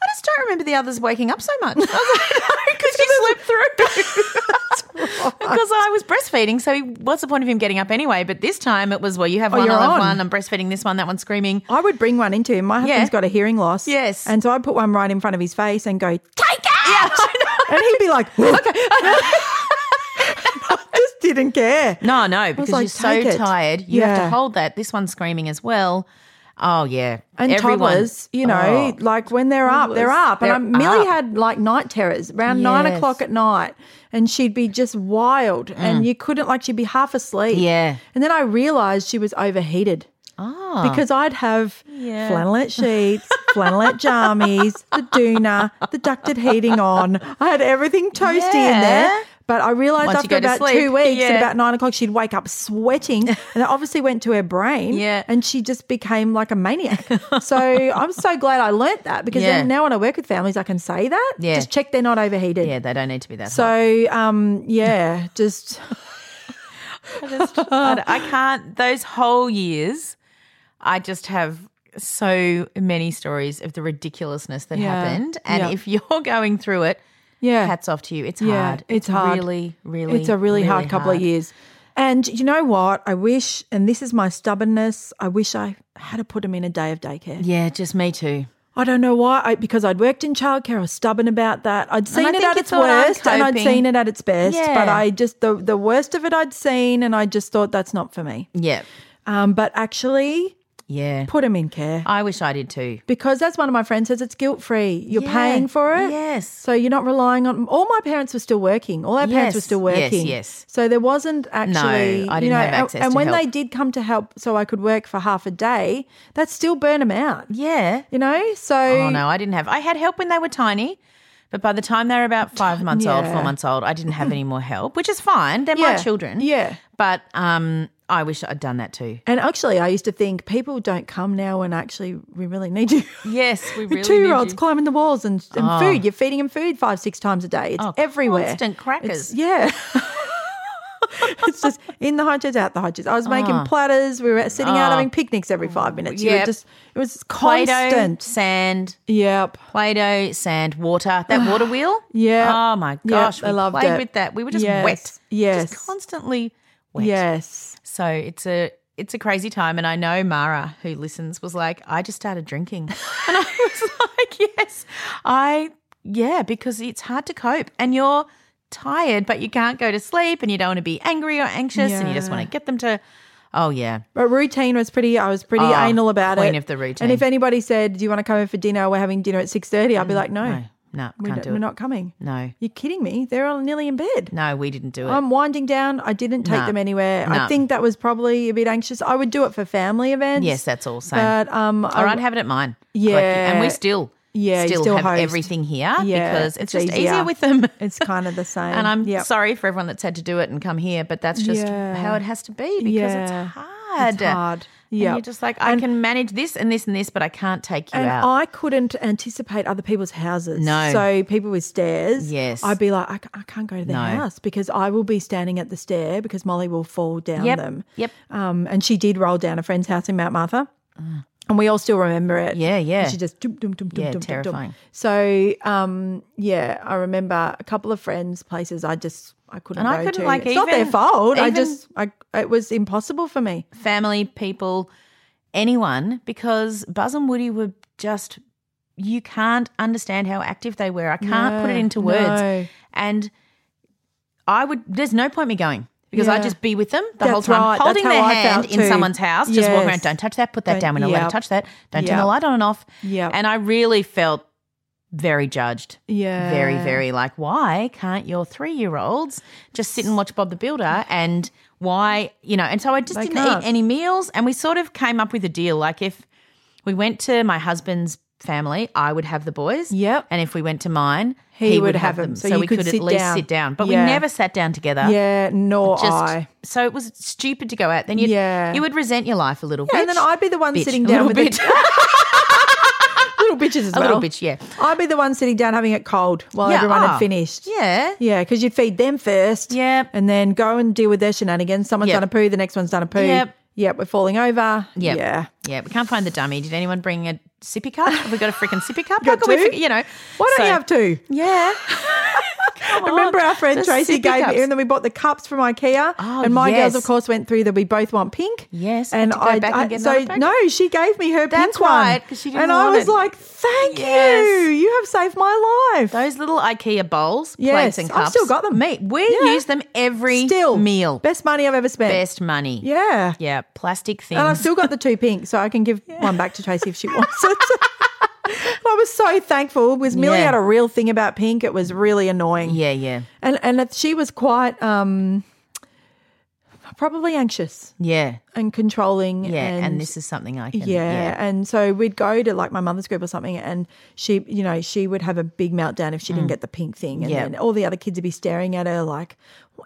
Speaker 4: I just don't remember the others waking up so much. I was like, because you slept through. Because I was breastfeeding, so what's the point of him getting up anyway? But this time it was, well, you have one,
Speaker 3: Oh, you're
Speaker 4: I'll have
Speaker 3: on.
Speaker 4: one. I'm breastfeeding this one, that one's screaming.
Speaker 3: I would bring one into him. My husband's
Speaker 4: Yeah.
Speaker 3: got a hearing loss.
Speaker 4: Yes.
Speaker 3: And so I'd put one right in front of his face and go, take out. and he'd be like, okay. I just didn't care.
Speaker 4: No, no, because
Speaker 3: like,
Speaker 4: you're so
Speaker 3: "Take it."
Speaker 4: tired, you have to
Speaker 3: Yeah.
Speaker 4: hold that. This one's screaming as well. Oh yeah,
Speaker 3: And
Speaker 4: Everyone-
Speaker 3: toddlers, you know,
Speaker 4: Oh.
Speaker 3: like when they're up, they're
Speaker 4: Toddlers,
Speaker 3: up. And I,
Speaker 4: they're
Speaker 3: Millie
Speaker 4: up.
Speaker 3: had like night terrors around nine
Speaker 4: Yes. Mm.
Speaker 3: o'clock at night, and she'd be just wild, and you couldn't like she'd be half asleep.
Speaker 4: Yeah. Ah.
Speaker 3: And then I realized she was overheated. Because I'd have flannelette sheets, flannelette jammies, the doona, the ducted heating on. I had everything toasty in
Speaker 4: Yeah.
Speaker 3: there. But I realized
Speaker 4: Once you
Speaker 3: after
Speaker 4: go to
Speaker 3: about
Speaker 4: sleep,
Speaker 3: two weeks,
Speaker 4: yeah.
Speaker 3: at about nine o'clock, she'd wake up sweating. and that obviously went to her brain.
Speaker 4: Yeah.
Speaker 3: And she just became like a maniac. So I'm so glad I learnt that because
Speaker 4: Yeah.
Speaker 3: then now when I work with families, I can say that.
Speaker 4: Yeah.
Speaker 3: Just check they're not overheated.
Speaker 4: yeah, they don't need to be that. hot.
Speaker 3: So um, yeah, just Oh.
Speaker 4: I, I can't. Those whole years, I just have so many stories of the ridiculousness that
Speaker 3: Yeah.
Speaker 4: happened. And
Speaker 3: Yeah.
Speaker 4: if you're going through it,
Speaker 3: yeah.
Speaker 4: hats off to you. It's
Speaker 3: Yeah,
Speaker 4: hard.
Speaker 3: it's hard.
Speaker 4: Really, really.
Speaker 3: it's a really, hard couple of years. And you know what? I wish, and this is my stubbornness. I wish I had to put them in a day of daycare.
Speaker 4: Yeah, just me too.
Speaker 3: I don't know why, I, because I'd worked in childcare. I was stubborn about that. I'd seen
Speaker 4: I
Speaker 3: it
Speaker 4: think
Speaker 3: at
Speaker 4: you
Speaker 3: its
Speaker 4: thought, "I'm
Speaker 3: worst, and I'd
Speaker 4: coping."
Speaker 3: seen it at its best. But
Speaker 4: Yeah.
Speaker 3: I just the the worst of it I'd seen, and I just thought that's not for me.
Speaker 4: Yeah,
Speaker 3: Um, but actually,
Speaker 4: yeah.
Speaker 3: put them in care
Speaker 4: I wish I did too.
Speaker 3: because, as one of my friends says, it's guilt free. You're
Speaker 4: Yeah.
Speaker 3: paying for it.
Speaker 4: Yes.
Speaker 3: So you're not relying on. All my parents were still working. All our parents were
Speaker 4: Yes,
Speaker 3: still
Speaker 4: yes,
Speaker 3: working.
Speaker 4: yes.
Speaker 3: So there wasn't actually.
Speaker 4: I
Speaker 3: you
Speaker 4: didn't
Speaker 3: know,
Speaker 4: have
Speaker 3: and-
Speaker 4: access
Speaker 3: And
Speaker 4: to
Speaker 3: when
Speaker 4: help.
Speaker 3: they did come to help, so I could work for half a day, that still burn them out.
Speaker 4: Yeah.
Speaker 3: You know. So
Speaker 4: Oh no, I didn't have. I had help when they were tiny, but by the time they were about five months old,
Speaker 3: Yeah.
Speaker 4: four months old, I didn't have any more help, which is fine. They're my
Speaker 3: Yeah.
Speaker 4: children.
Speaker 3: Yeah.
Speaker 4: But um, I wish I'd done that too.
Speaker 3: And actually, I used to think people don't come now, and actually, we really need you.
Speaker 4: Yes, we really.
Speaker 3: Two year olds
Speaker 4: need you. Ah.
Speaker 3: climbing the walls and, and food. You're feeding them food five, six times a day. It's
Speaker 4: Oh,
Speaker 3: everywhere.
Speaker 4: constant crackers.
Speaker 3: It's- yeah. it's just in the high chairs, out the high chairs. I was making platters. We were sitting out having picnics every five minutes. You were
Speaker 4: Ah. Yep.
Speaker 3: just it was
Speaker 4: Play-Doh,
Speaker 3: constant.
Speaker 4: sand,
Speaker 3: Yep.
Speaker 4: Play-Doh, sand, water. That water wheel.
Speaker 3: Yeah.
Speaker 4: Oh my
Speaker 3: Yep,
Speaker 4: gosh,
Speaker 3: I
Speaker 4: we
Speaker 3: loved
Speaker 4: played
Speaker 3: it.
Speaker 4: with that. We were just
Speaker 3: Yes,
Speaker 4: wet.
Speaker 3: yes.
Speaker 4: Just constantly wet.
Speaker 3: Yes.
Speaker 4: So it's a it's a crazy time, and I know Mara, who listens, was like, "I just started drinking," and I was like, "Yes, I yeah," because it's hard to cope, and you're tired, but you can't go to sleep, and you don't want to be angry or anxious, and you just want to get them to, oh yeah,
Speaker 3: But routine was pretty. I was pretty
Speaker 4: Oh,
Speaker 3: anal about it.
Speaker 4: queen of the routine.
Speaker 3: And if anybody said, "Do you want to come over for dinner? We're having dinner at 6.30, I'd be like, "No,
Speaker 4: Mm, no, no,
Speaker 3: we
Speaker 4: can't
Speaker 3: don't-
Speaker 4: do
Speaker 3: we're
Speaker 4: it.
Speaker 3: not coming."
Speaker 4: no,
Speaker 3: You're kidding me. They're all nearly in bed.
Speaker 4: no, we didn't do it.
Speaker 3: I'm winding down. I didn't take
Speaker 4: No.
Speaker 3: them anywhere.
Speaker 4: No.
Speaker 3: I think that was probably a bit anxious. I would do it for family events.
Speaker 4: yes, that's all same.
Speaker 3: But um,
Speaker 4: or
Speaker 3: I,
Speaker 4: I'd have it at mine.
Speaker 3: Yeah.
Speaker 4: Like, and we still.
Speaker 3: Yeah, you
Speaker 4: still,
Speaker 3: still
Speaker 4: have
Speaker 3: host.
Speaker 4: everything here
Speaker 3: Yeah,
Speaker 4: because it's,
Speaker 3: it's
Speaker 4: just easier.
Speaker 3: easier.
Speaker 4: with them.
Speaker 3: it's kind of the same.
Speaker 4: And I'm
Speaker 3: Yep.
Speaker 4: sorry for everyone that's had to do it and come here, but that's just
Speaker 3: Yeah.
Speaker 4: how it has to be because
Speaker 3: Yeah.
Speaker 4: it's hard.
Speaker 3: It's hard.
Speaker 4: Yeah.
Speaker 3: Yeah.
Speaker 4: You're just like, I can manage this and this and this, but I can't take you
Speaker 3: and
Speaker 4: out.
Speaker 3: I couldn't anticipate other people's houses.
Speaker 4: No.
Speaker 3: So people with stairs.
Speaker 4: Yes.
Speaker 3: I'd be like, I, ca- I can't go to their
Speaker 4: No.
Speaker 3: house because I will be standing at the stair because Molly will fall down
Speaker 4: Yep.
Speaker 3: them.
Speaker 4: Yep.
Speaker 3: Um, and she did roll down a friend's house in Mount Martha.
Speaker 4: Mm.
Speaker 3: And we all still remember it.
Speaker 4: Yeah, yeah.
Speaker 3: And she just dum dum dum dum
Speaker 4: Yeah,
Speaker 3: dum dum,
Speaker 4: terrifying.
Speaker 3: dum. So um, yeah, I remember a couple of friends' places I just I couldn't
Speaker 4: And I
Speaker 3: go
Speaker 4: couldn't,
Speaker 3: to.
Speaker 4: like,
Speaker 3: it's not their
Speaker 4: even-
Speaker 3: fault. I
Speaker 4: even-
Speaker 3: just I it was impossible for me.
Speaker 4: Family, people, anyone, because Buzz and Woody were just, you can't understand how active they were. I can't put it
Speaker 3: No,
Speaker 4: into words.
Speaker 3: no.
Speaker 4: And I would, there's no point me going. Because
Speaker 3: Yeah.
Speaker 4: I'd just be with them the whole
Speaker 3: That's
Speaker 4: time,
Speaker 3: right. That's
Speaker 4: holding
Speaker 3: how
Speaker 4: their
Speaker 3: I
Speaker 4: hand
Speaker 3: felt
Speaker 4: in
Speaker 3: too.
Speaker 4: someone's house, just walk
Speaker 3: Yes.
Speaker 4: around, don't touch that, put that
Speaker 3: Don't-
Speaker 4: down, we don't let
Speaker 3: yep.
Speaker 4: it touch that, don't turn
Speaker 3: Yep.
Speaker 4: the light on and off.
Speaker 3: Yep.
Speaker 4: And I really felt very judged.
Speaker 3: Yeah.
Speaker 4: Very, very like, why can't your three year olds just sit and watch Bob the Builder? And why, you know, and so I just
Speaker 3: They
Speaker 4: didn't
Speaker 3: can't.
Speaker 4: eat any meals. And we sort of came up with a deal. Like, if we went to my husband's family, I would have the boys.
Speaker 3: Yep.
Speaker 4: And if we went to mine,
Speaker 3: He
Speaker 4: he,
Speaker 3: would
Speaker 4: would
Speaker 3: have
Speaker 4: have
Speaker 3: them.
Speaker 4: them.
Speaker 3: So
Speaker 4: So,
Speaker 3: you
Speaker 4: we
Speaker 3: could
Speaker 4: could,
Speaker 3: sit
Speaker 4: at least
Speaker 3: down.
Speaker 4: sit down. But
Speaker 3: Yeah.
Speaker 4: we never sat down together.
Speaker 3: Yeah, nor
Speaker 4: Just
Speaker 3: I.
Speaker 4: so it was stupid to go out. Then you
Speaker 3: Yeah.
Speaker 4: you would resent your life a little
Speaker 3: Yeah, and
Speaker 4: bit.
Speaker 3: then I'd be the one
Speaker 4: Bitch.
Speaker 3: sitting
Speaker 4: A
Speaker 3: down
Speaker 4: little
Speaker 3: with
Speaker 4: bit.
Speaker 3: the little bitches as
Speaker 4: A
Speaker 3: well.
Speaker 4: little bitch, yeah.
Speaker 3: I'd be the one sitting down having it cold while
Speaker 4: Yeah,
Speaker 3: everyone had
Speaker 4: ah,
Speaker 3: finished.
Speaker 4: yeah.
Speaker 3: Yeah, because you'd feed them first.
Speaker 4: Yep.
Speaker 3: And then go and deal with their shenanigans. Someone's
Speaker 4: Yep.
Speaker 3: done a poo, the next one's done a poo.
Speaker 4: Yep.
Speaker 3: Yep, we're falling over.
Speaker 4: Yep.
Speaker 3: Yeah.
Speaker 4: Yeah, we can't find the dummy. Did anyone bring a sippy cup? Have we got a freaking sippy cup?
Speaker 3: Got
Speaker 4: How can we,
Speaker 3: two?
Speaker 4: fig- you know,
Speaker 3: Why don't
Speaker 4: so-
Speaker 3: you have two?
Speaker 4: Yeah. Come on.
Speaker 3: Remember our friend
Speaker 4: Just
Speaker 3: Tracy
Speaker 4: sippy
Speaker 3: gave
Speaker 4: Oh, cups.
Speaker 3: me, and then we bought the cups from IKEA.
Speaker 4: Oh,
Speaker 3: and my girls,
Speaker 4: yes.
Speaker 3: of course, went through that we both want pink.
Speaker 4: Yes,
Speaker 3: and
Speaker 4: to go
Speaker 3: I,
Speaker 4: back and
Speaker 3: I-
Speaker 4: get
Speaker 3: so
Speaker 4: another packet.
Speaker 3: no, she gave me her
Speaker 4: That's
Speaker 3: pink one.
Speaker 4: right, 'cause she didn't
Speaker 3: and I
Speaker 4: want
Speaker 3: was
Speaker 4: it.
Speaker 3: like, "Thank
Speaker 4: Yes.
Speaker 3: you, you have saved my life."
Speaker 4: Those little IKEA bowls,
Speaker 3: Yes,
Speaker 4: plates, and
Speaker 3: I've
Speaker 4: cups.
Speaker 3: still got them.
Speaker 4: Me, we
Speaker 3: Yeah.
Speaker 4: use them every
Speaker 3: Still,
Speaker 4: meal.
Speaker 3: best money I've ever spent.
Speaker 4: Best money.
Speaker 3: Yeah,
Speaker 4: Yeah, plastic things.
Speaker 3: and I've still got the two pink, so I can give one back to Tracy if she wants it. I was so thankful because Millie
Speaker 4: Yeah.
Speaker 3: had a real thing about pink. It was really annoying.
Speaker 4: yeah, yeah,
Speaker 3: and and it- she was quite um, probably anxious.
Speaker 4: yeah,
Speaker 3: and controlling.
Speaker 4: yeah.
Speaker 3: and,
Speaker 4: And, this is something I can.
Speaker 3: yeah, and so we'd go to like my mother's group or something, and she, you know, she would have a big meltdown if she didn't get the pink thing, and
Speaker 4: Mm. Yeah.
Speaker 3: then all the other kids would be staring at her like,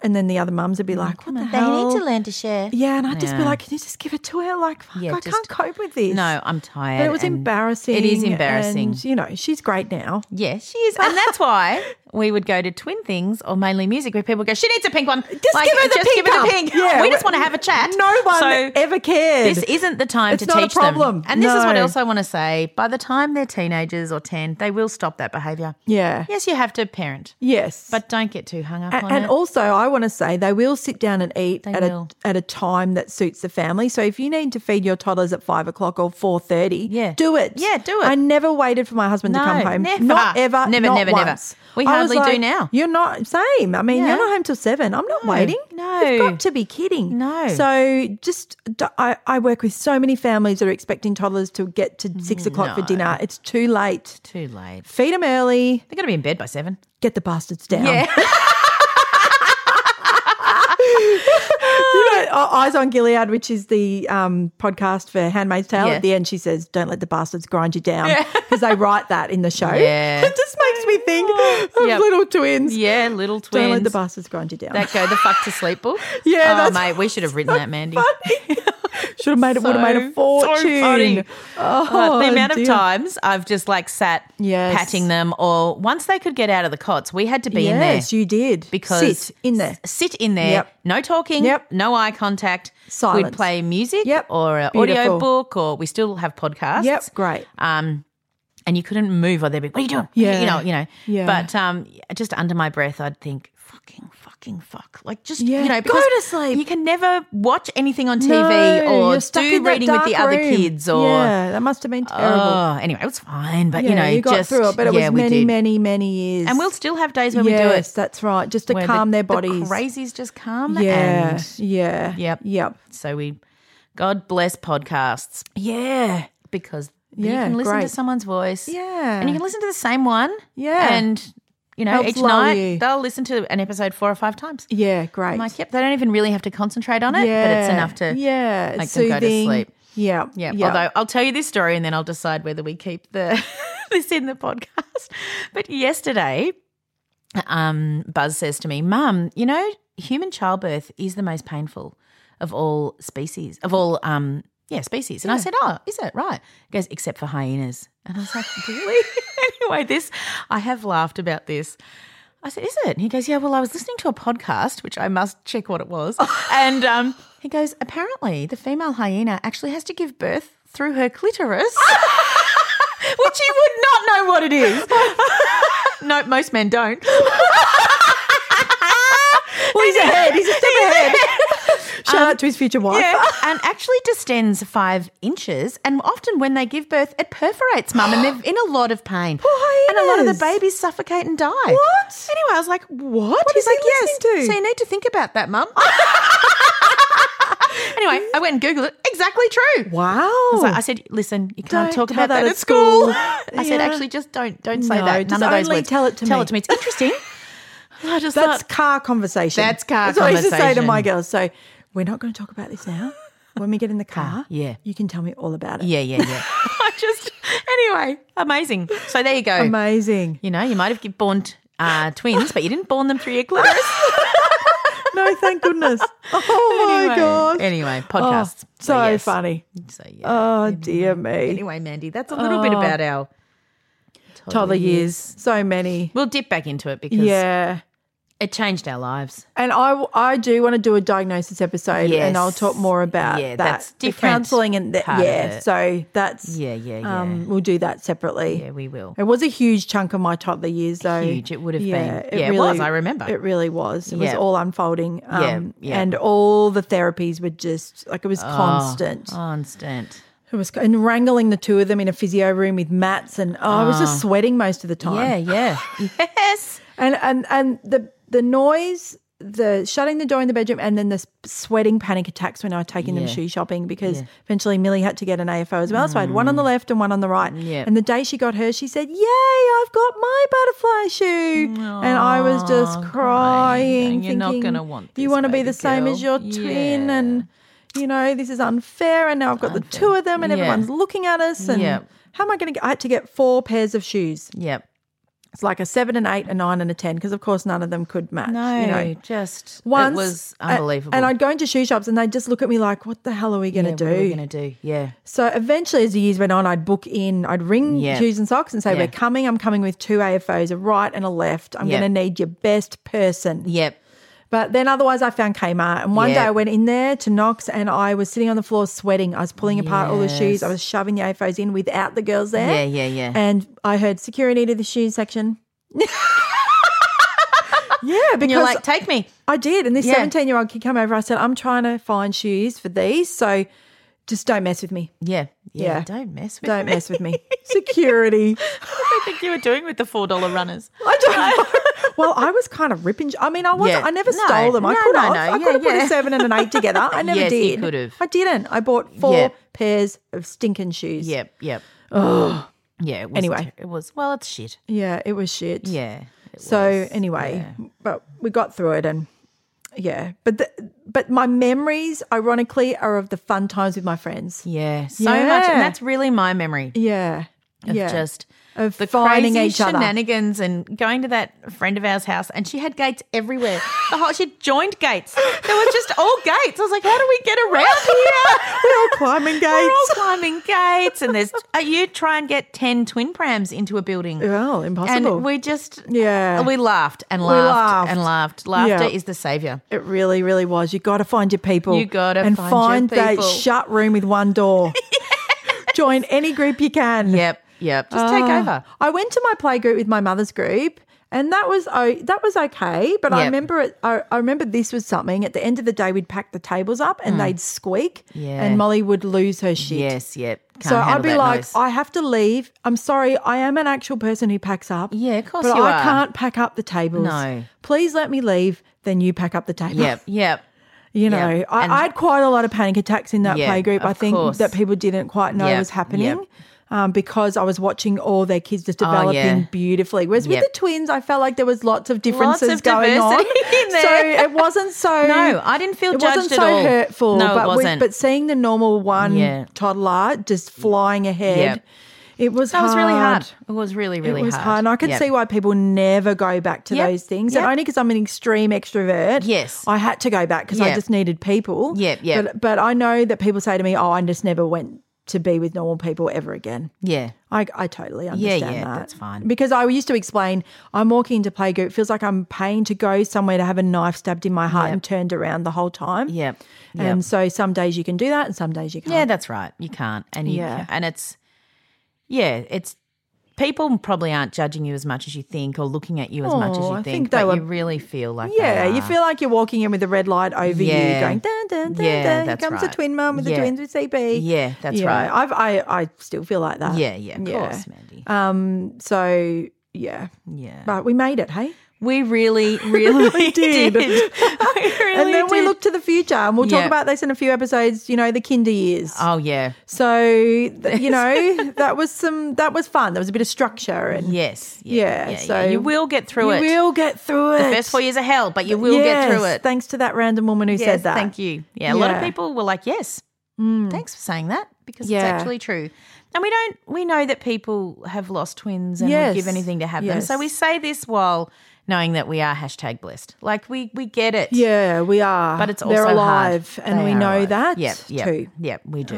Speaker 3: and then the other mums
Speaker 4: Mm,
Speaker 3: would be like, "What the hell?"
Speaker 4: learn to share.
Speaker 3: yeah, and I'd just be
Speaker 4: Yeah.
Speaker 3: like, "Can you just give it to her?" Like, fuck,
Speaker 4: Yeah,
Speaker 3: I
Speaker 4: just-
Speaker 3: can't cope with this.
Speaker 4: No, I'm tired.
Speaker 3: But it was
Speaker 4: and-
Speaker 3: embarrassing.
Speaker 4: It is embarrassing.
Speaker 3: and, you know, she's great now.
Speaker 4: Yeah, she is. And that's why we would go to Twin Things or mainly music where people go, she needs a pink one.
Speaker 3: Just give her the
Speaker 4: just
Speaker 3: pink.
Speaker 4: give her the
Speaker 3: cup.
Speaker 4: pink.
Speaker 3: Yeah,
Speaker 4: we just want to have a chat.
Speaker 3: No one
Speaker 4: So
Speaker 3: ever cared.
Speaker 4: This isn't the time
Speaker 3: It's
Speaker 4: to
Speaker 3: not a
Speaker 4: teach them.
Speaker 3: problem.
Speaker 4: And this is what
Speaker 3: No.
Speaker 4: else I want to say. By the time they're teenagers or 10, they will stop that behaviour.
Speaker 3: Yeah.
Speaker 4: Yes, you have to parent,
Speaker 3: Yes,
Speaker 4: but don't get too hung up
Speaker 3: A-
Speaker 4: on
Speaker 3: and
Speaker 4: it.
Speaker 3: also I want to say they will sit down and eat at
Speaker 4: will.
Speaker 3: a at a time that suits the family. So if you need to feed your toddlers at five o'clock or four thirty,
Speaker 4: Yeah.
Speaker 3: do it.
Speaker 4: Yeah, do it.
Speaker 3: I never waited for my husband to
Speaker 4: No,
Speaker 3: come home.
Speaker 4: never.
Speaker 3: Not ever.
Speaker 4: Never,
Speaker 3: not
Speaker 4: never, never.
Speaker 3: once.
Speaker 4: We
Speaker 3: I was
Speaker 4: hardly do
Speaker 3: like,
Speaker 4: now.
Speaker 3: You're not same. I mean,
Speaker 4: Yeah.
Speaker 3: you're not home till seven. I'm not
Speaker 4: No,
Speaker 3: waiting.
Speaker 4: no.
Speaker 3: you've got to be kidding.
Speaker 4: No.
Speaker 3: So just d- I I work with so many families that are expecting toddlers to get to six o'clock for dinner. It's too late.
Speaker 4: too late.
Speaker 3: Feed them early.
Speaker 4: They're going to be in bed by seven.
Speaker 3: Get the bastards down.
Speaker 4: Yeah.
Speaker 3: you know, uh, Eyes on Gilead, which is the um, podcast for Handmaid's Tale.
Speaker 4: Yeah.
Speaker 3: At the end, she says, "Don't let the bastards grind you down," because they write that in the show.
Speaker 4: Yeah.
Speaker 3: it just makes me think of
Speaker 4: Yep.
Speaker 3: little twins.
Speaker 4: yeah, little twins.
Speaker 3: Don't let the bastards grind you down.
Speaker 4: that go the fuck to sleep book.
Speaker 3: Yeah,
Speaker 4: oh
Speaker 3: that's-
Speaker 4: mate, we should have written that, Mandy.
Speaker 3: Should have made it. would have made a
Speaker 4: so
Speaker 3: fortune.
Speaker 4: funny.
Speaker 3: Oh,
Speaker 4: Uh, the amount
Speaker 3: dear.
Speaker 4: of times I've just like sat
Speaker 3: Yes.
Speaker 4: patting them, or once they could get out of the cots, we had to be in there
Speaker 3: Yes, you did.
Speaker 4: because
Speaker 3: Sit in there.
Speaker 4: s- sit in there,
Speaker 3: Yep.
Speaker 4: no talking,
Speaker 3: Yep.
Speaker 4: no eye contact.
Speaker 3: Silence.
Speaker 4: We'd play music
Speaker 3: Yep.
Speaker 4: or an
Speaker 3: Beautiful.
Speaker 4: audio book, or we still have podcasts.
Speaker 3: Yep, great.
Speaker 4: Um, and you couldn't move, or they'd be, "What are you doing?"
Speaker 3: Yeah.
Speaker 4: you know, you know.
Speaker 3: Yeah.
Speaker 4: But um, just under my breath, I'd think, "Fucking, fucking, fuck!" Like just
Speaker 3: Yeah,
Speaker 4: you know,
Speaker 3: go
Speaker 4: because
Speaker 3: to sleep.
Speaker 4: You can never watch anything on TV
Speaker 3: No,
Speaker 4: or
Speaker 3: you're stuck
Speaker 4: do
Speaker 3: in that
Speaker 4: reading with
Speaker 3: dark
Speaker 4: the other
Speaker 3: room.
Speaker 4: kids or
Speaker 3: yeah, that must have been terrible.
Speaker 4: Oh, anyway, it was fine, but you
Speaker 3: Yeah,
Speaker 4: know,
Speaker 3: you got
Speaker 4: just,
Speaker 3: through it, but it
Speaker 4: yeah,
Speaker 3: was
Speaker 4: we
Speaker 3: many,
Speaker 4: did.
Speaker 3: many, many years.
Speaker 4: And we'll still have days where we do
Speaker 3: yes,
Speaker 4: it
Speaker 3: that's right, just to
Speaker 4: where the-
Speaker 3: calm their
Speaker 4: the
Speaker 3: bodies.
Speaker 4: crazies just calm.
Speaker 3: Yeah,
Speaker 4: and
Speaker 3: yeah,
Speaker 4: Yep.
Speaker 3: yep,
Speaker 4: so we, God bless podcasts
Speaker 3: yeah,
Speaker 4: because
Speaker 3: Yeah,
Speaker 4: you can listen
Speaker 3: great.
Speaker 4: to someone's voice,
Speaker 3: yeah.
Speaker 4: and you can listen to the same one,
Speaker 3: Yeah.
Speaker 4: and you know,
Speaker 3: Helps
Speaker 4: each
Speaker 3: lull
Speaker 4: night
Speaker 3: you.
Speaker 4: they'll listen to an episode four or five times.
Speaker 3: yeah, great.
Speaker 4: I'm like, yep, they don't even really have to concentrate on it, but it's enough to
Speaker 3: yeah,
Speaker 4: make
Speaker 3: it's
Speaker 4: them go to
Speaker 3: soothing.
Speaker 4: sleep.
Speaker 3: Yeah,
Speaker 4: Yeah. Although I'll tell you this story and then I'll decide whether we keep the this in the podcast. But yesterday, um, Buzz says to me, "Mum, you know, human childbirth is the most painful of all species, of all um, yeah, species. And I said, oh, is it? Right. He goes, except for hyenas. And I was like, really? anyway, this, I have laughed about this. I said, is it? And he goes, yeah, well, I was listening to a podcast, which I must check what it was. and um, he goes, apparently the female hyena actually has to give birth through her clitoris, which you would not know what it is. no, most men don't. well, he's ahead. He's a step ahead.
Speaker 3: Shout out to his future wife.
Speaker 4: um, Yeah, and actually distends five inches. And often when they give birth, it perforates mum and they're in a lot of pain. and a lot of
Speaker 3: hyenas.
Speaker 4: the babies suffocate and die. What? Anyway, I was like, what?
Speaker 3: is he listening to?
Speaker 4: So you need to think about that, mum. anyway, I went and Googled it. Exactly true.
Speaker 3: Wow.
Speaker 4: I, was like- I said, listen, you can't
Speaker 3: Don't
Speaker 4: talk
Speaker 3: tell
Speaker 4: about that,
Speaker 3: that
Speaker 4: at
Speaker 3: at
Speaker 4: school.
Speaker 3: school.
Speaker 4: I said,
Speaker 3: Yeah.
Speaker 4: actually, just don't don't say
Speaker 3: No,
Speaker 4: that. None
Speaker 3: just
Speaker 4: of those
Speaker 3: only
Speaker 4: words.
Speaker 3: tell it to
Speaker 4: tell
Speaker 3: me.
Speaker 4: It to me. It's interesting. I just
Speaker 3: That's
Speaker 4: thought,
Speaker 3: car conversation.
Speaker 4: That's car
Speaker 3: That's what I used to say to my
Speaker 4: conversation.
Speaker 3: girls. So we're not going to talk about this now. When we get in the car,
Speaker 4: yeah.
Speaker 3: you can tell me all about it.
Speaker 4: yeah, yeah, yeah. I just anyway, amazing. So there you go.
Speaker 3: Amazing.
Speaker 4: You know, you might have g- born t- uh, twins, but you didn't born them through your clitoris.
Speaker 3: No, thank goodness. Oh my
Speaker 4: anyway,
Speaker 3: gosh.
Speaker 4: Anyway,
Speaker 3: Oh,
Speaker 4: podcasts.
Speaker 3: so
Speaker 4: yes.
Speaker 3: funny.
Speaker 4: So yeah.
Speaker 3: Oh dear me.
Speaker 4: anyway, Mandy, that's a little bit about our
Speaker 3: Oh. Toddler years. So many.
Speaker 4: We'll dip back into it because
Speaker 3: Yeah.
Speaker 4: it changed our lives.
Speaker 3: And I, I do want to do a diagnosis episode,
Speaker 4: Yes.
Speaker 3: and I'll talk more about
Speaker 4: Yeah,
Speaker 3: that.
Speaker 4: that's
Speaker 3: the
Speaker 4: different
Speaker 3: counselling and that.
Speaker 4: part of
Speaker 3: Yeah,
Speaker 4: it.
Speaker 3: so that's
Speaker 4: Yeah, yeah, yeah.
Speaker 3: Um, we'll do that separately.
Speaker 4: Yeah, we will.
Speaker 3: It was a huge chunk of my toddler years, though.
Speaker 4: Huge. It would have been. Yeah, it was, I remember.
Speaker 3: It really was. It was
Speaker 4: Yeah.
Speaker 3: all unfolding.
Speaker 4: Yeah,
Speaker 3: Um,
Speaker 4: yeah. Ah.
Speaker 3: And all the therapies were just like it was constant.
Speaker 4: Constant.
Speaker 3: It was and wrangling the two of them in a physio room with mats, and oh, I was just sweating most of the time.
Speaker 4: Ah. Yeah, yeah. yes.
Speaker 3: And and and the the noise, the shutting the door in the bedroom, and then the s- sweating panic attacks when I was taking them
Speaker 4: Yeah. Mm.
Speaker 3: shoe shopping because eventually Millie had to get an AFO as well. So I had one on the left and one on the right.
Speaker 4: Yeah.
Speaker 3: And the day she got her, she said, "Yay, I've got my butterfly shoe!" And I was just
Speaker 4: crying,
Speaker 3: crying.
Speaker 4: going, "You're not
Speaker 3: thinking,
Speaker 4: gonna want
Speaker 3: You
Speaker 4: this,
Speaker 3: want to be
Speaker 4: baby
Speaker 3: the same as
Speaker 4: girl."
Speaker 3: your twin,
Speaker 4: Yeah.
Speaker 3: and you know this is unfair. And now I've got the two of them, and
Speaker 4: Yeah.
Speaker 3: everyone's looking at us. And
Speaker 4: Yeah.
Speaker 3: how am I going to? I had to get four pairs of shoes.
Speaker 4: Yep.
Speaker 3: It's like a seven, and eight, a nine, and a ten because, of course, none of them could match.
Speaker 4: No,
Speaker 3: Uh, you know.
Speaker 4: just
Speaker 3: Once
Speaker 4: it was
Speaker 3: a-
Speaker 4: unbelievable.
Speaker 3: and I'd go into shoe shops, and they'd just look at me like, "What the hell are we going
Speaker 4: yeah,
Speaker 3: to
Speaker 4: What are
Speaker 3: do?"
Speaker 4: we gonna do? Yeah.
Speaker 3: so eventually, as the years went on, I'd book in, I'd ring
Speaker 4: Yeah.
Speaker 3: shoes and socks, and say,
Speaker 4: Yeah.
Speaker 3: "We're coming. I'm coming with two AFOs, a right and a left. I'm
Speaker 4: Yeah.
Speaker 3: going to need your best person."
Speaker 4: Yep.
Speaker 3: But then otherwise, I found Kmart. And one
Speaker 4: Yeah.
Speaker 3: day I went in there to Knox and I was sitting on the floor sweating. I was pulling apart all the shoes. I was shoving the AFOs in without the girls there.
Speaker 4: Yeah, yeah, yeah.
Speaker 3: And I heard security to the shoe section. yeah, because
Speaker 4: And you're like, take me.
Speaker 3: I did. And this
Speaker 4: Yeah.
Speaker 3: 17 year old kid came over. I said, I'm trying to find shoes for these. So just don't mess with me.
Speaker 4: Yeah,
Speaker 3: Yeah.
Speaker 4: yeah. Don't mess with
Speaker 3: Don't
Speaker 4: me.
Speaker 3: mess with me. Security.
Speaker 4: What do you think you were doing with the four dollar runners?
Speaker 3: I don't know. well, I was kind of ripping. I mean, I was.
Speaker 4: Yeah.
Speaker 3: I never
Speaker 4: No,
Speaker 3: stole them. I
Speaker 4: no,
Speaker 3: could
Speaker 4: no,
Speaker 3: have.
Speaker 4: no.
Speaker 3: I
Speaker 4: Yeah,
Speaker 3: could have put
Speaker 4: yeah.
Speaker 3: a seven and an eight together. I never
Speaker 4: Yes,
Speaker 3: did.
Speaker 4: you could have.
Speaker 3: I didn't. I bought four
Speaker 4: Yeah.
Speaker 3: pairs of stinking shoes.
Speaker 4: Yep, yep. yeah. It was
Speaker 3: Anyway.
Speaker 4: ter- it was well, it's shit.
Speaker 3: Yeah, it was shit.
Speaker 4: Yeah. it
Speaker 3: So
Speaker 4: was.
Speaker 3: anyway, but we got through it, and yeah, but the, but my memories, ironically, are of the fun times with my friends.
Speaker 4: yeah, so much,
Speaker 3: Yeah.
Speaker 4: and that's really my memory
Speaker 3: Yeah,
Speaker 4: of
Speaker 3: yeah,
Speaker 4: just
Speaker 3: of
Speaker 4: the
Speaker 3: finding
Speaker 4: crazy
Speaker 3: each other.
Speaker 4: shenanigans and going to that friend of ours' house, and she had gates everywhere. The whole she joined gates. There was just all gates. I was like, how do we get around here?
Speaker 3: We're all climbing gates.
Speaker 4: We're all climbing gates, and there's uh, you try and get ten twin prams into a building.
Speaker 3: well, impossible.
Speaker 4: And we just
Speaker 3: Yeah.
Speaker 4: we laughed and laughed,
Speaker 3: laughed.
Speaker 4: and laughed. Laughter
Speaker 3: Yeah.
Speaker 4: is the savior.
Speaker 3: It really, really was. You got to find your people.
Speaker 4: You gotta
Speaker 3: and
Speaker 4: find your
Speaker 3: that
Speaker 4: people.
Speaker 3: shut room with one door. Join any group you can.
Speaker 4: Yep, yep. Just take
Speaker 3: Ah.
Speaker 4: over.
Speaker 3: I went to my play group with my mother's group, and that was oh, that was okay. But I
Speaker 4: Yep.
Speaker 3: remember it. I, I remember this was something. At the end of the day, we'd pack the tables up, and they'd squeak,
Speaker 4: Hmm. Yeah.
Speaker 3: and Molly would lose her shit.
Speaker 4: Yes, yep. Can't
Speaker 3: So I'd
Speaker 4: handle
Speaker 3: be
Speaker 4: that
Speaker 3: like,
Speaker 4: noise.
Speaker 3: I have to leave. I'm sorry, I am an actual person who packs up.
Speaker 4: Yeah, of course
Speaker 3: but
Speaker 4: you
Speaker 3: I
Speaker 4: are.
Speaker 3: can't pack up the tables.
Speaker 4: No.
Speaker 3: please let me leave. Then you pack up the table.
Speaker 4: yep, yep.
Speaker 3: You know,
Speaker 4: Yeah,
Speaker 3: I,
Speaker 4: and-
Speaker 3: I had quite a lot of panic attacks in that
Speaker 4: Yeah,
Speaker 3: playgroup. I
Speaker 4: of
Speaker 3: think
Speaker 4: course.
Speaker 3: that people didn't quite know
Speaker 4: Yep,
Speaker 3: was happening
Speaker 4: yep.
Speaker 3: um, because I was watching all their kids just
Speaker 4: Oh, yeah.
Speaker 3: developing beautifully. Whereas
Speaker 4: Yep.
Speaker 3: with the twins, I felt like there was lots of differences
Speaker 4: of
Speaker 3: going on.
Speaker 4: diversity in there.
Speaker 3: So it wasn't so.
Speaker 4: No, I didn't feel
Speaker 3: it
Speaker 4: judged
Speaker 3: wasn't
Speaker 4: at
Speaker 3: so
Speaker 4: all.
Speaker 3: hurtful.
Speaker 4: No, it
Speaker 3: but with-
Speaker 4: wasn't.
Speaker 3: but seeing the normal one
Speaker 4: Yeah.
Speaker 3: toddler just flying ahead.
Speaker 4: Yep.
Speaker 3: It was
Speaker 4: That
Speaker 3: hard.
Speaker 4: was really hard. It was really, really
Speaker 3: it was hard. And I could
Speaker 4: Yep.
Speaker 3: see why people never go back to
Speaker 4: Yep.
Speaker 3: those things.
Speaker 4: Yep.
Speaker 3: And only because I'm an extreme extrovert.
Speaker 4: Yes.
Speaker 3: I had to go back because I
Speaker 4: Yep.
Speaker 3: just needed people.
Speaker 4: Yep, yep.
Speaker 3: But, but I know that people say to me, oh, I just never went to be with normal people ever again.
Speaker 4: Yeah.
Speaker 3: I, I totally understand
Speaker 4: yeah,
Speaker 3: that.
Speaker 4: that's fine.
Speaker 3: Because I used to explain, I'm walking to play group. It feels like I'm paying to go somewhere to have a knife stabbed in my heart and turned around the whole time.
Speaker 4: Yep. Yep.
Speaker 3: And so some days you can do that and some days you can't.
Speaker 4: Yeah, that's right. You can't. And you
Speaker 3: Yeah.
Speaker 4: and it's yeah, it's people probably aren't judging you as much as you think or looking at you as much as
Speaker 3: Oh,
Speaker 4: you
Speaker 3: I
Speaker 4: think,
Speaker 3: think they
Speaker 4: but
Speaker 3: were-
Speaker 4: you really feel like they
Speaker 3: Yeah, you
Speaker 4: are.
Speaker 3: feel like you're walking in with a red light over
Speaker 4: ah. Yeah.
Speaker 3: you, going dun dun dun
Speaker 4: Yeah,
Speaker 3: dun. Here
Speaker 4: that's
Speaker 3: comes
Speaker 4: right.
Speaker 3: a twin mum with
Speaker 4: Yeah.
Speaker 3: the twins with CP.
Speaker 4: Yeah, that's
Speaker 3: Yeah,
Speaker 4: right.
Speaker 3: I've, I I still feel like that.
Speaker 4: Yeah, yeah, of course, Mandy.
Speaker 3: Um. So yeah,
Speaker 4: yeah.
Speaker 3: but we made it. Hey.
Speaker 4: we really, really
Speaker 3: did.
Speaker 4: did. we really
Speaker 3: and then we
Speaker 4: did.
Speaker 3: look to the future, and we'll
Speaker 4: Yeah.
Speaker 3: talk about this in a few episodes. You know, the kinder years.
Speaker 4: Oh yeah.
Speaker 3: So th- you know, that was some. That was fun. There was a bit of structure, and
Speaker 4: Yes.
Speaker 3: Yeah, so
Speaker 4: you will get through
Speaker 3: you
Speaker 4: it.
Speaker 3: will get through it.
Speaker 4: The first four years are hell, but you will
Speaker 3: Yes,
Speaker 4: get through it.
Speaker 3: Thanks to that random woman who
Speaker 4: Yes,
Speaker 3: said that.
Speaker 4: Thank you. Yeah, a lot of
Speaker 3: Yeah. Mm.
Speaker 4: people were like, "Yes, thanks for saying that," because
Speaker 3: Yeah.
Speaker 4: it's actually true. And we don't. We know that people have lost twins and
Speaker 3: Yes.
Speaker 4: would give anything to have them. So
Speaker 3: Yes.
Speaker 4: we say this while knowing that we are hashtag blessed. Like we we get it.
Speaker 3: Yeah, we are.
Speaker 4: but it's also
Speaker 3: they're
Speaker 4: hard.
Speaker 3: alive, and
Speaker 4: They
Speaker 3: we
Speaker 4: are
Speaker 3: know
Speaker 4: alive.
Speaker 3: that
Speaker 4: Yep, yep,
Speaker 3: too. Um,
Speaker 4: Yep, we do.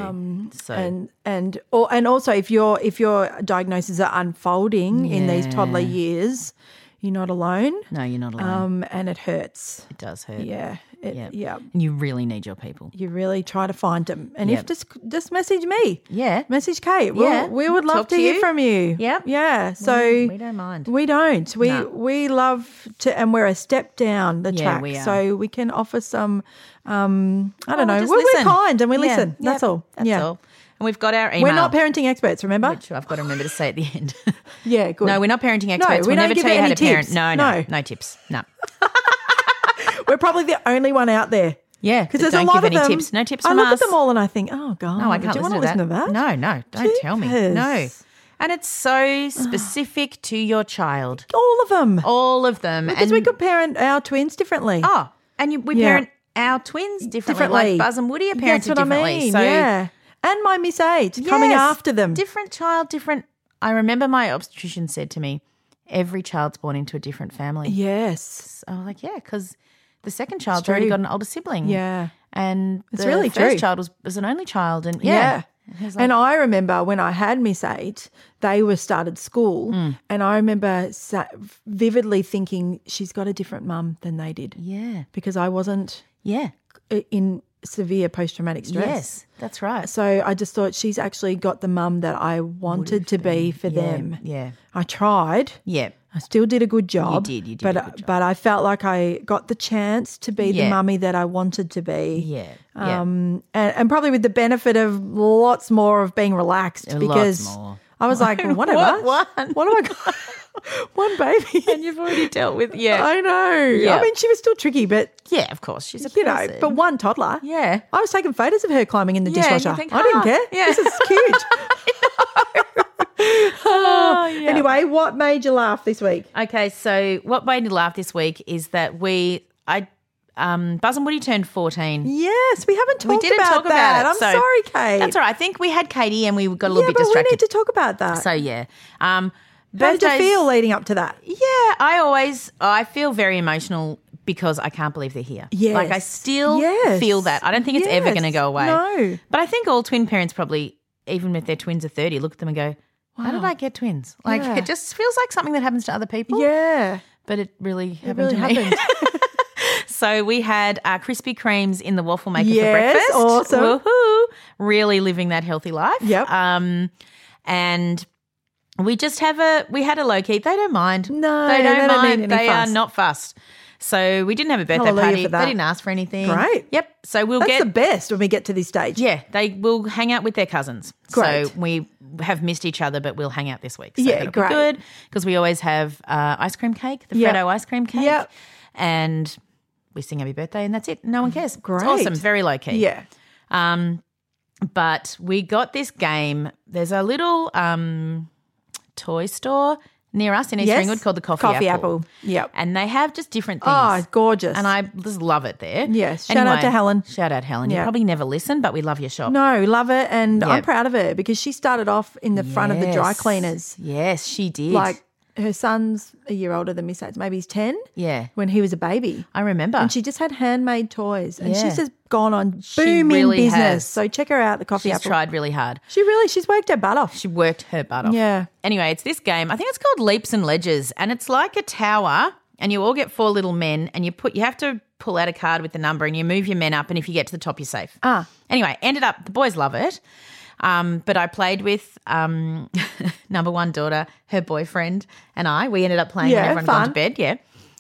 Speaker 4: so
Speaker 3: And and or, and also if your if your diagnoses are unfolding in these toddler years, you're not alone.
Speaker 4: no, you're not alone.
Speaker 3: Um, and it hurts.
Speaker 4: it does hurt.
Speaker 3: Yeah, it,
Speaker 4: Yep.
Speaker 3: yeah.
Speaker 4: And you really need your people.
Speaker 3: You really try to find them, and
Speaker 4: Yep.
Speaker 3: if just just message me.
Speaker 4: Yeah.
Speaker 3: Message Kate. We'll,
Speaker 4: Yeah.
Speaker 3: we would love
Speaker 4: Talk
Speaker 3: to
Speaker 4: to
Speaker 3: hear
Speaker 4: you.
Speaker 3: from you.
Speaker 4: Yep. Mm,
Speaker 3: Yeah. So
Speaker 4: we don't mind.
Speaker 3: We don't. We
Speaker 4: No.
Speaker 3: we love to, and we're a step down the
Speaker 4: Yeah,
Speaker 3: track,
Speaker 4: we are.
Speaker 3: so we can offer some. Um, I don't
Speaker 4: Oh, we
Speaker 3: know.
Speaker 4: just
Speaker 3: We're, we're
Speaker 4: listen.
Speaker 3: kind and we
Speaker 4: Yeah,
Speaker 3: listen. That's
Speaker 4: yeah,
Speaker 3: all.
Speaker 4: That's
Speaker 3: yeah.
Speaker 4: all. And we've got our email.
Speaker 3: We're not parenting experts. Remember?
Speaker 4: which I've got to remember to say at the end.
Speaker 3: yeah. Good.
Speaker 4: No, we're not parenting experts.
Speaker 3: we
Speaker 4: we'll
Speaker 3: don't
Speaker 4: never
Speaker 3: give
Speaker 4: tell you how
Speaker 3: any
Speaker 4: to parent.
Speaker 3: tips.
Speaker 4: No, no, no,
Speaker 3: No.
Speaker 4: tips. No.
Speaker 3: We're probably the only one out there.
Speaker 4: Yeah,
Speaker 3: Because
Speaker 4: that
Speaker 3: there's a
Speaker 4: don't
Speaker 3: lot
Speaker 4: give
Speaker 3: of
Speaker 4: any
Speaker 3: them.
Speaker 4: tips. No tips
Speaker 3: I
Speaker 4: from
Speaker 3: look
Speaker 4: us.
Speaker 3: at them all and I think, oh god,
Speaker 4: No, I can't
Speaker 3: do you
Speaker 4: listen,
Speaker 3: want
Speaker 4: to,
Speaker 3: to
Speaker 4: that.
Speaker 3: listen
Speaker 4: No,
Speaker 3: to that?
Speaker 4: no, don't tell me. No.
Speaker 3: Jeepers.
Speaker 4: And it's so specific to your child.
Speaker 3: all of them.
Speaker 4: All of them.
Speaker 3: because
Speaker 4: and,
Speaker 3: we could parent our twins differently.
Speaker 4: Oh, and you, we
Speaker 3: Yeah.
Speaker 4: parent our twins differently. Like
Speaker 3: differently.
Speaker 4: Buzz and Woody are parented
Speaker 3: That's what
Speaker 4: differently.
Speaker 3: I mean.
Speaker 4: So
Speaker 3: yeah. And my Miss Eight coming
Speaker 4: Yes.
Speaker 3: after them.
Speaker 4: Different child, different. I remember my obstetrician said to me, every child's born into a different family.
Speaker 3: yes.
Speaker 4: I was like, yeah, because the second child's already
Speaker 3: true.
Speaker 4: got an older sibling.
Speaker 3: Yeah.
Speaker 4: And
Speaker 3: It's
Speaker 4: the
Speaker 3: really
Speaker 4: first
Speaker 3: true.
Speaker 4: child was, was an only child. And yeah.
Speaker 3: Yeah. and I remember when I had Miss Eight, they were started school,
Speaker 4: Hmm.
Speaker 3: and I remember sa- vividly thinking she's got a different mum than they did
Speaker 4: Yeah.
Speaker 3: because I wasn't
Speaker 4: Yeah.
Speaker 3: i- in severe post traumatic stress.
Speaker 4: Yes. That's right.
Speaker 3: So I just thought she's actually got the mum that I wanted to be for
Speaker 4: yeah,
Speaker 3: them.
Speaker 4: Yeah.
Speaker 3: I tried.
Speaker 4: Yeah.
Speaker 3: I still did a good job.
Speaker 4: did, you did
Speaker 3: but
Speaker 4: a good job.
Speaker 3: but I felt like I got the chance to be
Speaker 4: Yeah.
Speaker 3: the mummy that I wanted to be.
Speaker 4: Yeah. Yeah.
Speaker 3: um, and, and probably with the benefit of lots more of being relaxed
Speaker 4: Lots
Speaker 3: because
Speaker 4: more.
Speaker 3: I was like, well, whatever,
Speaker 4: What one?
Speaker 3: what do I got? one baby.
Speaker 4: and you've already dealt with, yeah.
Speaker 3: I know.
Speaker 4: Yeah.
Speaker 3: I mean, she was still tricky, but
Speaker 4: yeah, of course. She's a
Speaker 3: you know,
Speaker 4: person.
Speaker 3: but one toddler.
Speaker 4: yeah.
Speaker 3: I was taking photos of her climbing in the
Speaker 4: Yeah, and you
Speaker 3: dishwasher.
Speaker 4: think,
Speaker 3: I didn't
Speaker 4: "Ah,
Speaker 3: care.
Speaker 4: yeah."
Speaker 3: This is cute.
Speaker 4: Oh, yeah.
Speaker 3: Anyway, what made you laugh this week?
Speaker 4: Okay, so what made me laugh this week is that we, I, um, Buzz and Woody turned 14.
Speaker 3: Yes, we haven't
Speaker 4: We
Speaker 3: talked
Speaker 4: didn't
Speaker 3: about
Speaker 4: talk about
Speaker 3: that.
Speaker 4: it.
Speaker 3: I'm
Speaker 4: so-
Speaker 3: sorry, Kate.
Speaker 4: That's all right. I think we had Katie and we got a little
Speaker 3: yeah,
Speaker 4: bit
Speaker 3: but
Speaker 4: distracted.
Speaker 3: we need to talk about that.
Speaker 4: So yeah, um,
Speaker 3: How did you
Speaker 4: birthdays-
Speaker 3: feel leading up to that?
Speaker 4: Yeah, I always I feel very emotional because I can't believe they're here.
Speaker 3: Yes.
Speaker 4: like I still
Speaker 3: Yes.
Speaker 4: feel that. I don't think it's ever
Speaker 3: Yes.
Speaker 4: going to go away.
Speaker 3: No.
Speaker 4: but I think all twin parents probably, even if their twins are thirty, look at them and go. How did I get twins? Like
Speaker 3: Yeah.
Speaker 4: it just feels like something that happens to other people.
Speaker 3: Yeah,
Speaker 4: but Oh, it really happened
Speaker 3: really
Speaker 4: to me.
Speaker 3: happened.
Speaker 4: So we had uh, Krispy Kremes in the waffle maker
Speaker 3: Yes,
Speaker 4: for breakfast.
Speaker 3: awesome.
Speaker 4: Woohoo! Really living that healthy life.
Speaker 3: Yep.
Speaker 4: Um, and we just have a we had a low key. They don't mind.
Speaker 3: No,
Speaker 4: they don't
Speaker 3: they don't
Speaker 4: mind.
Speaker 3: need any
Speaker 4: they are
Speaker 3: fuss.
Speaker 4: not fussed. So we didn't have a birthday
Speaker 3: Hallelujah
Speaker 4: party.
Speaker 3: for that.
Speaker 4: They didn't ask for anything.
Speaker 3: Great.
Speaker 4: Yep. So we'll
Speaker 3: that's
Speaker 4: get
Speaker 3: the best when we get to this stage.
Speaker 4: yeah, they will hang out with their cousins. So
Speaker 3: Great.
Speaker 4: we have missed each other, but we'll hang out this week. So
Speaker 3: Yeah,
Speaker 4: that'll
Speaker 3: great.
Speaker 4: Be good because we always have uh, ice cream cake, the
Speaker 3: Yeah.
Speaker 4: Freddo ice cream cake,
Speaker 3: Yeah.
Speaker 4: and we sing happy birthday, and that's it. No one cares.
Speaker 3: Great.
Speaker 4: it's awesome, very low key.
Speaker 3: yeah.
Speaker 4: Um, but we got this game. There's a little um toy store near us in East
Speaker 3: Yes.
Speaker 4: Ringwood called the Coffee,
Speaker 3: Coffee
Speaker 4: Apple.
Speaker 3: Apple. Yep.
Speaker 4: And they have just different things.
Speaker 3: Oh, it's gorgeous.
Speaker 4: And I just love it there.
Speaker 3: Yes. Shout out to Helen.
Speaker 4: Shout out Helen. You
Speaker 3: Yeah.
Speaker 4: probably never listen, but we love your shop.
Speaker 3: No, love it. And I'm
Speaker 4: Yep.
Speaker 3: proud of her because she started off in the front of the dry
Speaker 4: Yes.
Speaker 3: cleaners.
Speaker 4: Yes, she did.
Speaker 3: Like her son's a year older than me, so it's maybe he's 10
Speaker 4: yeah,
Speaker 3: when he was a baby.
Speaker 4: I remember.
Speaker 3: And she just had handmade toys and
Speaker 4: Yeah.
Speaker 3: she's just gone on booming
Speaker 4: really
Speaker 3: business.
Speaker 4: has.
Speaker 3: So check her out, the Coffee
Speaker 4: she's
Speaker 3: Apple.
Speaker 4: tried really hard.
Speaker 3: She really, she's worked her butt off.
Speaker 4: She worked her butt off.
Speaker 3: Yeah.
Speaker 4: Anyway, it's this game. I think it's called Leaps and Ledges, and it's like a tower, and you all get four little men, and you put you have to pull out a card with the number, and you move your men up, and if you get to the top, you're safe. Ah. Anyway, ended up the boys love it, um, but I played with um, number one daughter, her boyfriend, and I. We ended up playing when
Speaker 3: Yeah,
Speaker 4: everyone gone to
Speaker 3: fun.
Speaker 4: bed. Yeah.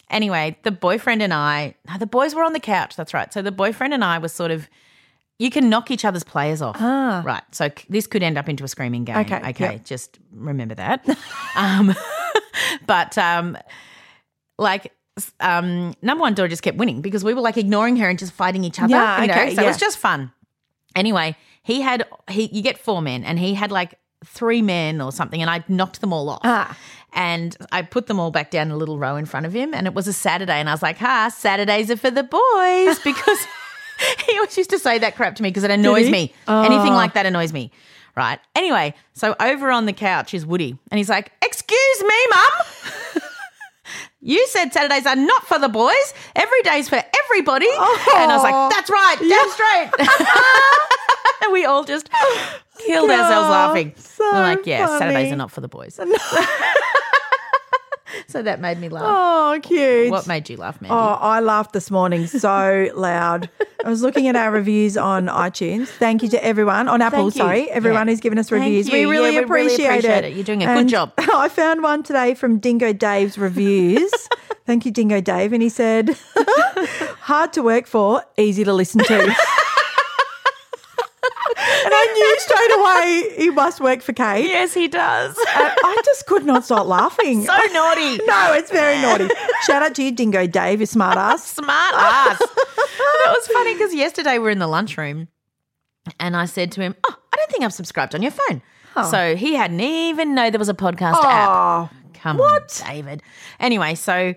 Speaker 4: Anyway, the boyfriend and I, no, the boys were on the couch. That's right. So the boyfriend and I were sort of you can knock each other's players off. Right. So c- this could end up into a screaming game.
Speaker 3: Ah. Okay,
Speaker 4: Okay.
Speaker 3: yeah.
Speaker 4: Just remember that. um, but um, like, s- um, number one daughter just kept winning because we were like ignoring her and just fighting each other.
Speaker 3: Yeah,
Speaker 4: you know?
Speaker 3: okay,
Speaker 4: So it was
Speaker 3: yeah.
Speaker 4: just fun. Anyway, he had he you get four men and he had like three men or something and I knocked them all off.
Speaker 3: Ah.
Speaker 4: And I put them all back down in a little row in front of him and it was a Saturday and I was like, "Ha, Saturdays are for the boys" because he always used to say that crap to me because it annoys
Speaker 3: he? Oh.
Speaker 4: me. Anything like that annoys me. Right. Anyway, so over on the couch is Woody and he's like, "Excuse me, mum." You said Saturdays are not for the boys. Every day's for everybody. And I was
Speaker 3: Oh.
Speaker 4: like, that's right, damn straight. and we all just killed ourselves
Speaker 3: Yeah,
Speaker 4: laughing.
Speaker 3: Oh, so
Speaker 4: We're like, yeah, Saturdays
Speaker 3: funny.
Speaker 4: are not for the boys. so that made me laugh.
Speaker 3: Oh, cute.
Speaker 4: What made you laugh, Mandy?
Speaker 3: Oh, I laughed this morning so loud. I was looking at our reviews on iTunes. Thank you to everyone on Apple.
Speaker 4: Thank you.
Speaker 3: Sorry, everyone
Speaker 4: Yeah.
Speaker 3: who's given us
Speaker 4: Thank
Speaker 3: reviews.
Speaker 4: you.
Speaker 3: We,
Speaker 4: Yeah,
Speaker 3: really,
Speaker 4: we really
Speaker 3: appreciate
Speaker 4: appreciate
Speaker 3: it.
Speaker 4: it. You're doing a good
Speaker 3: And
Speaker 4: job.
Speaker 3: I found one today from Dingo Dave's reviews. Thank you, Dingo Dave, and he said, "Hard to work for, easy to listen to." and I knew straight away he must work for Kate.
Speaker 4: yes, he does.
Speaker 3: And I just could not stop laughing.
Speaker 4: so naughty.
Speaker 3: No, it's very naughty. Shout out to you, Dingo Dave, you smart ass.
Speaker 4: smart ass. And that was funny because yesterday we were in the lunchroom and I said to him, Oh, I don't think I've subscribed on your phone. So he hadn't even know there was a podcast app. Come on, David. Anyway, so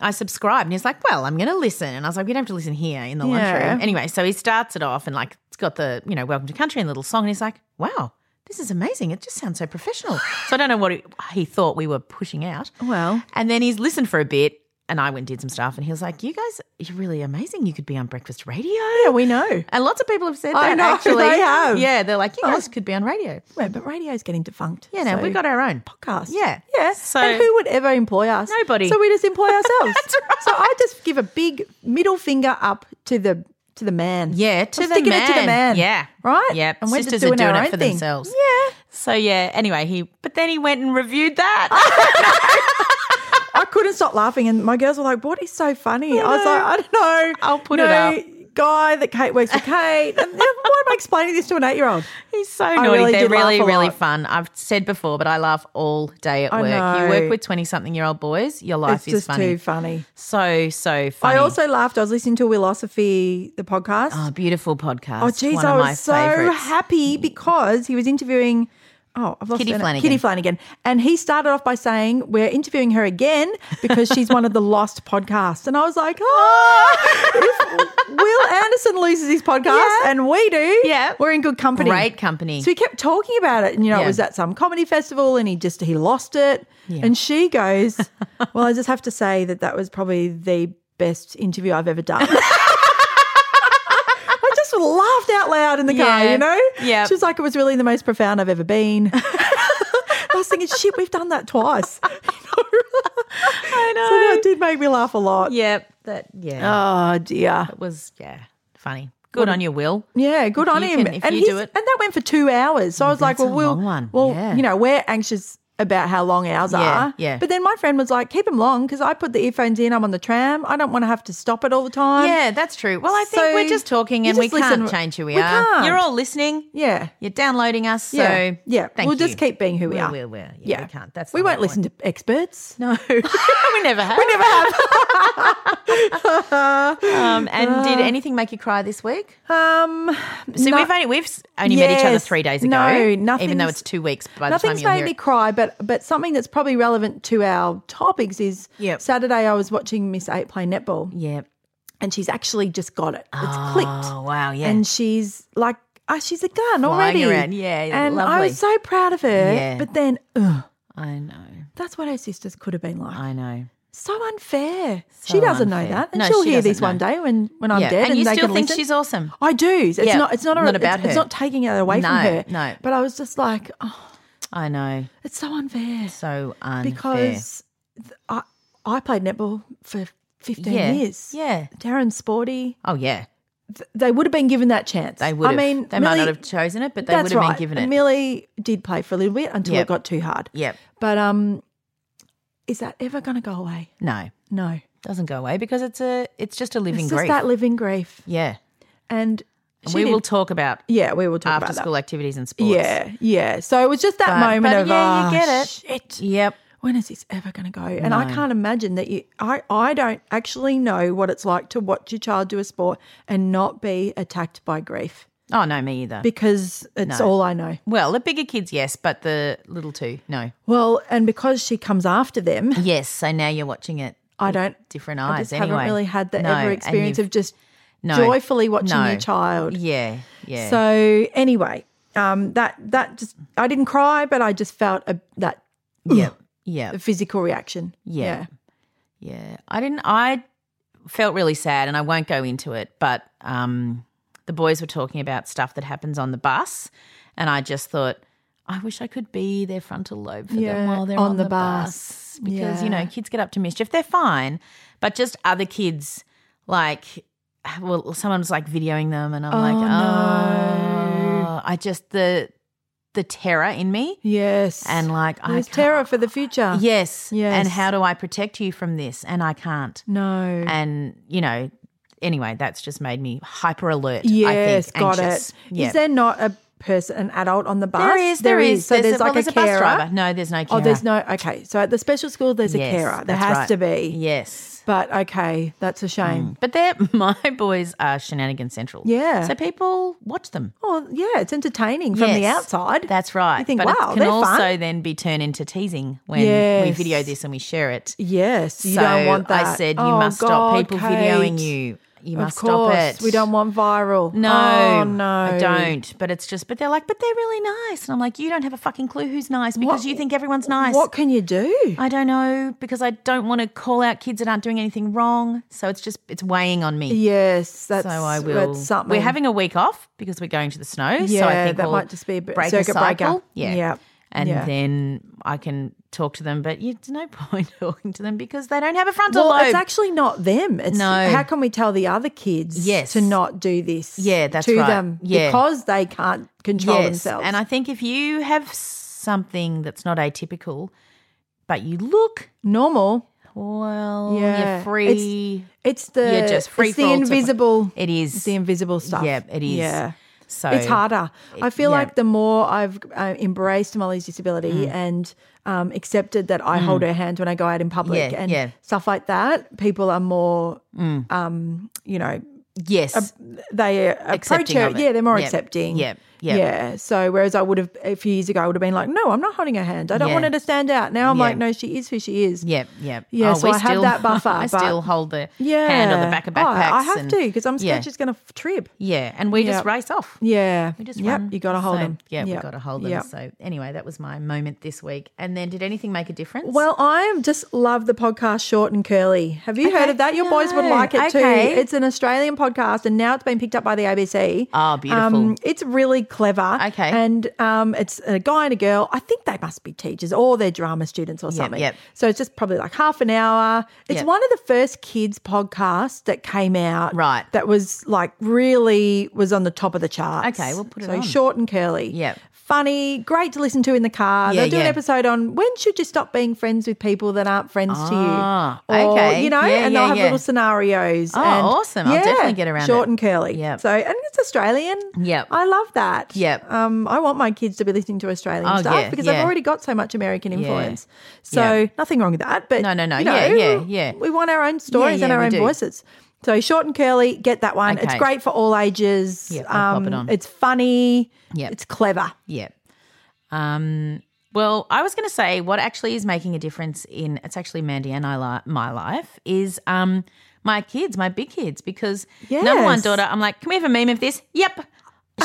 Speaker 4: I subscribed and he's like, Well, I'm gonna listen. And I was like, We don't have to listen here in the
Speaker 3: Yeah.
Speaker 4: lunchroom. Anyway, so he starts it off and like it's got the, you know, welcome to country and little song, and he's like, Wow. This is amazing. It just sounds so professional. So I don't know what he, he thought we were pushing out.
Speaker 3: Well.
Speaker 4: And then he's listened for a bit, and I went and did some stuff, and he was like, "You guys, you're really amazing. You could be on breakfast radio."
Speaker 3: Yeah, we know.
Speaker 4: and lots of people have said that.
Speaker 3: I know,
Speaker 4: actually,
Speaker 3: they have.
Speaker 4: Yeah, they're like, "You guys could be on radio."
Speaker 3: Wait, but radio's getting defunct.
Speaker 4: Yeah, no,
Speaker 3: so-
Speaker 4: we got our own
Speaker 3: podcast.
Speaker 4: Yeah,
Speaker 3: yeah.
Speaker 4: So
Speaker 3: and who would ever employ us?
Speaker 4: Nobody.
Speaker 3: So we just employ ourselves.
Speaker 4: That's right.
Speaker 3: So I just give a big middle finger up to the to the man.
Speaker 4: Yeah, to
Speaker 3: I'm
Speaker 4: the
Speaker 3: sticking
Speaker 4: man.
Speaker 3: it to the man.
Speaker 4: Yeah,
Speaker 3: right.
Speaker 4: Yep.
Speaker 3: and we're
Speaker 4: sisters
Speaker 3: just doing
Speaker 4: are doing
Speaker 3: our
Speaker 4: it
Speaker 3: own
Speaker 4: for
Speaker 3: thing.
Speaker 4: themselves.
Speaker 3: Yeah,
Speaker 4: So yeah. Anyway, he but then he went and reviewed that.
Speaker 3: I couldn't stop laughing, and my girls were like, "What is so funny?" I, was like, "I don't know."
Speaker 4: I'll put
Speaker 3: no
Speaker 4: it up.
Speaker 3: Guy that Kate works with Kate. and why am I explaining this to an eight-year-old?
Speaker 4: He's so
Speaker 3: I
Speaker 4: naughty.
Speaker 3: really
Speaker 4: They're
Speaker 3: did laugh
Speaker 4: really,
Speaker 3: a
Speaker 4: really
Speaker 3: lot.
Speaker 4: fun. I've said before, but I laugh all day at
Speaker 3: I
Speaker 4: work. You
Speaker 3: know.
Speaker 4: work with twenty-something-year-old boys. Your life
Speaker 3: it's
Speaker 4: is
Speaker 3: just
Speaker 4: funny.
Speaker 3: too funny.
Speaker 4: so so funny.
Speaker 3: I also laughed. I was listening to Willosophy, the podcast.
Speaker 4: Oh, beautiful podcast.
Speaker 3: Oh, geez,
Speaker 4: One
Speaker 3: I
Speaker 4: of my
Speaker 3: was so
Speaker 4: favorites. Mm.
Speaker 3: happy because he was interviewing. Oh, I've lost
Speaker 4: Kitty
Speaker 3: her name.
Speaker 4: Flanagan.
Speaker 3: Kitty Flanagan, and he started off by saying, "We're interviewing her again because she's one of the lost podcasts." And I was like, "Oh, if Will Anderson loses his podcast,
Speaker 4: Yeah.
Speaker 3: and we do.
Speaker 4: Yeah.
Speaker 3: we're in good company.
Speaker 4: Great company.
Speaker 3: So he kept talking about it, and you know,
Speaker 4: Yeah.
Speaker 3: it was at some comedy festival, and he just he lost it. And she goes, "Well, I just have to say that that was probably the best interview I've ever done." I just laughed out loud in the car,
Speaker 4: Yeah.
Speaker 3: you know?
Speaker 4: Yep.
Speaker 3: She was like, it was really the most profound I've ever been. I was thinking, shit, we've done that twice.
Speaker 4: I
Speaker 3: So that did make me laugh a lot.
Speaker 4: Yep. That yeah.
Speaker 3: Oh, dear.
Speaker 4: It was yeah. Funny. Good on you, Will.
Speaker 3: Yeah, good
Speaker 4: If
Speaker 3: on
Speaker 4: you
Speaker 3: him.
Speaker 4: can- if
Speaker 3: and
Speaker 4: you
Speaker 3: he's-
Speaker 4: do it-
Speaker 3: and that went for two hours. So I was like,
Speaker 4: that's
Speaker 3: well,
Speaker 4: a
Speaker 3: we'll,
Speaker 4: long one.
Speaker 3: well,
Speaker 4: Yeah.
Speaker 3: you know, we're anxious about how long ours
Speaker 4: Yeah,
Speaker 3: are.
Speaker 4: yeah.
Speaker 3: But then my friend was like, keep them long because I put the earphones in. I'm on the tram. I don't want to have to stop it all the time.
Speaker 4: Yeah, that's true. Well, I think
Speaker 3: Um, So
Speaker 4: we're just talking
Speaker 3: you
Speaker 4: and
Speaker 3: just
Speaker 4: we
Speaker 3: listen.
Speaker 4: can't change who we,
Speaker 3: We
Speaker 4: are.
Speaker 3: can't.
Speaker 4: You're all listening.
Speaker 3: Yeah.
Speaker 4: You're downloading us. So
Speaker 3: yeah. yeah.
Speaker 4: Thank
Speaker 3: we'll
Speaker 4: you.
Speaker 3: just keep being who we
Speaker 4: We're-
Speaker 3: are.
Speaker 4: we're- we're- yeah, we can't. That's
Speaker 3: we
Speaker 4: the
Speaker 3: won't
Speaker 4: whole
Speaker 3: listen to experts.
Speaker 4: No, we never have. We never have. um, and did anything make you cry this week?
Speaker 3: Um, Ah.
Speaker 4: So
Speaker 3: no-
Speaker 4: we've only we've s- only met each other
Speaker 3: Yes.
Speaker 4: three days ago.
Speaker 3: No,
Speaker 4: Even though
Speaker 3: nothing's-
Speaker 4: it's two weeks by the time
Speaker 3: nothing's
Speaker 4: you
Speaker 3: made
Speaker 4: hear
Speaker 3: me
Speaker 4: it.
Speaker 3: cry, but but but something that's probably relevant to our topics is
Speaker 4: Yep.
Speaker 3: Saturday I was watching Miss Eight play netball
Speaker 4: Yeah.
Speaker 3: and she's actually just got it. It's clicked.
Speaker 4: Oh, wow. Yeah.
Speaker 3: And she's like, ah, she's a gun already.
Speaker 4: Flying around. Yeah, yeah,
Speaker 3: and I
Speaker 4: lovely.
Speaker 3: was so proud of her.
Speaker 4: Yeah.
Speaker 3: But then, ugh,
Speaker 4: I know.
Speaker 3: that's what her sisters could have been like.
Speaker 4: I know.
Speaker 3: so unfair.
Speaker 4: So
Speaker 3: she doesn't know
Speaker 4: unfair.
Speaker 3: that, and
Speaker 4: No,
Speaker 3: she'll
Speaker 4: she
Speaker 3: hear this one
Speaker 4: doesn't know.
Speaker 3: day when when I'm
Speaker 4: Yeah,
Speaker 3: dead.
Speaker 4: and you
Speaker 3: they
Speaker 4: still
Speaker 3: can
Speaker 4: think
Speaker 3: listen.
Speaker 4: she's awesome.
Speaker 3: I do. It's
Speaker 4: Yeah,
Speaker 3: not. It's not, a,
Speaker 4: not about
Speaker 3: it's, It's
Speaker 4: her.
Speaker 3: not taking it away from
Speaker 4: No,
Speaker 3: her.
Speaker 4: no.
Speaker 3: But I was just like, oh,
Speaker 4: I know.
Speaker 3: it's so unfair.
Speaker 4: So unfair.
Speaker 3: because th- I I played netball for fifteen
Speaker 4: yeah.
Speaker 3: years.
Speaker 4: Yeah.
Speaker 3: Darren Sporty.
Speaker 4: Oh yeah.
Speaker 3: Th- They would have been given that chance.
Speaker 4: They would.
Speaker 3: I mean,
Speaker 4: they might
Speaker 3: Millie-
Speaker 4: not have chosen it, but they
Speaker 3: that's
Speaker 4: would have
Speaker 3: right.
Speaker 4: been given it.
Speaker 3: Millie did play for a little bit until
Speaker 4: Yep.
Speaker 3: it got too hard.
Speaker 4: yep.
Speaker 3: But um, is that ever going to go away?
Speaker 4: No,
Speaker 3: No.
Speaker 4: doesn't go away because it's a. It's just a living
Speaker 3: it's
Speaker 4: grief.
Speaker 3: just that living grief,
Speaker 4: yeah.
Speaker 3: and,
Speaker 4: And
Speaker 3: she
Speaker 4: we
Speaker 3: did-
Speaker 4: will talk about
Speaker 3: Yeah, we will talk
Speaker 4: after
Speaker 3: about that.
Speaker 4: school activities and sports.
Speaker 3: Yeah, yeah. So it was just that
Speaker 4: But-
Speaker 3: moment
Speaker 4: but
Speaker 3: of
Speaker 4: yeah, you
Speaker 3: "Oh,
Speaker 4: get it."
Speaker 3: Shit.
Speaker 4: Yep.
Speaker 3: when is this ever going to go? And I
Speaker 4: No.
Speaker 3: can't imagine that you. I I don't actually know what it's like to watch your child do a sport and not be attacked by grief
Speaker 4: Oh no, me either.
Speaker 3: because it's
Speaker 4: No.
Speaker 3: all I know.
Speaker 4: well, the bigger kids, yes, but the little two, no.
Speaker 3: Well, and because she comes after them,
Speaker 4: Yes. So now you're watching it
Speaker 3: I don't.
Speaker 4: different eyes.
Speaker 3: I just
Speaker 4: anyway,
Speaker 3: haven't really had the
Speaker 4: No,
Speaker 3: ever
Speaker 4: and
Speaker 3: experience
Speaker 4: you've-
Speaker 3: of just
Speaker 4: no.
Speaker 3: joyfully watching
Speaker 4: No.
Speaker 3: your child.
Speaker 4: Yeah. Yeah.
Speaker 3: So anyway, um, that that just I didn't cry, but I just felt a, that
Speaker 4: Yep. Yeah.
Speaker 3: physical reaction.
Speaker 4: Yeah. Yeah. I didn't I felt really sad and I won't go into it, but um the boys were talking about stuff that happens on the bus and I just thought I wish I could be their frontal lobe for
Speaker 3: Yeah,
Speaker 4: them while they're
Speaker 3: on
Speaker 4: on,
Speaker 3: the
Speaker 4: the,
Speaker 3: bus.
Speaker 4: bus. because you
Speaker 3: Yeah.
Speaker 4: know kids get up to mischief. They're fine, but just other kids like well someone was like videoing them and I'm like
Speaker 3: Oh, no.
Speaker 4: oh I just the the terror in me
Speaker 3: Yes.
Speaker 4: and like I
Speaker 3: There's
Speaker 4: can't-
Speaker 3: terror for the future.
Speaker 4: Yes.
Speaker 3: Yes.
Speaker 4: And how do I protect you from this? And I can't.
Speaker 3: No.
Speaker 4: And, you know, anyway, that's just made me hyper alert.
Speaker 3: yes,
Speaker 4: I think,
Speaker 3: got
Speaker 4: anxious.
Speaker 3: it.
Speaker 4: Yeah.
Speaker 3: Is there not a person, an adult on the bus?
Speaker 4: there is, there is.
Speaker 3: So there's,
Speaker 4: a,
Speaker 3: like
Speaker 4: well,
Speaker 3: a
Speaker 4: there's
Speaker 3: carer.
Speaker 4: bus driver. No, there's no
Speaker 3: Oh,
Speaker 4: carer.
Speaker 3: there's no. Okay. So at the special school, there's a
Speaker 4: Yes,
Speaker 3: carer. There
Speaker 4: that's
Speaker 3: has
Speaker 4: right. Mm.
Speaker 3: to be.
Speaker 4: Yes.
Speaker 3: But okay, that's a shame.
Speaker 4: But they're, my boys are shenanigan central.
Speaker 3: Yeah.
Speaker 4: So people watch them.
Speaker 3: Oh, yeah, it's entertaining from the
Speaker 4: Yes,
Speaker 3: outside.
Speaker 4: That's right.
Speaker 3: You think,
Speaker 4: but
Speaker 3: wow,
Speaker 4: it can
Speaker 3: they're
Speaker 4: also
Speaker 3: fun.
Speaker 4: then be turned into teasing when we
Speaker 3: Yes.
Speaker 4: video this and we share it.
Speaker 3: Yes, you
Speaker 4: so
Speaker 3: don't want that.
Speaker 4: I said, you
Speaker 3: Oh,
Speaker 4: must
Speaker 3: God,
Speaker 4: stop people videoing
Speaker 3: Kate.
Speaker 4: you. You
Speaker 3: of
Speaker 4: must
Speaker 3: course,
Speaker 4: stop it.
Speaker 3: We don't want viral.
Speaker 4: No,
Speaker 3: Oh, no,
Speaker 4: I don't. But it's just, but they're like, but they're really nice, and I'm like, you don't have a fucking clue who's nice because
Speaker 3: What-
Speaker 4: you think everyone's nice.
Speaker 3: What can you do?
Speaker 4: I don't know because I don't want to call out kids that aren't doing anything wrong. So it's just, it's weighing on me.
Speaker 3: Yes, that's
Speaker 4: so I will.
Speaker 3: That's something.
Speaker 4: We're having a week off because we're going to the snow. so I
Speaker 3: Yeah,
Speaker 4: think
Speaker 3: that
Speaker 4: we'll
Speaker 3: might just be a bit-
Speaker 4: break
Speaker 3: circuit
Speaker 4: a
Speaker 3: breaker.
Speaker 4: cycle. Yeah.
Speaker 3: Yeah.
Speaker 4: And
Speaker 3: Yeah.
Speaker 4: then I can talk to them, but it's no point talking to them because they don't have a frontal
Speaker 3: well,
Speaker 4: lobe.
Speaker 3: it's actually not them. It's
Speaker 4: No.
Speaker 3: how can we tell the other kids
Speaker 4: Yes.
Speaker 3: to not do this?
Speaker 4: Yeah, that's
Speaker 3: to
Speaker 4: right.
Speaker 3: them
Speaker 4: Yeah.
Speaker 3: because they can't control themselves.
Speaker 4: And I think if you have something that's not atypical, but you look
Speaker 3: normal.
Speaker 4: well,
Speaker 3: Yeah.
Speaker 4: you're
Speaker 3: It's-
Speaker 4: free.
Speaker 3: It's the
Speaker 4: You're just free
Speaker 3: it's
Speaker 4: for
Speaker 3: the
Speaker 4: all to-
Speaker 3: invisible.
Speaker 4: It is.
Speaker 3: It's the invisible stuff.
Speaker 4: Yeah, it is.
Speaker 3: Yeah.
Speaker 4: so
Speaker 3: it's harder. I feel
Speaker 4: yeah. Mm-hmm.
Speaker 3: like the more I've uh, embraced Molly's disability and um, accepted that I hold her hand when I go out in public
Speaker 4: Mm. Yeah,
Speaker 3: and
Speaker 4: yeah. Mm.
Speaker 3: stuff like that, people are more, um, you know,
Speaker 4: Yes,
Speaker 3: Uh, they approach
Speaker 4: Accepting
Speaker 3: her.
Speaker 4: of it.
Speaker 3: Yeah, they're more
Speaker 4: Yep.
Speaker 3: accepting.
Speaker 4: Yep. Yep.
Speaker 3: Yeah. So whereas I would have a few years ago, I would have been like, no, I'm not holding her hand. I don't
Speaker 4: Yeah.
Speaker 3: want her to stand out. Now I'm
Speaker 4: Yeah.
Speaker 3: like, no, she is who she is.
Speaker 4: yep, yep.
Speaker 3: Yeah,
Speaker 4: Oh,
Speaker 3: so
Speaker 4: we
Speaker 3: I have
Speaker 4: still-
Speaker 3: that buffer,
Speaker 4: I
Speaker 3: but-
Speaker 4: still hold the
Speaker 3: Yeah.
Speaker 4: hand on the back of
Speaker 3: Oh,
Speaker 4: backpacks.
Speaker 3: I have
Speaker 4: and-
Speaker 3: to because I'm scared
Speaker 4: yeah.
Speaker 3: she's going to trip.
Speaker 4: Yeah, and we
Speaker 3: Yep.
Speaker 4: just race off.
Speaker 3: Yeah.
Speaker 4: We just
Speaker 3: yep.
Speaker 4: run.
Speaker 3: You got to hold
Speaker 4: So,
Speaker 3: them.
Speaker 4: Yeah, we
Speaker 3: Yep.
Speaker 4: got to hold them.
Speaker 3: Yep.
Speaker 4: So anyway, that was my moment this week. And then, did anything make a difference?
Speaker 3: Well, I am just love the podcast Short and Curly. Have you heard
Speaker 4: Okay.
Speaker 3: of that? Your boys would
Speaker 4: No.
Speaker 3: like it
Speaker 4: Okay.
Speaker 3: too. It's an Australian podcast, and now it's been picked up by the ABC.
Speaker 4: Ah, beautiful.
Speaker 3: Um, it's really clever.
Speaker 4: Okay.
Speaker 3: and um, it's a guy and a girl. I think they must be teachers or they're drama students or something.
Speaker 4: yep.
Speaker 3: So it's just probably like half an hour. It's
Speaker 4: Yep.
Speaker 3: one of the first kids podcasts that came out.
Speaker 4: Right.
Speaker 3: That was like really was on the top of the charts.
Speaker 4: Okay, we'll put it
Speaker 3: so
Speaker 4: on.
Speaker 3: Short and Curly.
Speaker 4: Yep.
Speaker 3: Funny, great to listen to in the car.
Speaker 4: Yeah,
Speaker 3: They'll do an
Speaker 4: yeah.
Speaker 3: episode episode on when should you stop being friends with people that aren't friends
Speaker 4: Ah,
Speaker 3: to you. Or,
Speaker 4: okay.
Speaker 3: You know,
Speaker 4: Yeah,
Speaker 3: and
Speaker 4: yeah,
Speaker 3: they'll have
Speaker 4: yeah.
Speaker 3: little scenarios.
Speaker 4: Oh,
Speaker 3: and-
Speaker 4: awesome. I'll definitely get around
Speaker 3: Short
Speaker 4: it.
Speaker 3: and curly. Yeah.
Speaker 4: Yep.
Speaker 3: So, and it's Australian.
Speaker 4: Yep.
Speaker 3: I love that.
Speaker 4: Yep.
Speaker 3: Um, I want my kids to be listening to Australian
Speaker 4: Oh,
Speaker 3: stuff
Speaker 4: yeah,
Speaker 3: because
Speaker 4: yeah.
Speaker 3: I've already got so much American influence. So,
Speaker 4: Yeah.
Speaker 3: nothing wrong with that. But
Speaker 4: No, no, no.
Speaker 3: you know,
Speaker 4: Yeah, yeah, yeah.
Speaker 3: We want our own stories
Speaker 4: yeah,
Speaker 3: and our
Speaker 4: we
Speaker 3: own
Speaker 4: do.
Speaker 3: voices. So, short and curly, get that one. It's
Speaker 4: Okay.
Speaker 3: great for all ages.
Speaker 4: Yep, I'll pop it on.
Speaker 3: It's funny.
Speaker 4: Yep.
Speaker 3: It's clever.
Speaker 4: Yeah. Um, Well, I was going to say what actually is making a difference in it's actually Mandy and I li- my life is um my kids, my big kids, because number one
Speaker 3: Yes.
Speaker 4: daughter, I'm like, can we have a meme of this? Yep.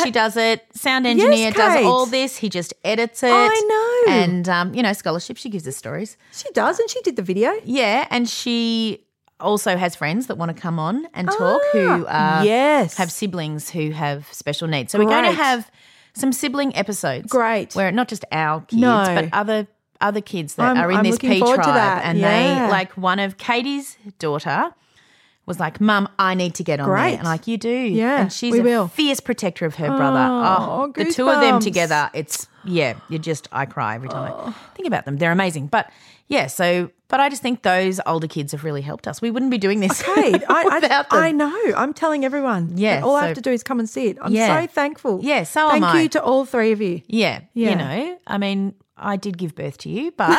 Speaker 4: She does it. Sound engineer does
Speaker 3: Kate.
Speaker 4: all this. He just edits it.
Speaker 3: I know.
Speaker 4: And um, you know, scholarship. She gives us stories.
Speaker 3: She does, and she did the video.
Speaker 4: Yeah, and she also has friends that want to come on and talk who
Speaker 3: Ah,
Speaker 4: uh,
Speaker 3: yes.
Speaker 4: have siblings who have special needs. So we're going
Speaker 3: Great.
Speaker 4: to have some sibling episodes.
Speaker 3: Great.
Speaker 4: Where not just our kids,
Speaker 3: No.
Speaker 4: but other other kids that
Speaker 3: I'm-
Speaker 4: are in
Speaker 3: I'm
Speaker 4: this
Speaker 3: looking
Speaker 4: P
Speaker 3: forward
Speaker 4: tribe.
Speaker 3: to that.
Speaker 4: And
Speaker 3: Yeah.
Speaker 4: they like one of Katie's daughter was like, Mum, I need to get on
Speaker 3: Great.
Speaker 4: there. And like, you do.
Speaker 3: Yeah,
Speaker 4: And she's
Speaker 3: we
Speaker 4: a
Speaker 3: will.
Speaker 4: fierce protector of her brother.
Speaker 3: Oh,
Speaker 4: Oh, the two of them
Speaker 3: goosebumps. Oh.
Speaker 4: together, it's yeah, you just I cry every time I think about them. They're amazing. But yeah, so but I just think those older kids have really helped us. We wouldn't be doing this
Speaker 3: Kate, I, I,
Speaker 4: without them.
Speaker 3: I know. I'm telling everyone. that
Speaker 4: Yeah,
Speaker 3: All I
Speaker 4: so-
Speaker 3: have to do is come and see it. I'm
Speaker 4: Yeah.
Speaker 3: so thankful.
Speaker 4: Yeah, so
Speaker 3: Thank
Speaker 4: am I.
Speaker 3: you to all three of you.
Speaker 4: Yeah,
Speaker 3: Yeah.
Speaker 4: you know, I mean, I did give birth to you, but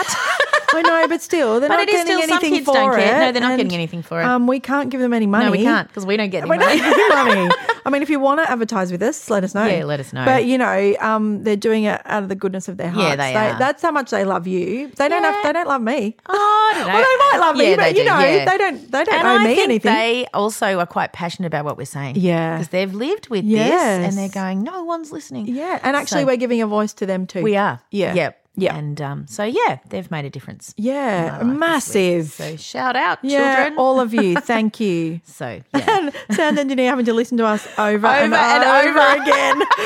Speaker 3: I know, but still, they're
Speaker 4: But
Speaker 3: not
Speaker 4: it is
Speaker 3: getting
Speaker 4: still- some
Speaker 3: anything
Speaker 4: kids
Speaker 3: for
Speaker 4: don't
Speaker 3: it.
Speaker 4: care. No, they're not
Speaker 3: and,
Speaker 4: getting anything for it.
Speaker 3: Um, we can't give them any money.
Speaker 4: no, we can't because we don't get
Speaker 3: We
Speaker 4: any
Speaker 3: don't
Speaker 4: money.
Speaker 3: give money. I mean, if you want to advertise with us, let us know.
Speaker 4: Yeah, let us know.
Speaker 3: But you know, um, they're doing it out of the goodness of their hearts.
Speaker 4: they are.
Speaker 3: That's how much they love you. They don't have. They don't love me.
Speaker 4: Oh, I don't know.
Speaker 3: Well, they might love me,
Speaker 4: Yeah,
Speaker 3: but
Speaker 4: they
Speaker 3: you
Speaker 4: do,
Speaker 3: know,
Speaker 4: yeah.
Speaker 3: they don't. They don't
Speaker 4: and
Speaker 3: owe
Speaker 4: I
Speaker 3: me
Speaker 4: think
Speaker 3: anything.
Speaker 4: They also are quite passionate about what we're saying.
Speaker 3: Yeah.
Speaker 4: Because they've lived with this
Speaker 3: Yes.
Speaker 4: and they're going, no one's listening.
Speaker 3: yeah, and actually,
Speaker 4: So-
Speaker 3: we're giving a voice to them too.
Speaker 4: We are.
Speaker 3: Yeah.
Speaker 4: Yep.
Speaker 3: Yeah.
Speaker 4: And um, so, yeah, they've made a difference.
Speaker 3: Yeah,
Speaker 4: in my life this week.
Speaker 3: massive.
Speaker 4: So, shout out,
Speaker 3: yeah,
Speaker 4: children.
Speaker 3: all of you. Thank you.
Speaker 4: so, yeah.
Speaker 3: And sound engineer having to listen to us over, and,
Speaker 4: Over and
Speaker 3: over,
Speaker 4: over.
Speaker 3: again.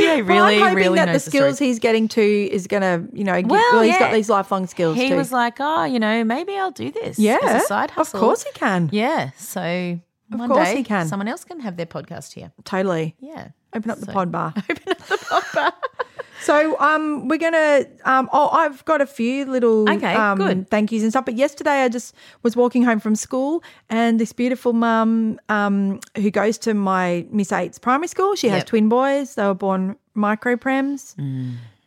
Speaker 4: yeah,
Speaker 3: Well,
Speaker 4: really,
Speaker 3: I'm hoping
Speaker 4: really
Speaker 3: that
Speaker 4: knows
Speaker 3: the skills
Speaker 4: story.
Speaker 3: he's getting to is going to, you know, give, well,
Speaker 4: Well,
Speaker 3: he's got
Speaker 4: yeah.
Speaker 3: these lifelong skills
Speaker 4: He
Speaker 3: too.
Speaker 4: was like, oh, you know, maybe I'll do this
Speaker 3: yeah,
Speaker 4: as a side hustle.
Speaker 3: of course he can.
Speaker 4: Yeah. So of one
Speaker 3: course
Speaker 4: day,
Speaker 3: he can.
Speaker 4: Someone else can have their podcast here.
Speaker 3: Totally.
Speaker 4: Yeah.
Speaker 3: Open up the
Speaker 4: So-
Speaker 3: pod bar.
Speaker 4: Open up the pod bar.
Speaker 3: So um, we're gonna um, oh I've got a few little
Speaker 4: Okay,
Speaker 3: um,
Speaker 4: good.
Speaker 3: thank yous and stuff. But yesterday I just was walking home from school and this beautiful mum um, who goes to my Miss Eight's primary school. She has
Speaker 4: Yep. Mm.
Speaker 3: twin boys. They were born micro prems.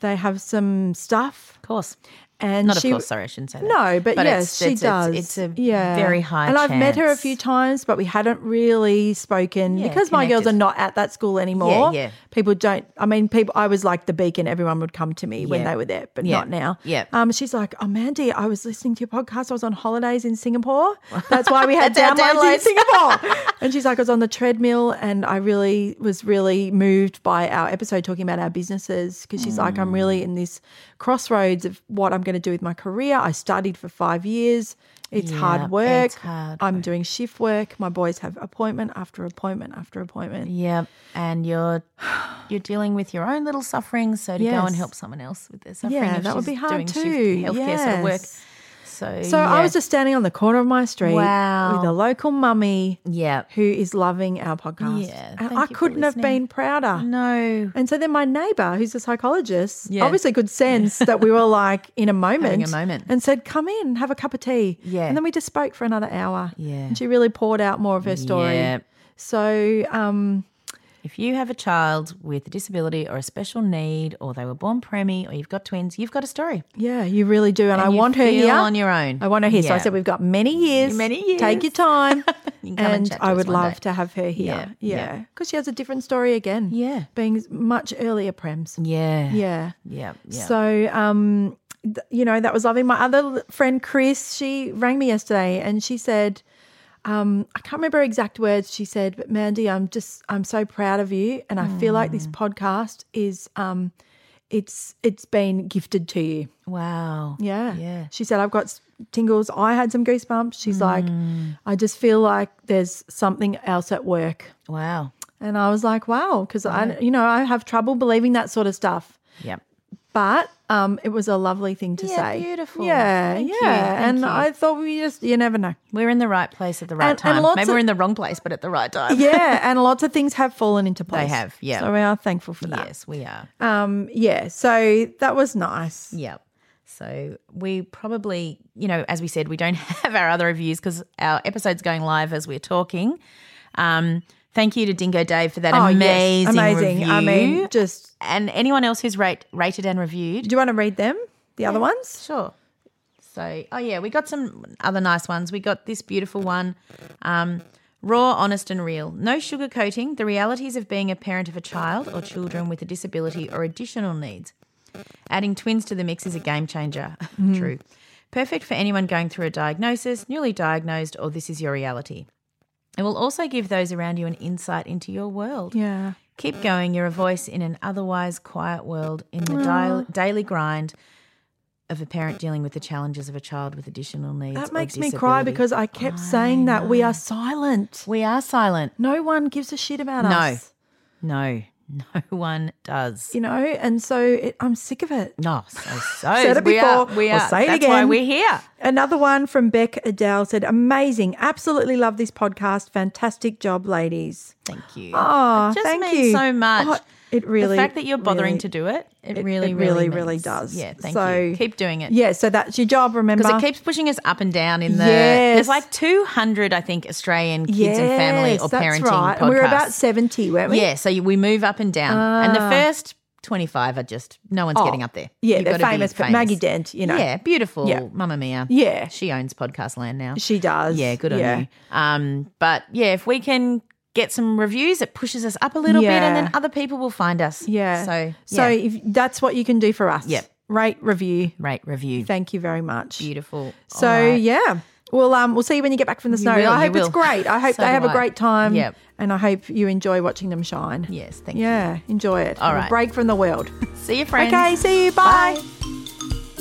Speaker 3: They have some stuff
Speaker 4: Of course.
Speaker 3: and
Speaker 4: Not
Speaker 3: she,
Speaker 4: of course, sorry, I shouldn't say that.
Speaker 3: No, but, yes,
Speaker 4: it's-
Speaker 3: she
Speaker 4: it's-
Speaker 3: does.
Speaker 4: it's- It's, a very high
Speaker 3: And I've met her a
Speaker 4: chance.
Speaker 3: few times, but we hadn't really spoken
Speaker 4: Yeah,
Speaker 3: because my girls
Speaker 4: connected.
Speaker 3: are not at that school anymore.
Speaker 4: yeah.
Speaker 3: People don't. I mean, people. I was like the beacon; everyone would come to me when
Speaker 4: Yeah.
Speaker 3: they were there, but
Speaker 4: Yeah.
Speaker 3: not now.
Speaker 4: Yeah.
Speaker 3: Um, she's like, "Oh, Mandy, I was listening to your podcast. I was on holidays in Singapore. That's why we had
Speaker 4: That's our
Speaker 3: downloads in
Speaker 4: downloads.
Speaker 3: Singapore." and she's like, "I was on the treadmill, and I really was really moved by our episode talking about our businesses because she's like, I'm really in this crossroads of what I'm going to do with my career. I studied for five years." It's
Speaker 4: Yeah,
Speaker 3: hard work.
Speaker 4: it's hard
Speaker 3: I'm doing shift work. My boys have appointment after appointment after appointment.
Speaker 4: Yeah. And you're you're dealing with your own little suffering, so to go
Speaker 3: Yes.
Speaker 4: and help someone else with their suffering.
Speaker 3: Yeah,
Speaker 4: if
Speaker 3: that would
Speaker 4: she's
Speaker 3: be hard
Speaker 4: doing shift
Speaker 3: too.
Speaker 4: Healthcare sort of work.
Speaker 3: Yes.
Speaker 4: So
Speaker 3: So I
Speaker 4: yeah.
Speaker 3: was just standing on the corner of my street
Speaker 4: Wow.
Speaker 3: with a local mummy
Speaker 4: Yeah.
Speaker 3: who is loving our podcast.
Speaker 4: Yeah,
Speaker 3: and
Speaker 4: thank
Speaker 3: I
Speaker 4: you for
Speaker 3: couldn't have
Speaker 4: listening.
Speaker 3: been prouder.
Speaker 4: No.
Speaker 3: And so then my neighbor, who's a psychologist,
Speaker 4: Yeah.
Speaker 3: obviously could sense that we were like in a moment,
Speaker 4: Having a moment.
Speaker 3: and said, "Come in, have a cup of tea."
Speaker 4: Yeah.
Speaker 3: and then we just spoke for another hour.
Speaker 4: Yeah.
Speaker 3: and she really poured out more of her story.
Speaker 4: Yeah.
Speaker 3: So, um,
Speaker 4: If you have a child with a disability or a special need, or they were born preemie, or you've got twins, you've got a story.
Speaker 3: yeah, you really do, and, I
Speaker 4: you
Speaker 3: want her
Speaker 4: feel
Speaker 3: here
Speaker 4: on your own.
Speaker 3: I want her here. So I
Speaker 4: Yeah.
Speaker 3: said, "We've got many years.
Speaker 4: Many years.
Speaker 3: Take your time."
Speaker 4: You can come
Speaker 3: and
Speaker 4: chat to
Speaker 3: I
Speaker 4: us
Speaker 3: would
Speaker 4: one
Speaker 3: love
Speaker 4: day.
Speaker 3: to have her here.
Speaker 4: Yeah,
Speaker 3: Yeah,
Speaker 4: yeah.
Speaker 3: because she has a different story again.
Speaker 4: Yeah.
Speaker 3: being much earlier prems.
Speaker 4: Yeah.
Speaker 3: Yeah.
Speaker 4: Yeah. Yeah.
Speaker 3: So, um, th- you know, that was lovely. My other l- friend, Chris, she rang me yesterday and she said, um, I can't remember her exact words. She said, but Mandy, I'm just, I'm so proud of you. And I feel like
Speaker 4: Mm.
Speaker 3: this podcast is, um, it's, it's been gifted to you.
Speaker 4: wow.
Speaker 3: Yeah.
Speaker 4: Yeah. Mm.
Speaker 3: She said, I've got s- tingles. I had some goosebumps. She's like, I just feel like there's something else at work.
Speaker 4: Wow.
Speaker 3: And I was like, wow. Cause I, you know, I have trouble believing that sort of stuff
Speaker 4: Yeah.
Speaker 3: but um, it was a lovely thing to
Speaker 4: Yeah,
Speaker 3: say.
Speaker 4: beautiful.
Speaker 3: Yeah,
Speaker 4: Thank you,
Speaker 3: yeah.
Speaker 4: thank
Speaker 3: and
Speaker 4: you.
Speaker 3: I thought we just you never know.
Speaker 4: We're in the right place at the right
Speaker 3: And- and
Speaker 4: time.
Speaker 3: lots
Speaker 4: Maybe
Speaker 3: of-
Speaker 4: we're in the wrong place, but at the right time.
Speaker 3: Yeah, and lots of things have fallen into place.
Speaker 4: have, yeah.
Speaker 3: So we are thankful for that.
Speaker 4: Yes, we are.
Speaker 3: Um, yeah. So that was nice.
Speaker 4: Yeah. So we probably, you know, as we said, we don't have our other reviews because our episode's going live as we're talking. Um, thank you to Dingo Dave for that
Speaker 3: Oh, yes,
Speaker 4: amazing,
Speaker 3: amazing.
Speaker 4: review.
Speaker 3: I mean, just
Speaker 4: and anyone else who's rate, rated and reviewed.
Speaker 3: do you want to read them? The other ones?
Speaker 4: Sure. So, oh yeah, we got some other nice ones. We got this beautiful one. Um, raw, honest, and real. No sugarcoating. The realities of being a parent of a child or children with a disability or additional needs. Adding twins to the mix is a game changer. True. Perfect for anyone going through a diagnosis, newly diagnosed, or this is your reality. It will also give those around you an insight into your world.
Speaker 3: Yeah.
Speaker 4: Keep going. You're a voice in an otherwise quiet world in the dial- daily grind of a parent dealing with the challenges of a child with additional needs.
Speaker 3: That
Speaker 4: or
Speaker 3: makes me cry
Speaker 4: disability.
Speaker 3: because I kept saying that we are silent.
Speaker 4: we are silent.
Speaker 3: No one gives a shit about
Speaker 4: No.
Speaker 3: us.
Speaker 4: No, no one does.
Speaker 3: You know, and so it, I'm sick of it.
Speaker 4: No, so, so
Speaker 3: Said it
Speaker 4: we are-
Speaker 3: before,
Speaker 4: We are.
Speaker 3: I'll say it
Speaker 4: That's why
Speaker 3: again.
Speaker 4: we're here.
Speaker 3: Another one from Beck Adele said, Amazing. Absolutely love this podcast. Fantastic job, ladies.
Speaker 4: Thank you.
Speaker 3: Oh,
Speaker 4: it just
Speaker 3: thank
Speaker 4: means
Speaker 3: you.
Speaker 4: so much.
Speaker 3: Oh, it really,
Speaker 4: the fact that you're bothering
Speaker 3: really-
Speaker 4: to do it, it,
Speaker 3: it-
Speaker 4: really,
Speaker 3: it
Speaker 4: really,
Speaker 3: really, really
Speaker 4: means-
Speaker 3: does.
Speaker 4: Yeah, thank
Speaker 3: So-
Speaker 4: you. Keep doing it.
Speaker 3: Yeah, so that's your job, remember?
Speaker 4: Because it keeps pushing us up and down in the.
Speaker 3: Yes.
Speaker 4: There's like 200, I think, Australian kids and family
Speaker 3: Yes,
Speaker 4: or
Speaker 3: that's
Speaker 4: parenting
Speaker 3: right.
Speaker 4: podcasts.
Speaker 3: And we were about 70, weren't we?
Speaker 4: Yeah, so you- we move up and down, and the first 25 are just no one's
Speaker 3: Oh,
Speaker 4: getting up there.
Speaker 3: yeah,
Speaker 4: You've
Speaker 3: they're
Speaker 4: gotta be
Speaker 3: famous, but Maggie Dent, you know.
Speaker 4: Yeah, beautiful.
Speaker 3: Yeah.
Speaker 4: Mamma mia.
Speaker 3: Yeah.
Speaker 4: She owns podcast land now.
Speaker 3: She does.
Speaker 4: Yeah, good on
Speaker 3: Yeah.
Speaker 4: you. Um, but yeah, if we can get some reviews, it pushes us up a little bit, and
Speaker 3: Yeah.
Speaker 4: then other people will find us.
Speaker 3: Yeah.
Speaker 4: So
Speaker 3: so
Speaker 4: yeah.
Speaker 3: if that's what you can do for us.
Speaker 4: Yep.
Speaker 3: Rate, review.
Speaker 4: rate review.
Speaker 3: Thank you very much.
Speaker 4: Beautiful.
Speaker 3: So
Speaker 4: All right.
Speaker 3: yeah. Well, um, we'll see you when you get back from the snow.
Speaker 4: will,
Speaker 3: I
Speaker 4: you
Speaker 3: hope it's
Speaker 4: will.
Speaker 3: great. I hope
Speaker 4: So
Speaker 3: they
Speaker 4: do
Speaker 3: have a
Speaker 4: I.
Speaker 3: great time.
Speaker 4: Yep.
Speaker 3: And I hope you enjoy watching them shine.
Speaker 4: yes, thank
Speaker 3: Yeah. Enjoy it.
Speaker 4: All
Speaker 3: Have a
Speaker 4: right.
Speaker 3: break from the world.
Speaker 4: you. See you, friends.
Speaker 3: okay. See you.
Speaker 4: Bye.
Speaker 3: Bye.